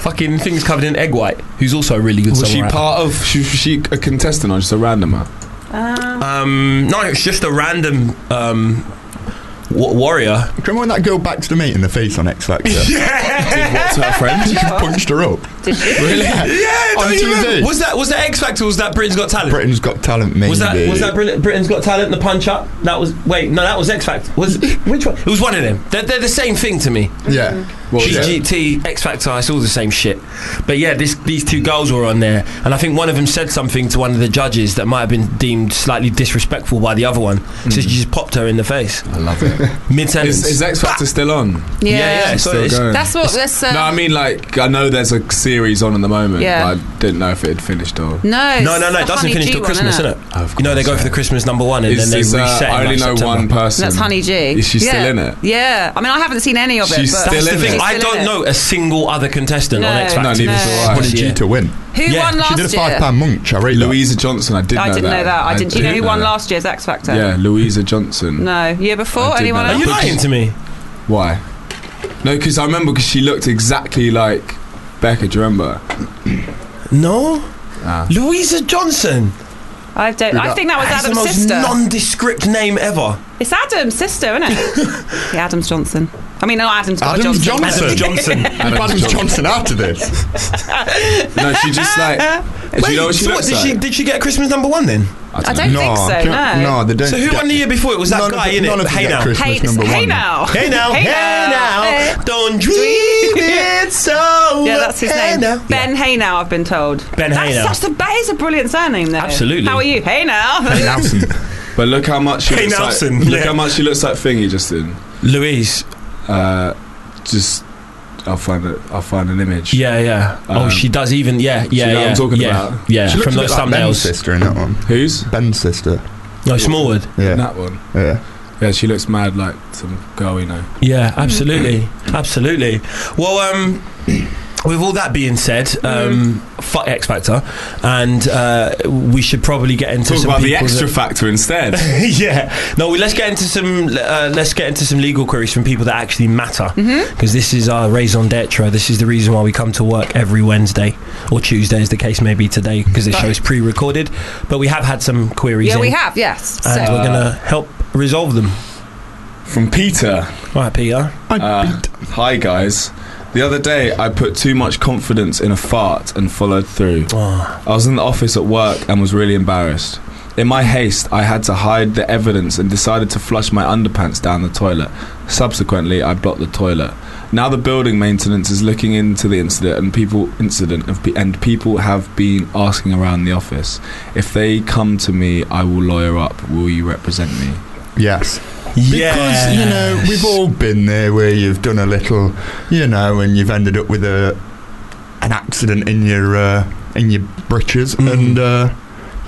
Speaker 3: Fucking things covered in egg white. Who's also a really good.
Speaker 2: Was she
Speaker 3: songwriter.
Speaker 2: part of? She, was she a contestant or just a randomer?
Speaker 3: Um, no, it's just a random um,
Speaker 4: [LAUGHS]
Speaker 3: wa- warrior.
Speaker 4: Remember when that girl backed the mate in the face on X
Speaker 3: [LAUGHS]
Speaker 4: Factor?
Speaker 2: Did what to her friend?
Speaker 4: She punched her up. Really?
Speaker 3: Yeah,
Speaker 4: On TV.
Speaker 3: Was that was that X Factor? Was that Britain's Got Talent?
Speaker 4: Britain's Got Talent, maybe.
Speaker 3: was that was that Brit- Britain's Got Talent? The punch up. That was wait, no, that was X Factor. Was which one? It was one of them. They're, they're the same thing to me.
Speaker 4: Yeah.
Speaker 2: What was it?
Speaker 3: GGT, X Factor, it's all the same shit. But yeah, this, these two girls were on there, and I think one of them said something to one of the judges that might have been deemed slightly disrespectful by the other one. So she just popped her in the face
Speaker 2: Mm. I love
Speaker 3: [LAUGHS]
Speaker 2: it.
Speaker 3: mid sentence.
Speaker 2: Is, is X Factor still on?
Speaker 5: Yeah.
Speaker 3: yeah,
Speaker 2: Still
Speaker 3: So it's-
Speaker 2: going.
Speaker 5: That's what. That's, uh,
Speaker 2: no, I mean like I know there's a series on at the moment.
Speaker 5: Yeah.
Speaker 2: But I didn't know if it had finished or.
Speaker 5: no,
Speaker 3: No,
Speaker 5: it's
Speaker 3: no, no!
Speaker 5: the
Speaker 3: It doesn't
Speaker 5: Honey
Speaker 3: finish
Speaker 5: G
Speaker 3: till
Speaker 5: one,
Speaker 3: Christmas,
Speaker 5: isn't
Speaker 3: isn't
Speaker 5: it?
Speaker 3: it? you know they go for the Christmas number one, and
Speaker 2: Is-
Speaker 3: then they
Speaker 2: is, uh,
Speaker 3: reset. in,
Speaker 2: I only
Speaker 3: like,
Speaker 2: know
Speaker 3: September.
Speaker 2: one person.
Speaker 5: That's Honey G.
Speaker 2: Is she still
Speaker 5: Yeah.
Speaker 2: in it?
Speaker 5: Yeah. I mean, I haven't seen any of it.
Speaker 2: She's
Speaker 5: but
Speaker 2: still
Speaker 3: That's
Speaker 2: in
Speaker 3: the
Speaker 2: it.
Speaker 3: thing.
Speaker 5: She's
Speaker 3: I
Speaker 5: still in
Speaker 3: don't
Speaker 5: it.
Speaker 3: know a single other contestant
Speaker 5: No.
Speaker 3: on X Factor.
Speaker 2: No, neither
Speaker 5: No.
Speaker 2: do
Speaker 5: What
Speaker 2: I.
Speaker 4: Wanted you to win.
Speaker 5: Who
Speaker 3: Yeah,
Speaker 5: won
Speaker 3: she
Speaker 5: last
Speaker 4: She did a
Speaker 5: year?
Speaker 4: five pound munch. I rate that.
Speaker 2: Louisa Johnson. I did.
Speaker 5: I
Speaker 2: know
Speaker 5: didn't
Speaker 2: that.
Speaker 5: know that. I didn't. you know
Speaker 2: did
Speaker 5: who won
Speaker 2: that.
Speaker 5: last year's X Factor?
Speaker 2: Yeah, Louisa Johnson.
Speaker 5: No. Year
Speaker 2: I
Speaker 5: before?
Speaker 2: did
Speaker 5: Anyone
Speaker 2: know
Speaker 3: Are
Speaker 5: else?
Speaker 3: you
Speaker 2: Butchers.
Speaker 3: lying to me?
Speaker 2: Why? No, because I remember because she looked exactly like Becca. Do you remember?
Speaker 3: No,
Speaker 2: Ah.
Speaker 3: Louisa Johnson.
Speaker 5: I don't. I think that was
Speaker 3: That's the
Speaker 5: Adam's
Speaker 3: most
Speaker 5: sister.
Speaker 3: nondescript name ever.
Speaker 5: it's Adam's sister, isn't it?
Speaker 3: [LAUGHS]
Speaker 5: yeah, Adams Johnson. I mean, not Adams. but
Speaker 4: Adams
Speaker 5: Johnson.
Speaker 4: Johnson. [LAUGHS]
Speaker 3: Adam Johnson.
Speaker 2: Adam
Speaker 4: Adam Johnson after this.
Speaker 2: No, she just like. do you know what she
Speaker 3: so
Speaker 2: looks
Speaker 3: did
Speaker 2: like?
Speaker 3: she did she get Christmas number one then?
Speaker 5: I don't think so.
Speaker 4: can't-
Speaker 5: no.
Speaker 4: no, they don't.
Speaker 3: So who
Speaker 4: get-
Speaker 3: won the year before? It was that
Speaker 4: none of
Speaker 3: guy
Speaker 4: the-
Speaker 3: in
Speaker 4: none
Speaker 3: it.
Speaker 4: of them
Speaker 3: Hey
Speaker 4: get
Speaker 3: now.
Speaker 4: Christmas
Speaker 5: Hey,
Speaker 4: number
Speaker 5: hey
Speaker 4: one.
Speaker 5: now.
Speaker 3: Hey now, hey now, don't dream it so.
Speaker 5: Yeah, that's his
Speaker 3: hey
Speaker 5: name.
Speaker 3: now.
Speaker 5: Ben Hay now, I've been told.
Speaker 3: Ben
Speaker 5: That's
Speaker 3: Hay now.
Speaker 5: Such the, that is a brilliant surname, though.
Speaker 3: Absolutely.
Speaker 5: How are you? Hey [LAUGHS] now.
Speaker 4: Nelson.
Speaker 2: But look how much she
Speaker 3: Hey,
Speaker 2: looks
Speaker 3: Nelson,
Speaker 2: like. Look
Speaker 3: yeah.
Speaker 2: how much she looks like Thingy Justin.
Speaker 3: Louise.
Speaker 2: Uh, just I'll find it. I'll find an image.
Speaker 3: Yeah, yeah. oh,
Speaker 2: Um,
Speaker 3: she does even. Yeah,
Speaker 2: you
Speaker 3: yeah,
Speaker 2: know
Speaker 3: yeah.
Speaker 2: what I'm talking
Speaker 3: yeah,
Speaker 2: about?
Speaker 3: Yeah,
Speaker 4: She looks
Speaker 3: from
Speaker 4: a bit
Speaker 3: those
Speaker 4: like Ben's
Speaker 3: thumbnails.
Speaker 4: sister in that one.
Speaker 2: Who's?
Speaker 4: Ben's sister.
Speaker 3: No, Smallwood.
Speaker 4: Yeah.
Speaker 2: That one.
Speaker 4: Yeah.
Speaker 2: Yeah, she looks mad like some girl we know.
Speaker 3: Yeah, absolutely, absolutely. Well, um, with all that being said, um, fuck X Factor, and uh, we should probably get into
Speaker 2: Talk
Speaker 3: some
Speaker 2: about the
Speaker 3: people
Speaker 2: extra
Speaker 3: that-
Speaker 2: factor
Speaker 3: [LAUGHS]
Speaker 2: instead.
Speaker 3: yeah, no. We, let's get into some. Uh, let's get into some legal queries from people that actually matter, because
Speaker 5: Mm-hmm.
Speaker 3: this is our raison d'être. This is the reason why we come to work every Wednesday or Tuesday, as the case may be today, because this show is pre-recorded. But we have had some queries.
Speaker 5: yeah,
Speaker 3: in,
Speaker 5: we have. Yes. So.
Speaker 3: and we're gonna help resolve them.
Speaker 2: From Peter.
Speaker 3: All right, Peter.
Speaker 2: Uh, hi guys. The other day, I put too much confidence in a fart and followed through.
Speaker 3: Oh,
Speaker 2: I was in the office at work and was really embarrassed. In my haste, I had to hide the evidence and decided to flush my underpants down the toilet. Subsequently, I blocked the toilet. Now the building maintenance is looking into the incident, and people incident of, pe- and people have been asking around the office. If they come to me, I will lawyer up. Will you represent me?
Speaker 4: Yes.
Speaker 3: Yeah.
Speaker 4: Because, you know, we've all been there where you've done a little, you know, and you've ended up with a an accident in your uh, in your britches and uh,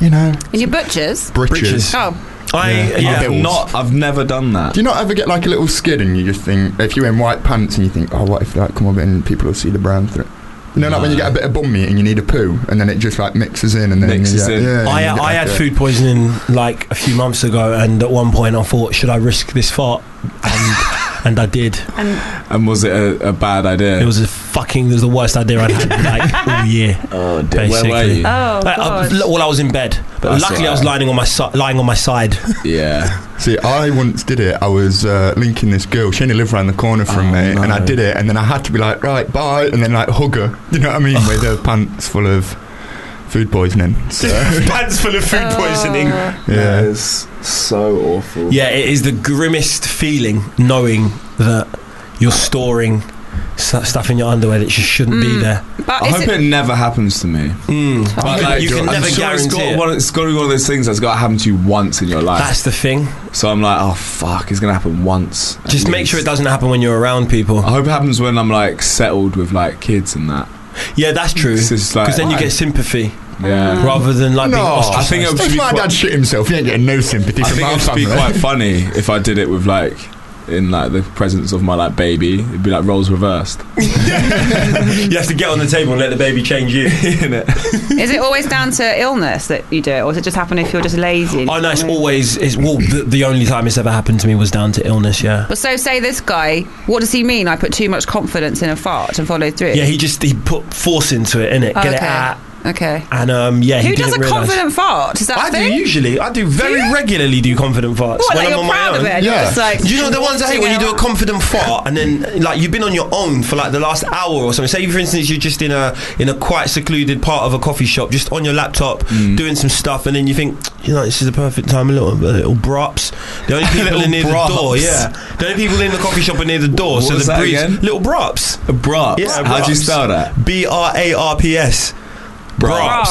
Speaker 4: you know,
Speaker 5: And your butchers.
Speaker 4: britches.
Speaker 5: Oh,
Speaker 3: uh,
Speaker 14: I
Speaker 4: Yeah.
Speaker 2: I've
Speaker 4: Bills.
Speaker 2: not. I've never done that.
Speaker 4: Do you not ever get like a little skid and you just think if you're in white pants and you think, oh, what if like come up and people will see the brown through? You know, like when you get a bit of bum meat and you need a poo, and then it just like mixes in, and then
Speaker 2: Mixes
Speaker 4: yeah,
Speaker 2: in.
Speaker 4: Yeah,
Speaker 3: I, uh,
Speaker 4: and you get,
Speaker 3: I
Speaker 4: like,
Speaker 3: had
Speaker 4: a-
Speaker 3: food poisoning like a few months ago, and at one point I thought, should I risk this fart? And, [LAUGHS] and I did.
Speaker 5: and
Speaker 2: And was it a, a bad idea?
Speaker 3: It was a fucking, it was the worst idea I'd had like all year.
Speaker 2: Oh,
Speaker 3: dear. Where
Speaker 2: Where
Speaker 3: were Basically.
Speaker 2: were
Speaker 3: you?
Speaker 2: you?
Speaker 5: oh,
Speaker 3: Like, I,
Speaker 5: God.
Speaker 3: well, uh, I was in bed, but
Speaker 2: That's
Speaker 3: luckily I
Speaker 2: alright.
Speaker 3: was lying on my si- lying on
Speaker 2: [LAUGHS]
Speaker 3: my side.
Speaker 2: Yeah.
Speaker 4: See, I once did it. I was uh, linking this girl. She only lived around the corner from
Speaker 2: Oh,
Speaker 4: me, and I
Speaker 2: no.
Speaker 4: did it. And then I had to be like, right, bye, and then like hug her. [LAUGHS] You know what I mean?
Speaker 2: [LAUGHS]
Speaker 4: With her pants full of food poisoning. So
Speaker 3: Pants full of food poisoning.
Speaker 4: yeah,
Speaker 2: It's so awful.
Speaker 3: Yeah, it is the grimmest feeling knowing that you're storing s- stuff in your underwear that just shouldn't be
Speaker 5: Mm.
Speaker 3: there.
Speaker 5: But
Speaker 2: I
Speaker 5: is
Speaker 2: hope
Speaker 5: it,
Speaker 2: it, never happens to me.
Speaker 3: Mm.
Speaker 2: Hmm. But
Speaker 3: You,
Speaker 2: like,
Speaker 3: you can
Speaker 2: I'm
Speaker 3: never
Speaker 2: sure it's
Speaker 3: guarantee
Speaker 2: got,
Speaker 3: it.
Speaker 2: one, it's got to be one of those things that's got to happen to you once in your life.
Speaker 3: That's the thing.
Speaker 2: so I'm like, oh fuck, it's gonna happen once. at
Speaker 3: Just make sure it
Speaker 2: least.
Speaker 3: doesn't happen when you're around people.
Speaker 2: I hope it happens when I'm like settled with like kids and that.
Speaker 3: Yeah, that's true.
Speaker 2: It's
Speaker 3: Because
Speaker 2: just Oh. like
Speaker 3: then you get sympathy
Speaker 5: Mm.
Speaker 2: Yeah.
Speaker 3: rather than like being
Speaker 4: No, I
Speaker 2: I
Speaker 3: ostracized.
Speaker 2: think it would
Speaker 4: if
Speaker 2: be
Speaker 4: my
Speaker 2: quite,
Speaker 4: dad shit himself, he ain't getting no sympathy
Speaker 2: I
Speaker 4: from
Speaker 2: think it
Speaker 4: our
Speaker 2: would
Speaker 4: family.
Speaker 2: be quite funny if I did it with like in like the presence of my like baby. It'd be like roles reversed.
Speaker 3: you have to get on the table and let the baby
Speaker 2: [LAUGHS]
Speaker 3: change you.
Speaker 5: is it always down to illness that you do it, or does it just happen if you're just lazy?
Speaker 3: oh no, it's
Speaker 5: I mean-
Speaker 3: always it's well the, the only time it's ever happened to me was down to illness. Yeah.
Speaker 5: But so say this guy, what does he mean? I put too much confidence in a fart and followed through.
Speaker 3: Yeah, he just he put force into it, innit?
Speaker 5: Oh,
Speaker 3: Get it
Speaker 5: okay.
Speaker 3: out.
Speaker 5: okay.
Speaker 3: And um, yeah, he
Speaker 5: Who does a
Speaker 3: didn't realize.
Speaker 5: confident fart? Is that
Speaker 3: I
Speaker 5: a thing?
Speaker 3: do usually. I do very regularly do confident farts
Speaker 5: What,
Speaker 3: when
Speaker 5: like
Speaker 3: I'm
Speaker 5: you're
Speaker 3: on
Speaker 5: proud
Speaker 3: my
Speaker 5: of
Speaker 3: own.
Speaker 5: it? and you're
Speaker 4: Yeah.
Speaker 5: just like-
Speaker 3: Do you know the ones I hate when you do a confident fart and then like you've been on your own for like the last hour or something. Say for instance you're just in a in a quite secluded part of a coffee shop, just on your laptop
Speaker 2: Mm.
Speaker 3: doing some stuff, and then you think you know this is the perfect time a little a little brops.
Speaker 2: [LAUGHS]
Speaker 3: The only people
Speaker 2: Little
Speaker 3: are near the door,
Speaker 2: brops.
Speaker 3: yeah. The only people in the coffee shop are near the door,
Speaker 2: What
Speaker 3: so
Speaker 2: was
Speaker 3: the
Speaker 2: that
Speaker 3: breeze.
Speaker 2: again?
Speaker 3: Little brops,
Speaker 2: Brops.
Speaker 3: Yeah,
Speaker 2: How do you
Speaker 3: brops.
Speaker 2: spell
Speaker 3: [LAUGHS]
Speaker 2: that?
Speaker 3: B R A R P S.
Speaker 5: Bra.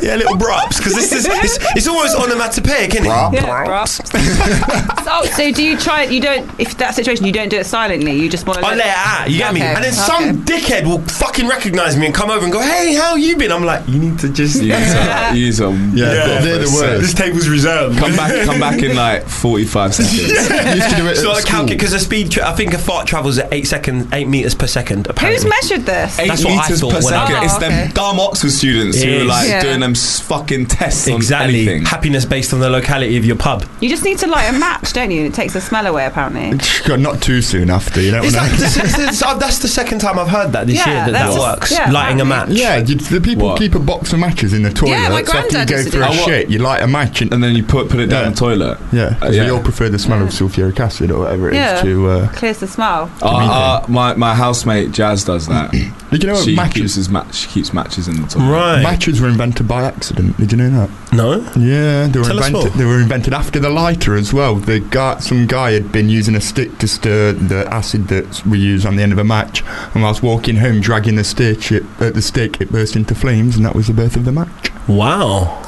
Speaker 3: Yeah, little brops, because this is it's, it's almost onomatopoeic, isn't it?
Speaker 5: Yeah, bra.
Speaker 3: [LAUGHS]
Speaker 5: oh, so do you try it? You don't. If that situation, you don't do it silently. You just want to.
Speaker 3: I let it out, you get me?
Speaker 5: Okay,
Speaker 3: And then some dickhead will fucking recognise me and come over and go, hey, how you been? I'm like, you need to just.
Speaker 2: You use a, you use a
Speaker 4: Yeah,
Speaker 3: [LAUGHS] Yeah. uh,
Speaker 4: but they're the
Speaker 3: This
Speaker 4: worst.
Speaker 3: table's reserved.
Speaker 2: Come back, come back in like 45
Speaker 4: [LAUGHS]
Speaker 2: seconds.
Speaker 4: I used to do it
Speaker 3: It's
Speaker 4: at
Speaker 3: not like
Speaker 4: school.
Speaker 3: because the speed, tra- I think a fart travels at eight seconds, eight meters per second. Apparently.
Speaker 5: Who's measured this?
Speaker 2: Eight
Speaker 3: That's what I
Speaker 2: meters
Speaker 3: thought
Speaker 2: per
Speaker 3: when I-
Speaker 2: second.
Speaker 5: Oh,
Speaker 2: it's
Speaker 5: okay.
Speaker 2: them dumb Oxford students who
Speaker 3: Yes.
Speaker 2: are like
Speaker 5: Yeah.
Speaker 2: doing them s- fucking tests
Speaker 3: Exactly.
Speaker 2: on anything.
Speaker 3: Happiness based on the locality of your pub.
Speaker 5: You just need to light a match, don't you? It takes the smell away, apparently.
Speaker 4: God, not too soon after. You don't
Speaker 3: Is
Speaker 4: want
Speaker 3: that,
Speaker 4: to.
Speaker 3: this, this, this, uh, that's the second time I've heard that this
Speaker 5: Yeah,
Speaker 3: year that that
Speaker 5: that's just-
Speaker 3: works.
Speaker 5: yeah,
Speaker 3: Lighting a match.
Speaker 4: Yeah, you, the people
Speaker 2: What?
Speaker 4: keep a box of matches in the toilet.
Speaker 5: Yeah, my
Speaker 4: so after you
Speaker 5: granddad
Speaker 4: go
Speaker 5: used to
Speaker 4: through
Speaker 5: do
Speaker 4: a
Speaker 5: that.
Speaker 4: shit, you light a match and
Speaker 2: And then you put put it down
Speaker 4: Yeah.
Speaker 2: the toilet.
Speaker 4: Yeah,
Speaker 2: Uh,
Speaker 4: so
Speaker 2: yeah.
Speaker 4: you all prefer the smell of sulfuric acid or whatever it is
Speaker 5: Yeah.
Speaker 4: to. Uh,
Speaker 5: Clears the smell.
Speaker 2: Uh, uh, my my housemate Jazz does
Speaker 3: [CLEARS THROAT]
Speaker 2: that.
Speaker 4: did you know
Speaker 2: she keeps
Speaker 4: matches?
Speaker 2: his match. She keeps matches in the toilet.
Speaker 3: Right.
Speaker 4: Matches were invented by accident. Did you know that?
Speaker 3: no.
Speaker 4: Yeah, they were
Speaker 3: Tell us
Speaker 4: invented.
Speaker 3: more.
Speaker 4: They were invented after the lighter as well. The guy, some guy had been using a stick to stir the acid that we use on the end of a match, and whilst walking home, dragging the stick, it, uh, the stick, it burst into flames, and that was the birth of the match.
Speaker 3: Wow.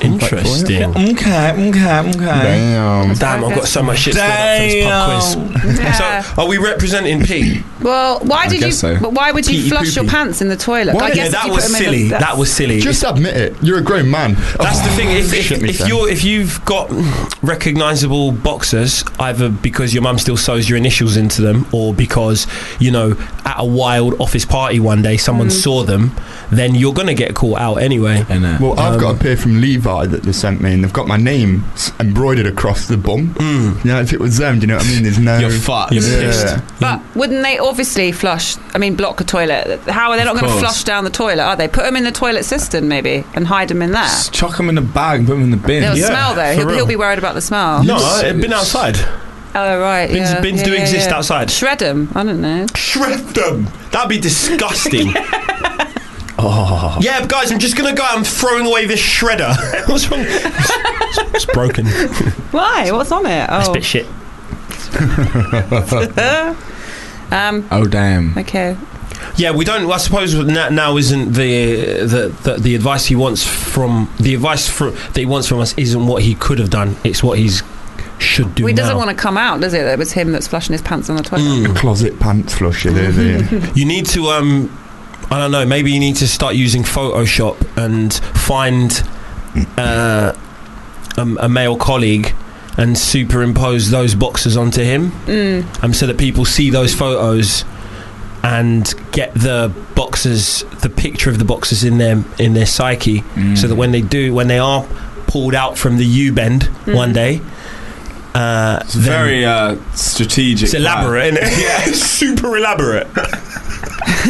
Speaker 3: Interesting.
Speaker 2: Okay, okay,
Speaker 3: Eh?
Speaker 2: okay.
Speaker 4: Damn.
Speaker 3: Damn, I've got so much shit stored up for this pub quiz.
Speaker 5: Yeah.
Speaker 3: [LAUGHS] So, are we representing Pete?
Speaker 5: well, why did you?
Speaker 2: guess so.
Speaker 5: But why would you
Speaker 3: Pee-pee
Speaker 5: flush your
Speaker 3: poopy. pants
Speaker 5: pants in the toilet?
Speaker 4: Why-
Speaker 5: I
Speaker 4: I
Speaker 5: guess
Speaker 4: guess
Speaker 3: yeah, that was silly. that was silly.
Speaker 4: Just admit it. You're a grown man.
Speaker 3: That's the
Speaker 4: Oh,
Speaker 3: thing. If, if,
Speaker 4: shit me,
Speaker 3: if
Speaker 4: Sam.
Speaker 3: you're if you've got recognisable boxers, either because your mum still sews your initials into them, or because you know at a wild office party one day someone saw them, then you're gonna get caught out anyway.
Speaker 2: I know.
Speaker 4: Well, I've got a pair from Levi that they sent me, and they've got my name s- embroidered across the bum. Mm. Yeah, if it was them, do you know what I mean? There's no.
Speaker 2: You're fucked.
Speaker 3: Hmm. You're
Speaker 4: Yeah.
Speaker 3: pissed.
Speaker 5: But wouldn't they obviously flush? I mean, block a toilet. How are they not going to
Speaker 2: course.
Speaker 5: flush down the toilet? Are they? Put them in the toilet cistern maybe and hide them in there.
Speaker 2: Just chuck them in a bag and put them in the bin.
Speaker 5: They'll
Speaker 3: Yeah,
Speaker 5: smell though.
Speaker 3: for
Speaker 5: He'll, he'll
Speaker 3: real.
Speaker 5: be worried about the smell.
Speaker 3: No,
Speaker 2: It's-
Speaker 3: it's been
Speaker 2: it's-
Speaker 3: outside.
Speaker 5: Oh right,
Speaker 3: Bins,
Speaker 5: yeah.
Speaker 3: bins
Speaker 5: Yeah,
Speaker 3: do
Speaker 5: yeah,
Speaker 3: exist
Speaker 5: yeah.
Speaker 3: outside.
Speaker 5: Shred them. I don't know.
Speaker 3: [LAUGHS] Shred them. That'd be disgusting.
Speaker 6: Oh.
Speaker 3: Yeah, guys, I'm just gonna go out and throwing away this
Speaker 6: [LAUGHS]
Speaker 3: shredder. What's wrong?
Speaker 6: It's broken. it's
Speaker 5: Why? What's on it?
Speaker 6: a
Speaker 5: Oh.
Speaker 6: bit shit.
Speaker 5: [LAUGHS] um,
Speaker 2: Oh damn!
Speaker 5: okay.
Speaker 3: Yeah, we don't. I suppose na- now isn't the, the the the advice he wants from the advice fro- that he wants from us isn't what he could have done. It's what he's should do.
Speaker 5: Well, he doesn't
Speaker 3: now. Mm.
Speaker 5: want to come out, does it? It was him that's flashing his pants on the toilet.
Speaker 4: Closet pants flusher, there, there.
Speaker 3: You need to um, I don't know. Maybe you need to start using Photoshop and find uh, a, a male colleague and superimpose those boxes onto him,
Speaker 5: Mm.
Speaker 3: um, so that people see those photos and get the boxes, the picture of the boxes in their in their psyche,
Speaker 2: Mm.
Speaker 3: so that when they do, when they are pulled out from the U bend one day. Uh,
Speaker 2: it's
Speaker 3: then-
Speaker 2: very uh, strategic.
Speaker 3: it's elaborate, isn't it?
Speaker 2: Yeah.
Speaker 3: super elaborate.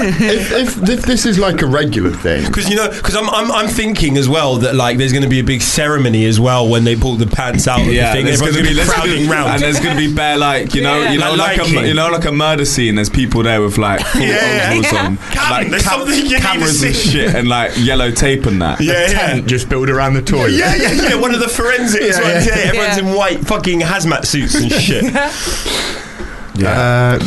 Speaker 4: if, if, if this is like a regular thing,
Speaker 3: Because you know, because I'm, I'm I'm thinking as well that like there's going to be a big ceremony as well when they pull the pants out of
Speaker 2: Yeah,
Speaker 3: the thing.
Speaker 2: there's
Speaker 3: Everyone's
Speaker 2: gonna be, there's gonna be-
Speaker 3: crowding
Speaker 2: and
Speaker 3: round.
Speaker 2: there's gonna be bare like you know,
Speaker 5: Yeah.
Speaker 2: you know, like,
Speaker 3: Like
Speaker 2: a, mu-
Speaker 3: liking.
Speaker 2: you know, like a murder scene. There's people there with like full
Speaker 3: Yeah.
Speaker 2: overalls on,
Speaker 3: [LAUGHS] Cam,
Speaker 2: like
Speaker 3: there's something you need to
Speaker 2: cameras and
Speaker 3: see.
Speaker 2: shit, and like yellow tape and that.
Speaker 3: Yeah, yeah.
Speaker 4: tent just build around the toilet.
Speaker 3: [LAUGHS] Yeah, yeah, yeah. One of the forensics.
Speaker 4: Yeah,
Speaker 3: ones,
Speaker 4: yeah.
Speaker 3: yeah. Everyone's
Speaker 5: Yeah.
Speaker 3: in white fucking hazmat suits and shit.
Speaker 4: Uh,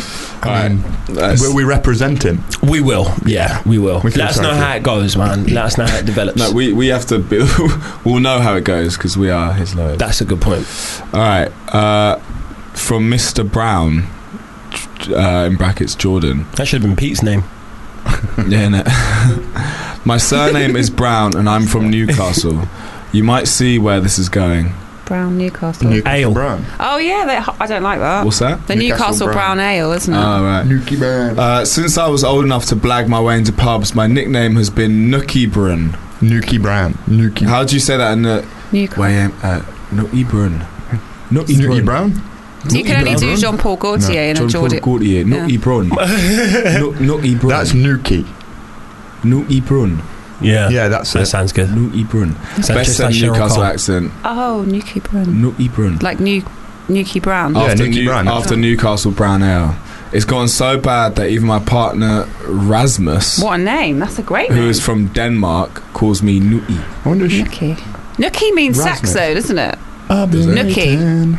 Speaker 4: I
Speaker 2: Alright.
Speaker 4: mean,
Speaker 2: That's-
Speaker 4: will we represent him?
Speaker 3: we will. Yeah, we will.
Speaker 4: We feel
Speaker 3: Let us
Speaker 4: sorry
Speaker 3: know
Speaker 4: for
Speaker 3: how
Speaker 4: you.
Speaker 3: it goes, man. Let us know how it develops.
Speaker 2: No, we, we have to. Be, [LAUGHS] we'll know how it goes because we are his lawyers.
Speaker 3: That's a good point.
Speaker 2: All right. Uh, from Mr. Brown, uh, in brackets
Speaker 3: [LAUGHS]
Speaker 2: Jordan.
Speaker 3: That should have been Pete's name.
Speaker 2: Yeah, innit? [LAUGHS] My surname is Brown and I'm from Newcastle. You might see where this is going.
Speaker 3: Mm.
Speaker 5: Brown Newcastle.
Speaker 3: Ale.
Speaker 4: Brown.
Speaker 5: oh yeah, they, I don't like that.
Speaker 2: What's that?
Speaker 5: the
Speaker 4: Newcastle
Speaker 5: Newcastle, brown.
Speaker 4: Brown.
Speaker 5: ale, isn't it?
Speaker 3: Uh,
Speaker 2: All right.
Speaker 4: Nuki Brown.
Speaker 2: Uh, since I was old enough to blag my way into pubs, my nickname has been Nookie Brun.
Speaker 4: Nuki Brown. Nuki.
Speaker 2: How do you say that in the
Speaker 5: Newcastle.
Speaker 2: way? Uh, Nookie Brun. Nookie Brun.
Speaker 4: Nuki Brown?
Speaker 5: you can only do Jean Paul Gaultier in a
Speaker 2: John Paul
Speaker 5: Geordie.
Speaker 2: Gaultier. Nookie [LAUGHS] Brun. No- Nookie Brun.
Speaker 4: That's Nuki.
Speaker 2: Nookie Brun.
Speaker 3: Uh,
Speaker 6: Yeah.
Speaker 4: Yeah, that's
Speaker 6: That
Speaker 4: it.
Speaker 6: sounds good.
Speaker 2: Nookie Brun. Best
Speaker 6: Sounds just like
Speaker 2: selling
Speaker 6: Cheryl
Speaker 2: Newcastle
Speaker 6: Cole.
Speaker 2: accent.
Speaker 5: Oh, Nuki Brown.
Speaker 2: Nookie Brun.
Speaker 5: Like new, Nuki Brown.
Speaker 4: Oh. Yeah,
Speaker 2: after,
Speaker 4: Nicky
Speaker 2: New-
Speaker 4: Brown.
Speaker 2: after Newcastle Brown Ale. It's gone so bad that even my partner Rasmus,
Speaker 5: What a name! That's a great
Speaker 2: who
Speaker 5: name.
Speaker 2: is from Denmark, calls me Nuki.
Speaker 4: I wonder if she-
Speaker 5: Nuki. Nuki means sex,
Speaker 4: Rasmus.
Speaker 5: though, doesn't it?
Speaker 4: I've been
Speaker 5: Nookie.
Speaker 4: waiting,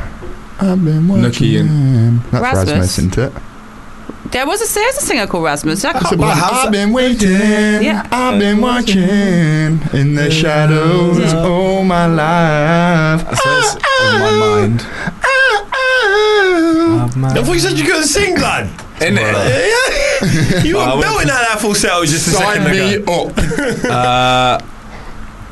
Speaker 4: I've been
Speaker 2: Nookie
Speaker 4: watching. That's
Speaker 5: Rasmus.
Speaker 4: Rasmus, isn't it?
Speaker 5: There was a there's a singer called Rasmus. I
Speaker 4: It's
Speaker 5: can't-
Speaker 4: about I've been waiting,
Speaker 5: Yeah.
Speaker 4: I've been watching in the shadows all my life.
Speaker 2: That's what's on my mind.
Speaker 3: I thought you said you couldn't sing, lad.
Speaker 2: In it.
Speaker 3: [LAUGHS] you
Speaker 2: I
Speaker 3: were
Speaker 2: went-
Speaker 3: belting out that falsetto just a
Speaker 4: Sign
Speaker 3: second
Speaker 4: me
Speaker 3: ago.
Speaker 4: up.
Speaker 2: Uh,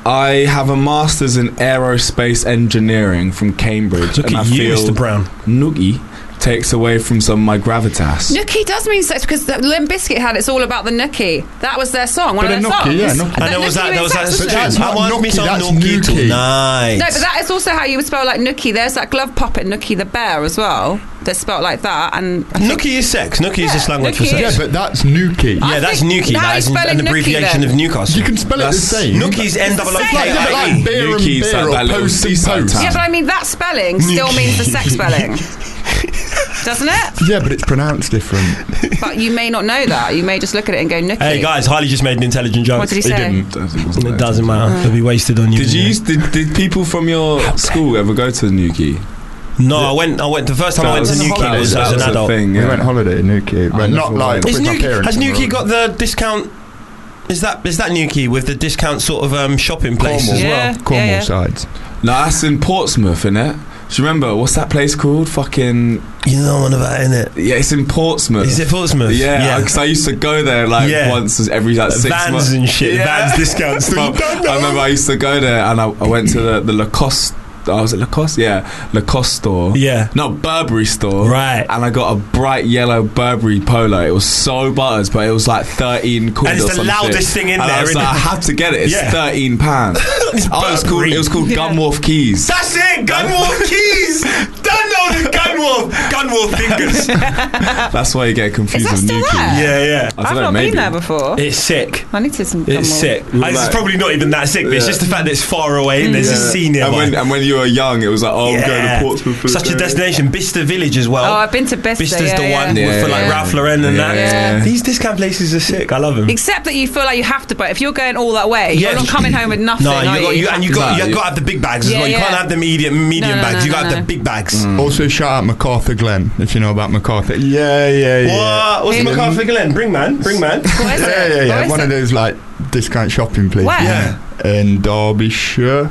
Speaker 2: I have a master's in aerospace engineering from Cambridge,
Speaker 6: Look
Speaker 2: and I
Speaker 6: at you,
Speaker 2: feel
Speaker 6: Mr. Brown.
Speaker 2: Nookie takes away from some of my gravitas.
Speaker 5: Nookie does mean sex because the Limp Bizkit had it's all about the Nookie. That was their song, one
Speaker 4: But
Speaker 5: of
Speaker 4: a
Speaker 5: their
Speaker 4: Nookie,
Speaker 5: songs.
Speaker 4: yeah, Nookie.
Speaker 5: And
Speaker 3: And there was that.
Speaker 5: Nookie
Speaker 3: There was
Speaker 5: means
Speaker 3: that.
Speaker 5: sex,
Speaker 4: But
Speaker 5: wasn't it?
Speaker 4: that's
Speaker 3: that
Speaker 4: not
Speaker 3: one
Speaker 4: Nookie,
Speaker 3: piece on
Speaker 4: that's
Speaker 3: Nookie
Speaker 4: Nookie.
Speaker 3: tonight.
Speaker 5: No, but that is also how you would spell like Nookie. There's that glove puppet Nookie the bear as well that's spelled like that. And I think-
Speaker 3: Nookie is sex. Nookie is a slang word for
Speaker 5: Nookie
Speaker 3: sex.
Speaker 5: is.
Speaker 4: Yeah, but that's Nuki.
Speaker 5: I
Speaker 3: Yeah, that's
Speaker 5: think
Speaker 3: Nuki.
Speaker 5: now
Speaker 3: That
Speaker 5: he's
Speaker 3: is an,
Speaker 5: spelling
Speaker 3: an
Speaker 5: Nuki
Speaker 3: abbreviation
Speaker 5: then.
Speaker 3: of Newcastle.
Speaker 4: You can spell it the
Speaker 2: That's
Speaker 4: same.
Speaker 3: Nookie's N double O
Speaker 5: same.
Speaker 3: K.
Speaker 4: Yeah, but like beer and
Speaker 2: Nuki's
Speaker 4: beer
Speaker 2: like
Speaker 4: or
Speaker 2: that little
Speaker 4: post and
Speaker 2: seaside
Speaker 4: post.
Speaker 2: town.
Speaker 5: yeah, but I mean that spelling still means the sex
Speaker 4: [LAUGHS]
Speaker 5: spelling, doesn't it?
Speaker 4: Yeah, but it's pronounced different.
Speaker 5: But you may not know that. You may just look at it and go Nookie.
Speaker 6: Hey guys, Harley just made an intelligent joke.
Speaker 5: What did he say?
Speaker 6: It doesn't matter. It'll be wasted on you.
Speaker 2: Did you
Speaker 6: anyway.
Speaker 2: use, did, did people from your school ever go to Nuki?
Speaker 3: No, I went. I went. The first time I went to
Speaker 5: was-
Speaker 3: Newquay
Speaker 5: that
Speaker 3: was
Speaker 2: that
Speaker 3: as an
Speaker 2: was a
Speaker 3: adult.
Speaker 2: Thing, yeah.
Speaker 4: We went holiday in Nuki,
Speaker 2: I
Speaker 4: but not
Speaker 2: never
Speaker 4: like
Speaker 2: went.
Speaker 3: Is
Speaker 4: with my
Speaker 3: Nuki-
Speaker 4: parents.
Speaker 3: has Newquay got the discount? Is that is that Newquay with the discount sort of um, shopping place
Speaker 4: Cornwall.
Speaker 3: as well?
Speaker 5: Yeah,
Speaker 4: Cornwall
Speaker 5: yeah, yeah.
Speaker 4: sides.
Speaker 2: No, that's in Portsmouth, innit? Do you remember what's that place called? Fucking
Speaker 3: You know one about in it.
Speaker 2: yeah, it's in Portsmouth.
Speaker 6: Is it Portsmouth?
Speaker 2: Yeah, because I used to go there like
Speaker 6: Yeah.
Speaker 2: once every like six
Speaker 6: Vans
Speaker 2: months.
Speaker 6: and shit.
Speaker 2: Yeah. [LAUGHS]
Speaker 6: Vans discounts.
Speaker 2: Well, I remember I used to go there and I, I went to the, the Lacoste. I was at Lacoste, yeah, Lacoste store.
Speaker 6: Yeah.
Speaker 2: no Burberry store.
Speaker 6: Right.
Speaker 2: and I got a bright yellow Burberry polo. It was so butters, but it was like thirteen quid.
Speaker 3: And it's
Speaker 2: or
Speaker 3: the
Speaker 2: some
Speaker 3: loudest
Speaker 2: shit.
Speaker 3: thing in
Speaker 2: and I
Speaker 3: there,
Speaker 2: was
Speaker 3: isn't
Speaker 2: like, I
Speaker 3: it?
Speaker 2: had to get it. It's
Speaker 6: Yeah.
Speaker 2: thirteen
Speaker 3: [LAUGHS]
Speaker 2: pounds. oh, it was called.
Speaker 3: Burberry.
Speaker 2: It was called Gunwharf Keys. [LAUGHS]
Speaker 3: That's it. Gunwall Keys. Done
Speaker 15: golden gunwolf, gunwolf
Speaker 2: [LAUGHS]
Speaker 15: fingers.
Speaker 2: That's why you get
Speaker 5: Is
Speaker 2: confused
Speaker 5: that
Speaker 2: with
Speaker 5: still
Speaker 2: Nuki.
Speaker 5: there?
Speaker 3: Yeah, yeah.
Speaker 2: I
Speaker 5: I've
Speaker 2: don't know,
Speaker 5: not
Speaker 2: maybe.
Speaker 5: been there before.
Speaker 3: It's sick.
Speaker 5: I need to some
Speaker 3: It's sick.
Speaker 5: Gunwolf.
Speaker 3: And It's probably not even that sick, but it's
Speaker 2: Yeah.
Speaker 3: just the fact that it's far away and there's a sea
Speaker 2: And
Speaker 3: nearby.
Speaker 2: when, and when you were young, it was like, oh,
Speaker 3: Yeah.
Speaker 2: I'm going to Portsmouth. for
Speaker 3: Such a
Speaker 2: the-
Speaker 3: destination. Bista Village as
Speaker 5: Oh,
Speaker 3: well.
Speaker 5: I've been to Bicester.
Speaker 3: Bista's
Speaker 5: yeah,
Speaker 3: the
Speaker 5: yeah.
Speaker 3: one
Speaker 2: Yeah,
Speaker 3: for like
Speaker 2: yeah.
Speaker 3: Ralph Lauren and that.
Speaker 2: Yeah.
Speaker 3: These discount places are sick. I love them.
Speaker 5: Except that you feel like you have to, but if you're going all that way,
Speaker 3: Yeah.
Speaker 5: you're not coming home with nothing.
Speaker 3: No, you
Speaker 5: are
Speaker 3: got,
Speaker 5: you?
Speaker 3: you, and you got
Speaker 2: No,
Speaker 3: you
Speaker 2: you-
Speaker 3: got to have the big bags as
Speaker 5: Yeah,
Speaker 3: well. You
Speaker 5: yeah.
Speaker 3: can't have the medium medium
Speaker 5: no,
Speaker 3: bags.
Speaker 5: no,
Speaker 3: you got to
Speaker 5: no,
Speaker 3: have the
Speaker 5: no.
Speaker 3: big bags.
Speaker 4: Also, shout out MacArthur Glen if you know about MacArthur. Yeah, yeah, yeah.
Speaker 3: What? What's
Speaker 5: Hey, um,
Speaker 3: MacArthur Glen? Bring man,
Speaker 2: [LAUGHS]
Speaker 3: bring man.
Speaker 5: What
Speaker 4: [LAUGHS]
Speaker 5: is
Speaker 4: Yeah, yeah,
Speaker 5: it? What
Speaker 4: yeah.
Speaker 5: is
Speaker 4: One
Speaker 5: it?
Speaker 4: of those like discount shopping places.
Speaker 5: Where?
Speaker 4: isn't it? In Derbyshire,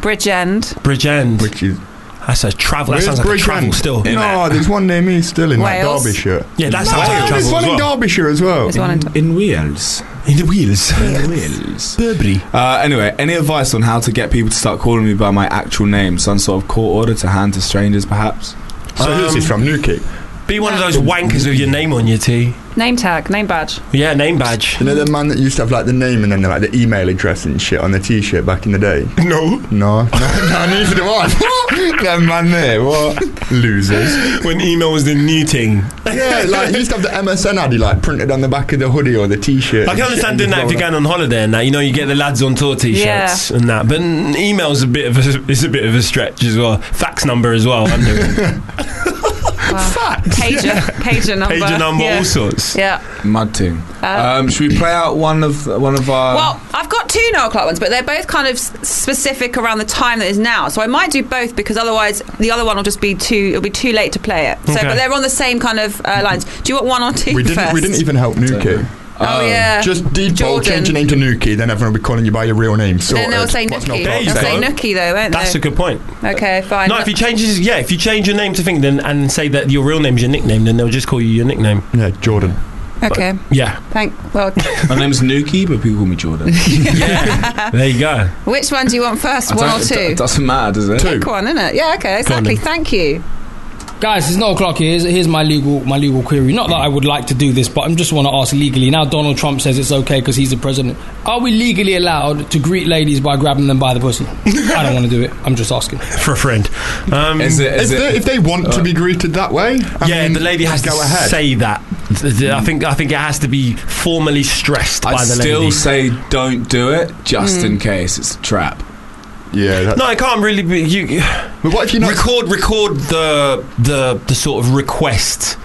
Speaker 5: Bridge End.
Speaker 3: Bridge End.
Speaker 4: which is
Speaker 3: That's a travel. That
Speaker 4: Where's
Speaker 3: sounds like a
Speaker 4: Bridge
Speaker 3: travel
Speaker 4: End?
Speaker 3: still.
Speaker 4: no, there's one near me still in like
Speaker 5: Wales?
Speaker 4: Derbyshire.
Speaker 3: Yeah, that sounds like a
Speaker 4: Oh,
Speaker 3: travel
Speaker 4: there's
Speaker 3: as
Speaker 4: one in
Speaker 3: well.
Speaker 4: Derbyshire as well.
Speaker 5: There's one in
Speaker 2: In Wales.
Speaker 3: In the wheels.
Speaker 2: In Wales.
Speaker 3: Burberry.
Speaker 2: Uh, anyway, any advice on how to get people to start calling me by my actual name? Some sort of court order to hand to strangers, perhaps?
Speaker 4: So who's this from Newquay?
Speaker 3: Be one of those wankers with your name on your tee.
Speaker 5: Name tag, name badge.
Speaker 3: Yeah, name badge.
Speaker 4: You know the man that used to have like the name and then like the email address and shit on the t-shirt back in the day.
Speaker 3: No.
Speaker 4: No, [LAUGHS] no, no neither do I. [LAUGHS] that man there, what losers?
Speaker 3: [LAUGHS] When email was the new [LAUGHS] thing.
Speaker 4: Yeah, like you used to have the MSN ad like printed on the back of the hoodie or the t-shirt.
Speaker 3: I can understand doing that if you're going on holiday and that. You know, you get the lads on tour t-shirts and that. But n- email's a bit of a, it's a bit of a stretch as well. Fax number as well. Under it.
Speaker 5: [LAUGHS] Pager. [LAUGHS] Pager number.
Speaker 3: Pager number,
Speaker 5: Yeah.
Speaker 3: all sorts.
Speaker 5: Yeah.
Speaker 2: Mud ting. Um, should we play out one of one of
Speaker 3: Um,
Speaker 2: our?
Speaker 5: Uh, Well, I've got two no o'clock ones, but they're both kind of s- specific around the time that is now. So I might do both because otherwise the other one will just be too. It'll be too late to play it. So,
Speaker 3: Okay.
Speaker 5: but they're on the same kind of uh, lines. Do you want one or two
Speaker 4: We didn't.
Speaker 5: first?
Speaker 4: We didn't even help Nuki.
Speaker 5: Oh yeah.
Speaker 4: Just default
Speaker 5: Jordan.
Speaker 4: change your name to Nuki, then everyone will be calling you by your real name. So
Speaker 5: then
Speaker 3: uh,
Speaker 5: they'll say Nookie.
Speaker 3: There you
Speaker 5: They'll say
Speaker 3: go.
Speaker 5: Nookie though, won't
Speaker 3: That's
Speaker 5: they?
Speaker 3: a good point.
Speaker 5: okay, fine.
Speaker 3: No, if you change his, yeah, if you change your name to thing, then and say that your real name's your nickname, then they'll just call you your nickname.
Speaker 4: Yeah, Jordan.
Speaker 5: okay.
Speaker 3: Yeah,
Speaker 5: Thank. Well,
Speaker 2: my name's Nuki, but people call me
Speaker 5: [LAUGHS]
Speaker 2: Jordan.
Speaker 3: there you go.
Speaker 5: which one do you want first?
Speaker 2: I
Speaker 5: One
Speaker 2: don't-
Speaker 5: or
Speaker 2: it do-
Speaker 5: two?
Speaker 2: It doesn't matter, does it?
Speaker 5: Pick one, innit? Yeah. Okay.
Speaker 3: Go on
Speaker 5: Exactly.
Speaker 3: then.
Speaker 5: Thank you.
Speaker 16: Guys, it's not o'clock. Here's, here's my legal my legal query. Not that I would like to do this, but I'm just want to ask legally. Now Donald Trump says it's okay because he's the president. Are we legally allowed to greet ladies by grabbing them by the pussy? I don't want to do it. I'm just asking.
Speaker 3: For a friend. Um,
Speaker 2: Is it? Uh,
Speaker 4: If
Speaker 2: Is
Speaker 4: they,
Speaker 2: it?
Speaker 4: if they want to be greeted that way, I
Speaker 3: yeah,
Speaker 4: mean,
Speaker 3: the lady has to
Speaker 4: go ahead.
Speaker 3: say that. Th- th- I think I think it has to be formally stressed
Speaker 2: I
Speaker 3: by the
Speaker 2: still
Speaker 3: lady.
Speaker 2: say don't do it, just
Speaker 5: Hmm.
Speaker 2: in case it's a trap.
Speaker 4: yeah. That,
Speaker 3: no, I can't really. Be, you
Speaker 4: But what if you're not?
Speaker 3: record record the the the sort of request.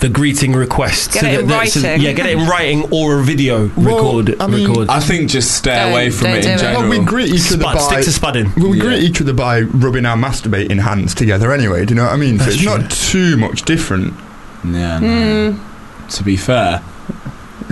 Speaker 3: The greeting request.
Speaker 5: Get it in
Speaker 3: that- so-
Speaker 5: writing.
Speaker 3: yeah, get it in writing or a video
Speaker 4: Well,
Speaker 3: record.
Speaker 4: I mean-
Speaker 3: record.
Speaker 2: I think just stay
Speaker 5: Don't-
Speaker 2: away from
Speaker 5: don't
Speaker 2: it in
Speaker 5: do it.
Speaker 2: general.
Speaker 4: Well, we greet each other
Speaker 3: Spud,
Speaker 4: by.
Speaker 3: stick to spudding.
Speaker 4: Well, we
Speaker 2: Yeah.
Speaker 4: greet each other by rubbing our masturbating hands together anyway. Do you know what I mean?
Speaker 3: That's
Speaker 4: so it's not too much different.
Speaker 2: yeah. no.
Speaker 5: Hmm.
Speaker 2: To be fair,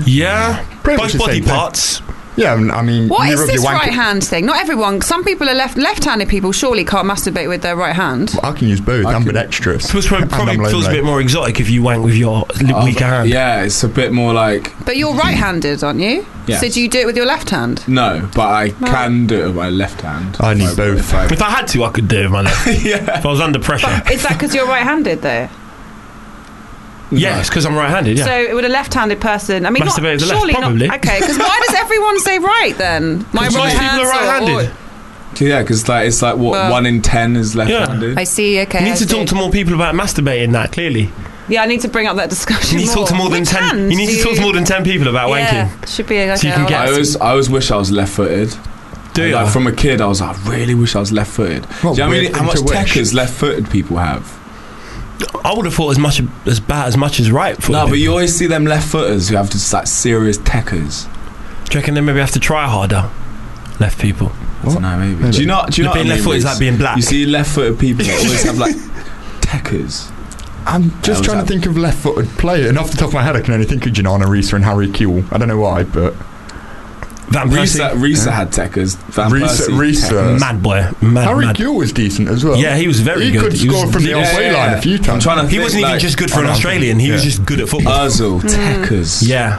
Speaker 3: Yeah,
Speaker 4: Pretty much
Speaker 3: both
Speaker 4: the
Speaker 3: body
Speaker 4: same thing.
Speaker 3: parts.
Speaker 4: Yeah, I mean,
Speaker 5: What
Speaker 4: you
Speaker 5: is
Speaker 4: rub your
Speaker 5: this
Speaker 4: wank-
Speaker 5: right hand thing? Not everyone. Some people are left left-handed. People surely can't masturbate with their right hand.
Speaker 4: I can use both.
Speaker 2: I
Speaker 4: I'm a
Speaker 2: can-
Speaker 4: bit extras.
Speaker 3: Plus, probably,
Speaker 4: And I'm
Speaker 3: probably feels a
Speaker 4: lonely.
Speaker 3: bit more exotic if you wank with your li- weaker hand.
Speaker 2: Oh, yeah, it's a bit more like
Speaker 5: But you're right-handed, aren't you?
Speaker 2: Yes.
Speaker 5: So do you do it with your left
Speaker 3: [LAUGHS]
Speaker 5: hand?
Speaker 2: no, but I can do it with my left hand.
Speaker 4: I need
Speaker 2: If
Speaker 4: both.
Speaker 2: if I- [LAUGHS]
Speaker 3: If I had to, I could do it with my left.
Speaker 2: yeah.
Speaker 3: If I was under pressure.
Speaker 5: But is that because you're right-handed though?
Speaker 3: Yeah, it's because I'm right-handed. Yeah.
Speaker 5: So would a left-handed person? I mean, not,
Speaker 3: Masturbate with the left,
Speaker 5: surely
Speaker 3: probably.
Speaker 5: not. Okay, because why does everyone say right
Speaker 3: [LAUGHS]
Speaker 5: then? My
Speaker 3: 'Cause most
Speaker 5: right
Speaker 3: people
Speaker 5: hand's
Speaker 3: are right-handed.
Speaker 5: all-
Speaker 2: Yeah, because like it's like what
Speaker 5: Well-
Speaker 2: one in ten is left-handed.
Speaker 5: I see. Okay.
Speaker 3: you
Speaker 5: I
Speaker 3: need to
Speaker 5: see.
Speaker 3: talk to more people about masturbating. That clearly,
Speaker 5: Yeah, I need to bring up that discussion.
Speaker 3: you need to talk to more than
Speaker 5: Which
Speaker 3: ten.
Speaker 5: hand
Speaker 3: You need
Speaker 5: do
Speaker 3: to talk to more than ten people about wanking.
Speaker 5: Yeah, should be. Okay,
Speaker 3: So you can
Speaker 5: I'll-
Speaker 3: get-
Speaker 2: I always, I always wish I was left-footed.
Speaker 3: Do you?
Speaker 2: Like from a kid, I was like, I really wish I was left-footed. Do you know what I
Speaker 4: weird
Speaker 2: mean? How
Speaker 4: thing
Speaker 2: much
Speaker 4: to
Speaker 2: tech
Speaker 4: wish.
Speaker 2: is left-footed people have?
Speaker 3: I would have thought as much as bad as much as right. For
Speaker 2: No,
Speaker 3: them.
Speaker 2: but you always see them left-footers who have just like serious techers.
Speaker 3: Do you reckon they maybe have to try harder? Left people.
Speaker 2: I don't know, maybe. Do you not? Do you
Speaker 3: Like
Speaker 2: not?
Speaker 3: being left-footed is like being black.
Speaker 2: You see left-footed people that always have
Speaker 3: [LAUGHS]
Speaker 2: like techers.
Speaker 4: I'm just
Speaker 2: was
Speaker 4: trying
Speaker 2: that?
Speaker 4: to think of left-footed player, and off the top of my head, I can only think of Janana Risa and Harry Kewell. I don't know why, but
Speaker 3: Van
Speaker 2: Risa,
Speaker 3: Persie,
Speaker 2: Risa uh, had techers. Van
Speaker 4: Risa,
Speaker 2: Persie,
Speaker 4: Risa.
Speaker 2: techers.
Speaker 3: mad boy, mad,
Speaker 4: Harry
Speaker 3: mad.
Speaker 4: Kewell was decent as well.
Speaker 3: Yeah, he was very
Speaker 4: he
Speaker 3: good.
Speaker 4: could
Speaker 3: He
Speaker 4: score
Speaker 3: was-
Speaker 4: from the
Speaker 2: yeah,
Speaker 4: halfway
Speaker 2: yeah,
Speaker 4: line
Speaker 2: yeah.
Speaker 4: a few times.
Speaker 2: I'm trying to.
Speaker 3: He
Speaker 2: think, Uh,
Speaker 3: wasn't even
Speaker 2: like,
Speaker 3: just good for an Australian. He was
Speaker 4: Yeah.
Speaker 3: just good at football.
Speaker 2: Ozil, techers.
Speaker 3: Mm. yeah,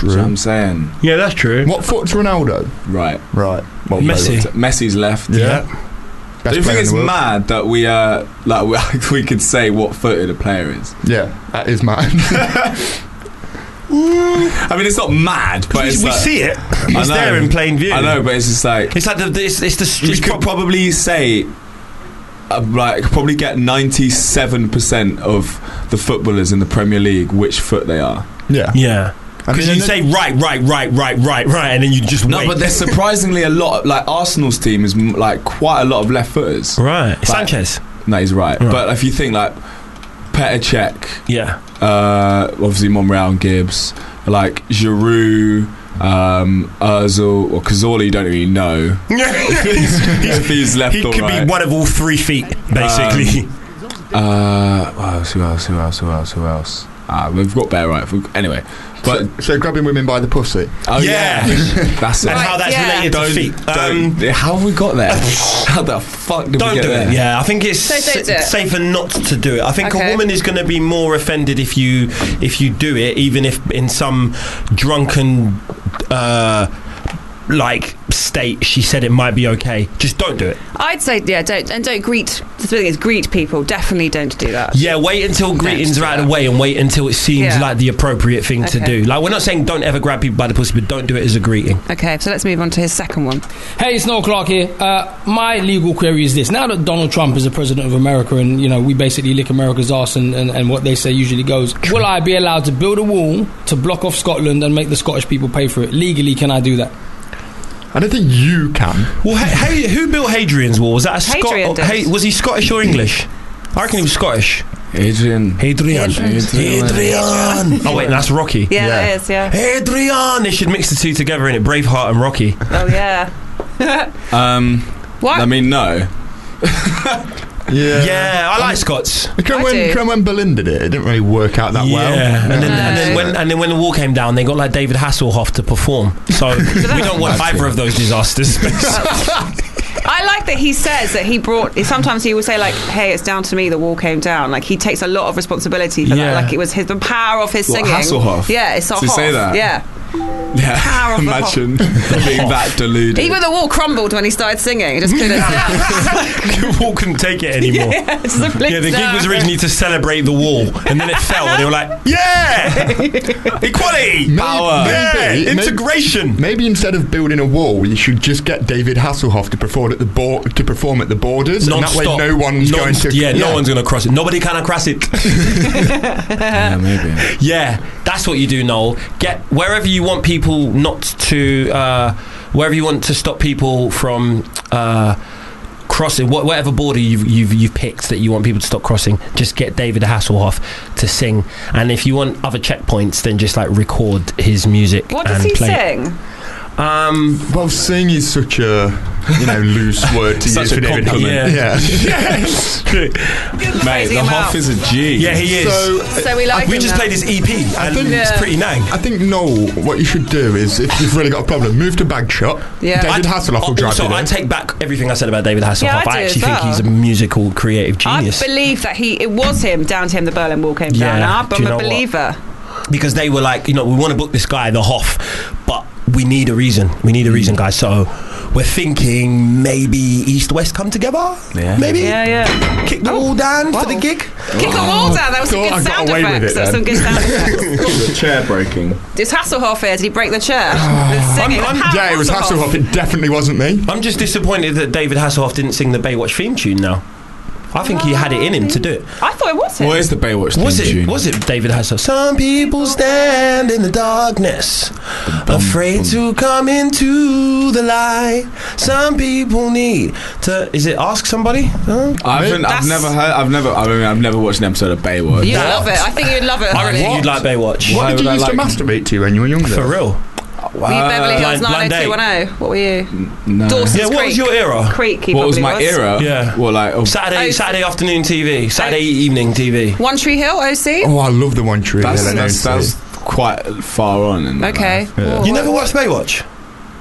Speaker 2: Do you know what I'm saying?
Speaker 3: yeah, that's true.
Speaker 4: What foot's Ronaldo?
Speaker 2: Right.
Speaker 4: Right. Well,
Speaker 3: Messi.
Speaker 2: So Messi's left.
Speaker 4: Yeah.
Speaker 2: Do you
Speaker 4: Best
Speaker 2: think
Speaker 4: player in
Speaker 2: it's
Speaker 4: the world.
Speaker 2: mad that we uh like we, [LAUGHS] we could say what footed a player is?
Speaker 4: Yeah, that is mad. [LAUGHS]
Speaker 2: I mean, it's not mad, but
Speaker 3: we
Speaker 2: it's
Speaker 3: we
Speaker 2: like,
Speaker 3: see it.
Speaker 2: I
Speaker 3: It's
Speaker 2: know.
Speaker 3: there in plain view.
Speaker 2: I know, but it's just like
Speaker 3: It's like the, it's, it's the
Speaker 2: we
Speaker 3: it's
Speaker 2: could
Speaker 3: pro-
Speaker 2: probably say uh, like probably get ninety seven percent of the footballers in the Premier League which foot they are.
Speaker 4: Yeah.
Speaker 6: Yeah.
Speaker 4: I
Speaker 6: Because
Speaker 4: mean, and
Speaker 6: you say right, right, right, right, right, right, and then you just
Speaker 2: No,
Speaker 6: wait.
Speaker 2: but there's surprisingly a lot. Like Arsenal's team is m- like quite a lot of left footers.
Speaker 6: right,
Speaker 2: Like-
Speaker 6: Sanchez.
Speaker 2: No, he's right.
Speaker 6: Right.
Speaker 2: But if you think like Petr Cech,
Speaker 3: [LAUGHS]
Speaker 6: Yeah,
Speaker 2: uh, obviously Monreal and Gibbs, like Giroud, um, Özil or Cazorla, you don't really
Speaker 6: [LAUGHS]
Speaker 2: know if he's left
Speaker 6: he
Speaker 2: or
Speaker 6: could
Speaker 2: right.
Speaker 6: be one of all three feet,
Speaker 3: [LAUGHS]
Speaker 6: basically.
Speaker 2: uh, who else? Who else? Who else? Who else? Who else? Ah, we've got Bear right. We've- Anyway, but
Speaker 4: So, so grabbing women by the pussy.
Speaker 2: oh yeah,
Speaker 6: Yeah. [LAUGHS] Um,
Speaker 2: that's it.
Speaker 6: and how that's
Speaker 5: yeah.
Speaker 6: related to feet.
Speaker 2: Don't- how have we got
Speaker 6: [LAUGHS]
Speaker 2: there? How the fuck did
Speaker 3: Um, Don't
Speaker 2: we get
Speaker 3: do
Speaker 2: there?
Speaker 3: it. Yeah, I think it's
Speaker 5: So don't do
Speaker 3: sa-
Speaker 5: it.
Speaker 3: safer not to do it. I think
Speaker 5: Okay.
Speaker 3: a woman is going to be more offended if you if you do it, even if in some drunken uh, like state she said it might be okay. Just don't do it.
Speaker 5: I'd say yeah, don't and don't greet. The thing is, greet people. Definitely don't do that.
Speaker 3: Yeah, wait until greetings
Speaker 5: do
Speaker 3: are out of
Speaker 5: that.
Speaker 3: the way and wait until it seems
Speaker 5: Yeah.
Speaker 3: like the appropriate thing to
Speaker 5: Okay.
Speaker 3: do. Like we're not saying don't ever grab people by the pussy, but don't do it as a greeting.
Speaker 5: Okay, so let's move on to his second one.
Speaker 16: Hey, it's Noel Clark here. Uh, my legal query is this: Now that Donald Trump is the president of America, and you know we basically lick America's ass, and, and, and what they say usually goes, will I be allowed to build a wall to block off Scotland and make the Scottish people pay for it? Legally, can I do that?
Speaker 4: I don't think you can.
Speaker 3: Well, hey, hey, who built Hadrian's Wall? Was that a
Speaker 5: Hadrian
Speaker 3: Scot? oh,
Speaker 5: did.
Speaker 3: Hey, was he Scottish or English? I reckon he was Scottish.
Speaker 2: Adrian.
Speaker 3: Hadrian. Hadrian. Oh wait, that's Rocky.
Speaker 5: Yeah,
Speaker 4: Yeah.
Speaker 5: that is. Yeah.
Speaker 3: Hadrian. They should mix the two together in it. Braveheart and Rocky.
Speaker 5: Oh yeah. [LAUGHS]
Speaker 2: Um,
Speaker 5: What?
Speaker 2: I mean, no. [LAUGHS]
Speaker 4: Yeah.
Speaker 3: Yeah, I like Scots.
Speaker 4: Because
Speaker 5: I
Speaker 4: when,
Speaker 5: do.
Speaker 4: because when Belinda did it, it didn't really work out that well.
Speaker 6: Yeah.
Speaker 3: And then,
Speaker 4: No.
Speaker 3: and, then when, and then when the wall came down, they got like David Hasselhoff to perform. So
Speaker 5: [LAUGHS]
Speaker 3: we don't want either of those disasters. [LAUGHS]
Speaker 5: I like that he says that he brought. Sometimes he will say like, "Hey, it's down to me. The wall came down." Like he takes a lot of responsibility for
Speaker 6: Yeah.
Speaker 5: that. Like it was his the power of his
Speaker 2: What,
Speaker 5: singing.
Speaker 2: Hasselhoff?
Speaker 5: Yeah, it's
Speaker 2: Does he say
Speaker 5: Hasselhoff.
Speaker 2: that?
Speaker 5: Yeah.
Speaker 2: Yeah,
Speaker 5: Power of the hot.
Speaker 2: imagine being that deluded.
Speaker 5: Even the wall crumbled when he started singing. It
Speaker 3: [LAUGHS]
Speaker 5: just [LAUGHS] couldn't.
Speaker 6: the wall couldn't take it anymore. Yeah,
Speaker 5: yeah, just a blink
Speaker 6: the gig
Speaker 5: down.
Speaker 6: was originally to celebrate the wall, and
Speaker 4: [LAUGHS]
Speaker 6: then it fell, and they were like, "Yeah, equality,
Speaker 4: Power.
Speaker 6: yeah,
Speaker 4: Maybe- maybe-
Speaker 6: integration."
Speaker 4: Maybe instead of building a wall, you should just get David Hasselhoff to perform at the bo- to perform at the borders, and that
Speaker 3: Non-stop.
Speaker 4: way no one's
Speaker 3: Non-
Speaker 4: going to
Speaker 3: Yeah, no one's going to cross it. Nobody can cross it.
Speaker 2: yeah,
Speaker 6: [LAUGHS]
Speaker 2: maybe.
Speaker 3: Yeah, that's what you do, Noel. Get wherever you want people not to, uh, wherever you want to stop people from uh, crossing, wh- whatever border you've, you've you've picked that you want people to stop crossing. Just get David Hasselhoff to sing, and if you want other checkpoints, then just like record his music.
Speaker 5: What does
Speaker 3: and
Speaker 5: he
Speaker 3: play. it.
Speaker 5: sing?
Speaker 3: Um,
Speaker 4: [LAUGHS] Well, sing is such a
Speaker 2: [LAUGHS]
Speaker 4: you know loose word to
Speaker 2: Such
Speaker 4: use
Speaker 2: a
Speaker 4: for David.
Speaker 2: compliment.
Speaker 4: [LAUGHS] Yeah.
Speaker 3: [LAUGHS]
Speaker 2: Mate, the
Speaker 5: him
Speaker 2: Hoff
Speaker 5: out.
Speaker 2: is a G.
Speaker 6: Yeah, he is.
Speaker 4: So
Speaker 5: So we like.
Speaker 6: we
Speaker 5: him
Speaker 6: just
Speaker 5: now.
Speaker 6: played his
Speaker 3: E
Speaker 6: EP, and
Speaker 4: think-
Speaker 6: it's pretty nang.
Speaker 4: I think Noel, what you should do is if you've really got a problem, move to Bagshot.
Speaker 5: Yeah.
Speaker 4: David Hasselhoff
Speaker 2: oh,
Speaker 4: will drive eh?
Speaker 3: also,
Speaker 4: you
Speaker 3: Oh, I
Speaker 4: there.
Speaker 3: take back everything I said about David Hasselhoff.
Speaker 5: Yeah, I do
Speaker 3: I,
Speaker 5: as
Speaker 3: actually think
Speaker 5: well.
Speaker 3: he's a musical creative genius.
Speaker 5: I believe that he it was him down to him the Berlin Wall came
Speaker 3: Yeah,
Speaker 5: down. Ah,
Speaker 3: do
Speaker 5: I'm
Speaker 3: you know
Speaker 5: a
Speaker 3: what?
Speaker 5: believer.
Speaker 3: because they were like, you know, we want to book this guy, the Hoff, but we need a reason. We need a reason, guys. So we're thinking maybe East West come together.
Speaker 2: Yeah.
Speaker 3: Maybe
Speaker 5: Yeah, yeah.
Speaker 3: kick the wall down for the gig.
Speaker 5: Kick the wall down. That was some
Speaker 4: God, I
Speaker 5: good
Speaker 4: got
Speaker 5: sound
Speaker 4: away with
Speaker 5: effects.
Speaker 4: it
Speaker 5: That was some
Speaker 4: then.
Speaker 5: good sound effects.
Speaker 2: The chair breaking.
Speaker 5: Is Hasselhoff here? Did he break the chair? The singing, the power
Speaker 4: yeah, it was Hasselhoff. It definitely wasn't me.
Speaker 3: I'm just disappointed that David Hasselhoff didn't sing the Baywatch theme tune. Now, I think he had it in him to do it.
Speaker 5: I thought it was him.
Speaker 2: What is the Baywatch theme
Speaker 3: Was it?
Speaker 2: tune?
Speaker 3: Was it David Hasselhoff? Some people stand in the darkness, afraid to come into the light. Some people need to. Is it ask somebody? Huh?
Speaker 2: I haven't. I've
Speaker 5: That's-
Speaker 2: never heard. I've never. I mean, I've never watched an episode of Baywatch.
Speaker 5: You'd love it. I think you'd love it.
Speaker 3: I reckon
Speaker 5: Harley.
Speaker 3: you'd like Baywatch.
Speaker 4: What
Speaker 2: Why
Speaker 4: did
Speaker 2: would
Speaker 4: you
Speaker 2: I
Speaker 4: used to
Speaker 2: like-
Speaker 4: masturbate to when you were younger?
Speaker 3: For real.
Speaker 2: Uh,
Speaker 5: Were you Beverly Hills
Speaker 3: Blind- Blind Date.
Speaker 5: 90210? oh. What were you?
Speaker 2: No.
Speaker 5: Dawson's
Speaker 3: Yeah, what
Speaker 5: Creek.
Speaker 3: was your era?
Speaker 5: Creek, he
Speaker 2: What was
Speaker 5: probably
Speaker 2: my era?
Speaker 6: Yeah.
Speaker 2: Well, like oh,
Speaker 3: Saturday,
Speaker 5: Oh,
Speaker 3: Saturday afternoon TV, Saturday evening TV.
Speaker 5: One Tree Hill, OC?
Speaker 4: Oh, I love the one tree.
Speaker 2: that's,
Speaker 4: Hill, I know,
Speaker 2: that's,
Speaker 4: so-
Speaker 2: that's quite far on. In my
Speaker 5: Okay.
Speaker 2: life.
Speaker 4: Yeah.
Speaker 5: Well,
Speaker 3: You never watched Baywatch?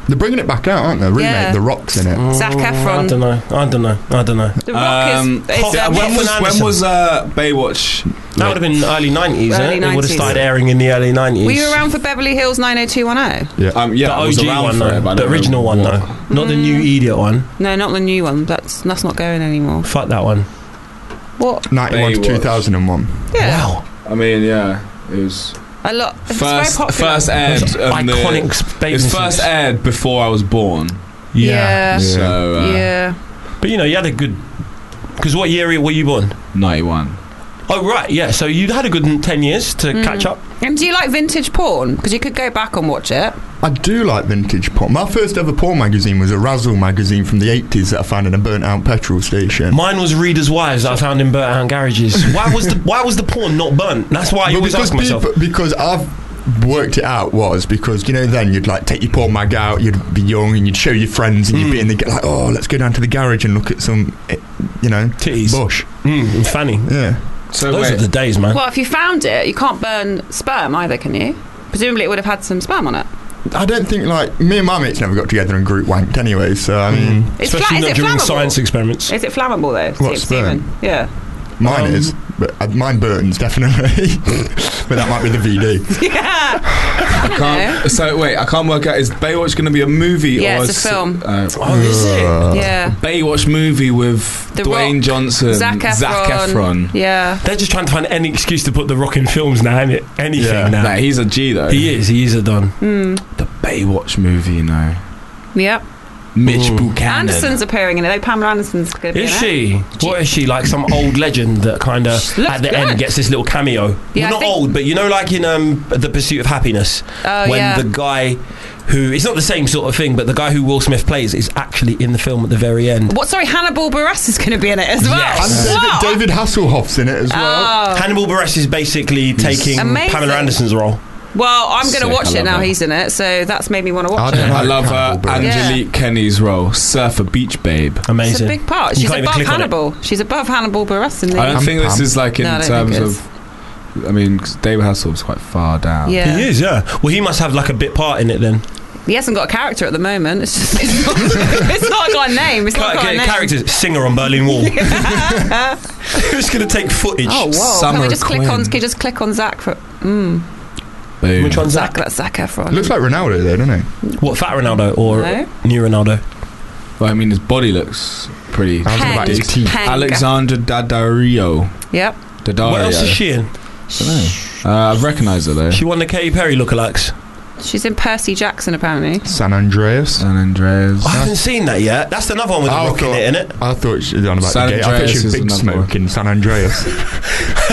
Speaker 4: They're bringing it back out, aren't they? Remake.
Speaker 5: Yeah.
Speaker 4: The rocks in it.
Speaker 5: Zac
Speaker 6: I don't
Speaker 5: Efron.
Speaker 6: know. I don't know. I don't know.
Speaker 5: The Rock is...
Speaker 2: Um,
Speaker 5: it's,
Speaker 3: Hoff-
Speaker 5: um,
Speaker 3: Um, when
Speaker 2: When
Speaker 5: it's-
Speaker 2: was, when
Speaker 3: Anderson.
Speaker 2: was uh, Baywatch?
Speaker 3: That would have been early 90s, eh?
Speaker 5: Early
Speaker 3: It would have
Speaker 5: 90s.
Speaker 3: started airing in the early 90s.
Speaker 5: Were you around for Beverly Hills 90210?
Speaker 2: Um, yeah,
Speaker 3: The
Speaker 2: I was
Speaker 3: OG
Speaker 2: around
Speaker 3: one,
Speaker 2: for it,
Speaker 3: though.
Speaker 2: but I
Speaker 6: The
Speaker 2: don't
Speaker 6: original
Speaker 2: know
Speaker 6: one,
Speaker 2: what- Mm.
Speaker 6: though. Not the new idiot one.
Speaker 5: No, not the new one. That's that's not going anymore.
Speaker 6: Fuck that one.
Speaker 5: What?
Speaker 4: 91 to
Speaker 2: Baywatch.
Speaker 4: 2001.
Speaker 5: Yeah.
Speaker 6: Wow.
Speaker 2: I mean, yeah, it was
Speaker 5: A lot. It's
Speaker 2: first
Speaker 5: very popular.
Speaker 2: first aired.
Speaker 6: Those
Speaker 2: on the-
Speaker 6: iconic
Speaker 2: It
Speaker 6: spaces.
Speaker 2: was first aired before I was born.
Speaker 5: Yeah.
Speaker 2: So uh,
Speaker 5: Yeah.
Speaker 6: But you know, you had a good
Speaker 17: Because what year were you born?
Speaker 2: 91.
Speaker 17: Oh, right, yeah. So you'd had a good 10 years to
Speaker 2: Mm.
Speaker 17: catch up.
Speaker 5: And do you like vintage porn? Because you could go back and watch it.
Speaker 4: I do like vintage porn. My first ever porn magazine was a Razzle magazine from the 80s that I found in a burnt out petrol station.
Speaker 17: Mine was Reader's Wives that I found in burnt down garages.
Speaker 4: [LAUGHS]
Speaker 18: Why was the why was the porn not burnt?
Speaker 17: That's why I
Speaker 4: But
Speaker 17: always
Speaker 4: because,
Speaker 17: ask myself.
Speaker 4: people- because I've worked it out was because you know then you'd like take your porn mag out you'd be young and you'd show your friends and you'd
Speaker 17: Hmm.
Speaker 4: be in the ga- like oh let's go down to the garage and look at some eh, you know
Speaker 17: Titties.
Speaker 4: bush
Speaker 17: Mm, and Fanny.
Speaker 4: yeah
Speaker 2: So
Speaker 17: Those are
Speaker 2: wait,
Speaker 17: the days, man.
Speaker 5: Well, if you found it, you can't burn sperm either, can you? Presumably, it would have had some sperm on it.
Speaker 4: I don't think like me and my mates never got together and group wanked anyway so I mean
Speaker 5: It's
Speaker 17: Especially
Speaker 5: fla- is
Speaker 17: not
Speaker 5: it
Speaker 17: during
Speaker 5: flammable?
Speaker 17: science experiments.
Speaker 5: Is it flammable though?
Speaker 4: What, sperm?
Speaker 5: Stephen? Yeah. [LAUGHS]
Speaker 4: mine
Speaker 17: Um,
Speaker 4: is but uh, mine
Speaker 17: [LAUGHS]
Speaker 4: burns [LAUGHS] definitely but that might be the VD
Speaker 5: yeah.
Speaker 2: I can't. So wait, I can't work out. Is Baywatch going to be a movie?
Speaker 5: Yeah,
Speaker 2: or
Speaker 5: it's
Speaker 2: s-
Speaker 5: a film.
Speaker 2: Uh,
Speaker 17: Oh, is it?
Speaker 5: yeah.
Speaker 2: Baywatch movie with
Speaker 5: The
Speaker 2: Dwayne
Speaker 5: Rock,
Speaker 2: Johnson,
Speaker 5: Zac Efron.
Speaker 2: Zac Efron.
Speaker 5: Yeah.
Speaker 3: They're just trying to find any excuse to put The Rock in films now, innit? Anything
Speaker 4: Yeah.
Speaker 3: now.
Speaker 2: Nah, he's a G though.
Speaker 3: He is, he is a Don.
Speaker 2: The Baywatch movie, you know.
Speaker 5: Yep.
Speaker 2: Mitch Buchanan.
Speaker 5: Anderson's appearing in it. Pamela Anderson's going to be
Speaker 3: Is
Speaker 5: in it.
Speaker 3: she? What is she? Like some old legend that kind of
Speaker 5: looks
Speaker 3: at the
Speaker 5: good.
Speaker 3: end gets this little cameo.
Speaker 5: Yeah,
Speaker 17: well,
Speaker 5: I
Speaker 17: not
Speaker 5: think-
Speaker 17: old, but you know, like in um, The Pursuit of Happiness,
Speaker 5: Oh,
Speaker 17: when
Speaker 5: yeah.
Speaker 17: the guy who it's not the same sort of thing, but the guy who Will Smith plays is actually in the film at the very end.
Speaker 5: What? Sorry, Hannibal Buress is going to be in it as well.
Speaker 4: and
Speaker 17: Yes.
Speaker 5: Wow.
Speaker 4: David, David Hasselhoff's in it as well
Speaker 5: Oh.
Speaker 17: Hannibal Buress is basically taking
Speaker 5: Amazing.
Speaker 17: Pamela Anderson's role.
Speaker 5: Well, I'm going
Speaker 2: Sick,
Speaker 5: to watch
Speaker 2: I
Speaker 5: it
Speaker 2: love
Speaker 5: now.
Speaker 2: that.
Speaker 5: He's in it, so that's made me want to watch
Speaker 4: I don't
Speaker 5: it.
Speaker 4: know.
Speaker 2: I love uh,
Speaker 4: Hannibal Buress.
Speaker 2: Angelique Kenny's role, Surfer Beach Babe.
Speaker 5: It's a
Speaker 3: Amazing.
Speaker 5: big part.
Speaker 3: You
Speaker 5: She's
Speaker 3: can't even
Speaker 5: above
Speaker 3: click on it.
Speaker 5: Hannibal. She's above Hannibal Buress in the.
Speaker 2: I don't
Speaker 4: Um,
Speaker 2: think this
Speaker 4: Pam.
Speaker 2: is like in
Speaker 5: No, I don't
Speaker 2: terms
Speaker 5: think it
Speaker 2: of. I mean, 'cause David Hasselhoff's quite far down.
Speaker 5: yeah.
Speaker 17: He is, yeah. Well, he must have like a bit part in it then.
Speaker 5: He hasn't got a character at the moment. [LAUGHS] It's just it's not, it's not got a name. It's not got a
Speaker 17: Okay,
Speaker 5: name.
Speaker 17: characters, singer on Berlin
Speaker 5: [LAUGHS]
Speaker 17: Wall. [LAUGHS] Who's going to take footage?
Speaker 5: Oh whoa! can
Speaker 2: Summer
Speaker 5: we just click
Speaker 2: Quinn.
Speaker 5: on? Can you just click on Zach? For, mm,
Speaker 2: Boom.
Speaker 17: Which one's
Speaker 5: Zach,
Speaker 17: that?
Speaker 5: that's Zach Efron.
Speaker 4: looks like Ronaldo though doesn't he
Speaker 17: What, Fat Ronaldo or
Speaker 5: No.
Speaker 17: New Ronaldo?
Speaker 2: Well, I mean, his body looks pretty.
Speaker 4: I was
Speaker 5: Hank.
Speaker 4: about his teeth
Speaker 5: Hank.
Speaker 2: Alexandra Daddario.
Speaker 5: Yep.
Speaker 2: Daddario.
Speaker 17: what else is she in?
Speaker 2: Uh, I recognise her though.
Speaker 17: She won the Katy Perry lookalikes.
Speaker 5: She's in Percy Jackson apparently.
Speaker 4: San Andreas
Speaker 2: San Andreas.
Speaker 17: I haven't seen that yet. That's another one with
Speaker 5: Oh,
Speaker 17: the
Speaker 4: I
Speaker 17: rock in
Speaker 4: thought-
Speaker 17: it, isn't it?
Speaker 4: I thought she was on about
Speaker 2: San
Speaker 4: the gay. I thought
Speaker 2: Andreas
Speaker 4: she was
Speaker 2: is
Speaker 4: big
Speaker 2: another
Speaker 4: smoke
Speaker 2: one.
Speaker 4: in San Andreas. Do
Speaker 17: [LAUGHS]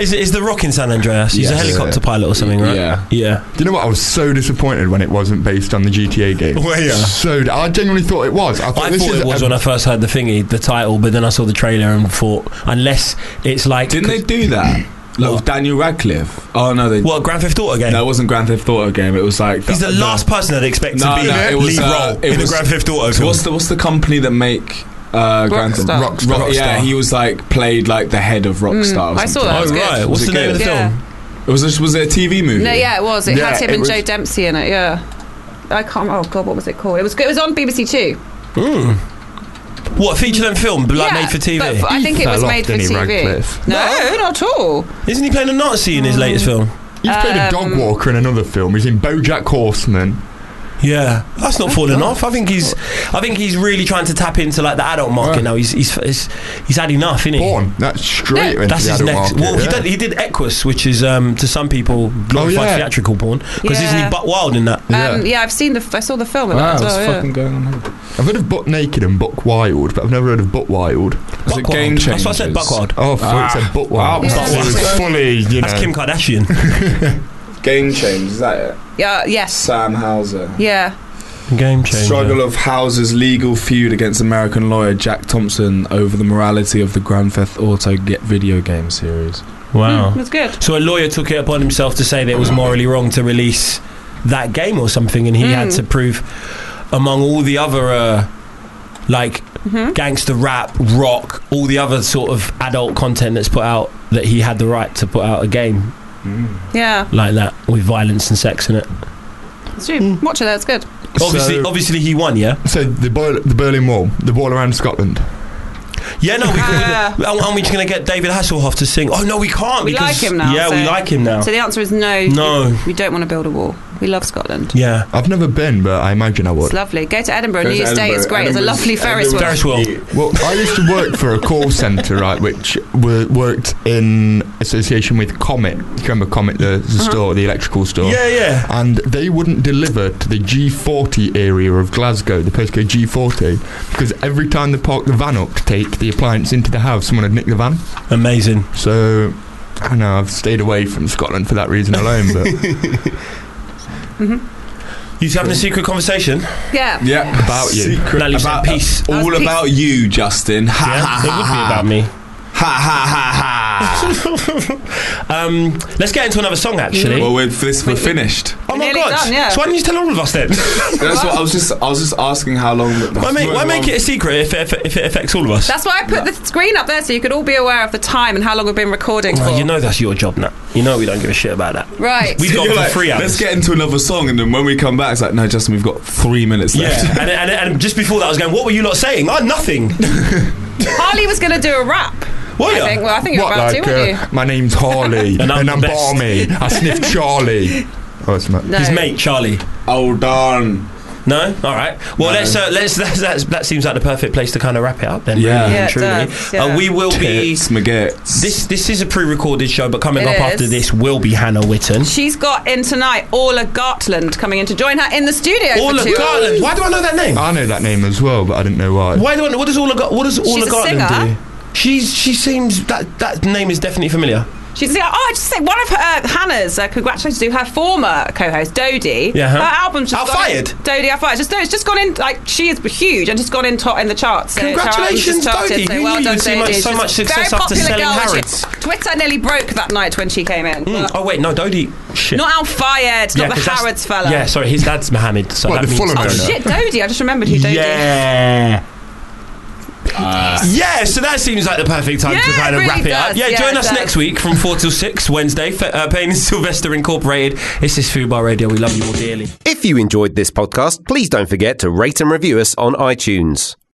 Speaker 17: is, it, is the Rock in San Andreas? He's a
Speaker 2: Yes.
Speaker 17: helicopter pilot or something, right?
Speaker 2: Yeah.
Speaker 17: Yeah.
Speaker 4: you know what? I was so disappointed when it wasn't based on the GTA game.
Speaker 17: Were ya?
Speaker 4: So d- I genuinely thought it was. I thought
Speaker 3: I
Speaker 4: this
Speaker 3: thought
Speaker 4: is
Speaker 3: it was
Speaker 4: a-
Speaker 3: when I first heard the thingy, the title, but then I saw the trailer and thought, unless it's like.
Speaker 2: Didn't they do that? Like with Daniel Radcliffe. Oh no, they.
Speaker 3: What, Grand Theft Auto game?
Speaker 2: No, it wasn't Grand Theft Auto game. It was like.
Speaker 3: He's the
Speaker 2: no.
Speaker 3: last person I'd expect
Speaker 2: No,
Speaker 3: to be
Speaker 2: no, it was,
Speaker 3: lead
Speaker 2: uh,
Speaker 3: role
Speaker 2: it
Speaker 3: in a
Speaker 2: was-
Speaker 3: Grand Theft Auto
Speaker 2: So
Speaker 3: film.
Speaker 2: what's the what's the company that make uh, Grand Theft
Speaker 5: Rockstar.
Speaker 2: Rock- Yeah,
Speaker 3: Rockstar.
Speaker 2: he was like played like the head of Rockstar. or
Speaker 5: Mm, I saw
Speaker 2: something.
Speaker 5: that.
Speaker 3: oh,
Speaker 5: was good.
Speaker 3: right.
Speaker 2: Was
Speaker 3: What's
Speaker 2: it
Speaker 3: the name of the
Speaker 5: good? Yeah.
Speaker 3: film?
Speaker 2: It was this was it a TV movie?
Speaker 5: No, yeah, it was. It
Speaker 4: Yeah,
Speaker 5: had him
Speaker 4: it
Speaker 5: and
Speaker 4: was-
Speaker 5: Joe Dempsey in it. Yeah. I can't. Oh god, what was it called? It was. good. It was on BBC Two.
Speaker 3: What, feature length film, but like
Speaker 5: yeah,
Speaker 3: made for TV?
Speaker 5: But I think it
Speaker 4: fell
Speaker 5: was
Speaker 4: off,
Speaker 5: made for
Speaker 4: didn't he,
Speaker 5: TV.
Speaker 4: Radcliffe?
Speaker 5: No, not at all. Um,
Speaker 3: Isn't he playing a Nazi in
Speaker 5: Mm.
Speaker 3: his latest film?
Speaker 4: He's played a dog walker in another film. He's in BoJack Horseman.
Speaker 3: Yeah, that's not falling off. I think he's, I think he's really trying to tap into like the adult market now. He's he's he's, he's had enough, innit?
Speaker 4: Porn. That's straight into
Speaker 3: That's
Speaker 4: the
Speaker 3: his
Speaker 4: adult
Speaker 3: next.
Speaker 4: market,
Speaker 3: well, he
Speaker 4: yeah.
Speaker 3: did he did Equus, which is um, to some people
Speaker 2: Oh,
Speaker 3: glorified
Speaker 4: yeah.
Speaker 3: theatrical porn because isn't
Speaker 5: Yeah.
Speaker 3: he butt wild in that?
Speaker 4: Yeah.
Speaker 5: Um, yeah, I've seen the. I saw the film in
Speaker 2: Wow,
Speaker 5: that as
Speaker 2: what's
Speaker 5: well. Yeah.
Speaker 2: fucking going on here?
Speaker 4: I've heard of Buck Naked and Buck Wild, but I've never heard of Butt Wild.
Speaker 2: Was it
Speaker 3: Buckwild.
Speaker 2: Game
Speaker 3: That's what I said.
Speaker 2: Changers?
Speaker 3: Buck wild.
Speaker 4: Oh, fuck, it's a Butt Wild.
Speaker 2: wow.
Speaker 4: So it was
Speaker 3: Buck Wild.
Speaker 4: fully, you know.
Speaker 3: That's Kim Kardashian.
Speaker 2: Game Change, is that it?
Speaker 5: yeah. Yes.
Speaker 2: Sam Hauser.
Speaker 5: Yeah.
Speaker 3: [LAUGHS] Game changer.
Speaker 2: Struggle of Hauser's legal feud against American lawyer Jack Thompson over the morality of the Grand Theft Auto get video game series.
Speaker 3: Wow.
Speaker 5: It was good.
Speaker 3: [LAUGHS] So a lawyer took it upon himself to say that it was morally wrong to release that game or something, and he had
Speaker 5: Mm.
Speaker 3: to prove, among all the other, uh, like
Speaker 5: Mm-hmm.
Speaker 3: gangster rap, rock, all the other sort of adult content that's put out, that he had the right to put out a game
Speaker 5: Yeah.
Speaker 3: like that with violence and sex in it.
Speaker 5: It's true. Watch it. That's good.
Speaker 3: Obviously,
Speaker 4: So-
Speaker 3: obviously he won, yeah.
Speaker 4: So the, Berl- the Berlin Wall, the wall around Scotland.
Speaker 3: Yeah,
Speaker 5: [LAUGHS]
Speaker 3: no, we
Speaker 5: Ah.
Speaker 3: could. Aren't we going to get David Hasselhoff to sing? Oh no, we can't.
Speaker 5: We
Speaker 3: because,
Speaker 5: like him now,
Speaker 3: Yeah,
Speaker 5: so-
Speaker 3: we like him now.
Speaker 5: So the answer is no.
Speaker 3: No.
Speaker 5: We don't want to build a wall. We love Scotland.
Speaker 3: yeah.
Speaker 4: I've never been, but I imagine I would.
Speaker 5: It's lovely. Go to Edinburgh.
Speaker 2: Go
Speaker 5: New
Speaker 2: to
Speaker 5: Year's Day is
Speaker 2: Edinburgh.
Speaker 5: great. It's a
Speaker 2: Edinburgh's-
Speaker 5: lovely Ferris wheel.
Speaker 3: Ferris wheel.
Speaker 4: Well, I used to work for a call centre, right, which were, worked in association with Comet. You remember Comet, the, the store, the electrical store?
Speaker 3: Yeah, yeah.
Speaker 4: And they wouldn't deliver to the G40 area of Glasgow, the postcode G40, because every time they parked the van up to take moved the appliance into the house. Someone had nicked the van.
Speaker 3: Amazing.
Speaker 4: So I don't know I've stayed away from Scotland for that reason alone. But
Speaker 19: You having a secret conversation?
Speaker 5: Yeah.
Speaker 2: Yep.
Speaker 4: about you,
Speaker 3: That leaves
Speaker 2: About
Speaker 3: that peace.
Speaker 5: I
Speaker 2: All
Speaker 5: was
Speaker 2: about you, Justin. Ha
Speaker 3: Yeah,
Speaker 2: ha
Speaker 3: it would be
Speaker 2: ha
Speaker 3: about me.
Speaker 2: ha ha ha
Speaker 3: [LAUGHS] um, let's get into another song,
Speaker 2: ha.
Speaker 3: actually.
Speaker 2: Well, we're, this, we're finished.
Speaker 3: oh my
Speaker 5: nearly
Speaker 3: god!
Speaker 5: done, yeah.
Speaker 3: So why didn't you tell all of us [LAUGHS] then?
Speaker 2: That's what I was just. I was just asking how long.
Speaker 3: why make, why make it a secret if it, if it affects all of us?
Speaker 5: That's why I put the screen up there so you could all be aware of the time and how long we've been recording for.
Speaker 3: Well, you know that's your job, Nat. You know we don't give a shit about that.
Speaker 5: right.
Speaker 3: We've
Speaker 2: [LAUGHS]
Speaker 3: gone
Speaker 2: You're
Speaker 3: for
Speaker 2: like,
Speaker 3: three hours.
Speaker 2: Let's get into another song, and then when we come back, it's like, no, Justin, we've got three minutes
Speaker 3: yeah,
Speaker 2: left.
Speaker 3: [LAUGHS] and, and, and just before that, I was going, "What were you lot saying?" Oh, nothing. [LAUGHS]
Speaker 5: Harley was going to do a rap.
Speaker 3: Were
Speaker 5: I
Speaker 3: ya?
Speaker 5: think. Well, I think you're about to, weren't you?
Speaker 4: uh, my name's Harley
Speaker 3: And
Speaker 4: and
Speaker 3: I'm
Speaker 4: I'm,
Speaker 3: the best.
Speaker 4: balmy. I sniff Charlie. Oh, it's not.
Speaker 5: No.
Speaker 3: His mate Charlie.
Speaker 2: [LAUGHS] Oh darn!
Speaker 3: No, all right. Well, let's uh, let's [LAUGHS] that's, that's, that seems like the perfect place to kind of wrap it up then.
Speaker 2: Yeah.
Speaker 3: really,
Speaker 5: Yeah, it
Speaker 3: truly.
Speaker 5: does, yeah.
Speaker 3: Uh, we will be
Speaker 2: Tits, maggots.
Speaker 3: this. This is a pre-recorded show, but coming
Speaker 5: It
Speaker 3: up
Speaker 5: is.
Speaker 3: after this will be Hannah Witten.
Speaker 5: She's got in tonight Orla Gartland coming in to join her in the studio. for
Speaker 3: Orla
Speaker 5: two
Speaker 3: Gartland. Why do I know that name?
Speaker 4: I know that name as well, but I didn't know why.
Speaker 3: Why do I? know- What does Orla? Gar- What does Orla
Speaker 5: a
Speaker 3: Gartland
Speaker 5: singer.
Speaker 3: do? She's she seems that that name is definitely familiar.
Speaker 5: She's like, oh, I just think one of her uh, Hannah's uh, congratulations to her former co-host Dodie.
Speaker 3: Yeah, huh?
Speaker 5: her album's just
Speaker 3: Out
Speaker 5: gone
Speaker 3: fired?
Speaker 5: In, Dodie, out fired. Just no, it's just gone in. Like she is huge and just gone in top in the charts. So her album's just
Speaker 3: Congratulations,
Speaker 5: charted,
Speaker 3: Dodie.
Speaker 5: So
Speaker 3: You
Speaker 5: well
Speaker 3: knew
Speaker 5: done,
Speaker 3: you'd see much-
Speaker 5: Dodie.
Speaker 3: so
Speaker 5: She's
Speaker 3: much
Speaker 5: a
Speaker 3: success
Speaker 5: very
Speaker 3: after
Speaker 5: popular
Speaker 3: selling
Speaker 5: girl. and she-
Speaker 3: Harrods.
Speaker 5: Twitter nearly broke that night when she came in.
Speaker 3: Mm. Oh wait, no, Dodie. Shit.
Speaker 5: Not out fired.
Speaker 3: Yeah,
Speaker 5: Not
Speaker 3: 'cause
Speaker 5: the
Speaker 3: that's-
Speaker 5: Harrods fella.
Speaker 3: Yeah, sorry, his dad's Mohammed. So
Speaker 4: What,
Speaker 3: that
Speaker 4: the
Speaker 3: means
Speaker 4: Fulham
Speaker 5: Oh
Speaker 4: owner?
Speaker 5: shit, Dodie. I just remembered who Dodie is.
Speaker 3: Yeah. yeah, so that seems like the perfect time to
Speaker 5: Yeah,
Speaker 3: kind of
Speaker 5: it really
Speaker 3: wrap it up.
Speaker 5: does.
Speaker 3: Yeah,
Speaker 5: Yeah,
Speaker 3: join
Speaker 5: it
Speaker 3: us
Speaker 5: does.
Speaker 3: next week from 4 till 6, Wednesday, Fe- uh, Payne and Sylvester Incorporated. This is Food Bar Radio. We love you all dearly.
Speaker 1: If you enjoyed this podcast, please don't forget to rate and review us on iTunes.